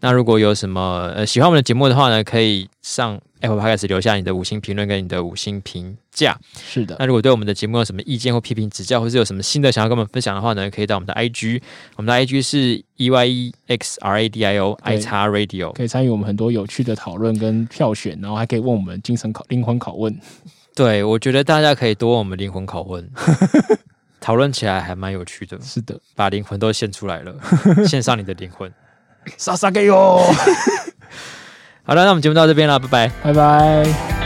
B: 那如果有什么呃喜欢我们的节目的话呢，可以上 Apple Podcast 留下你的五星评论跟你的五星评价。
A: 是的，
B: 那如果对我们的节目有什么意见或批评指教，或是有什么新的想要跟我们分享的话呢，可以到我们的 IG，我们的 IG 是 E Y E X R A D I O I
A: 对
B: X Radio。
A: 可以参与我们很多有趣的讨论跟票选，然后还可以问我们精神考灵魂拷问。
B: 对，我觉得大家可以多问我们灵魂拷问，讨论起来还蛮有趣的，
A: 是的，
B: 把灵魂都献出来了，献上你的灵魂。
A: 杀杀给哟，
B: 好了，那我们节目到这边了，拜拜。
A: 拜拜。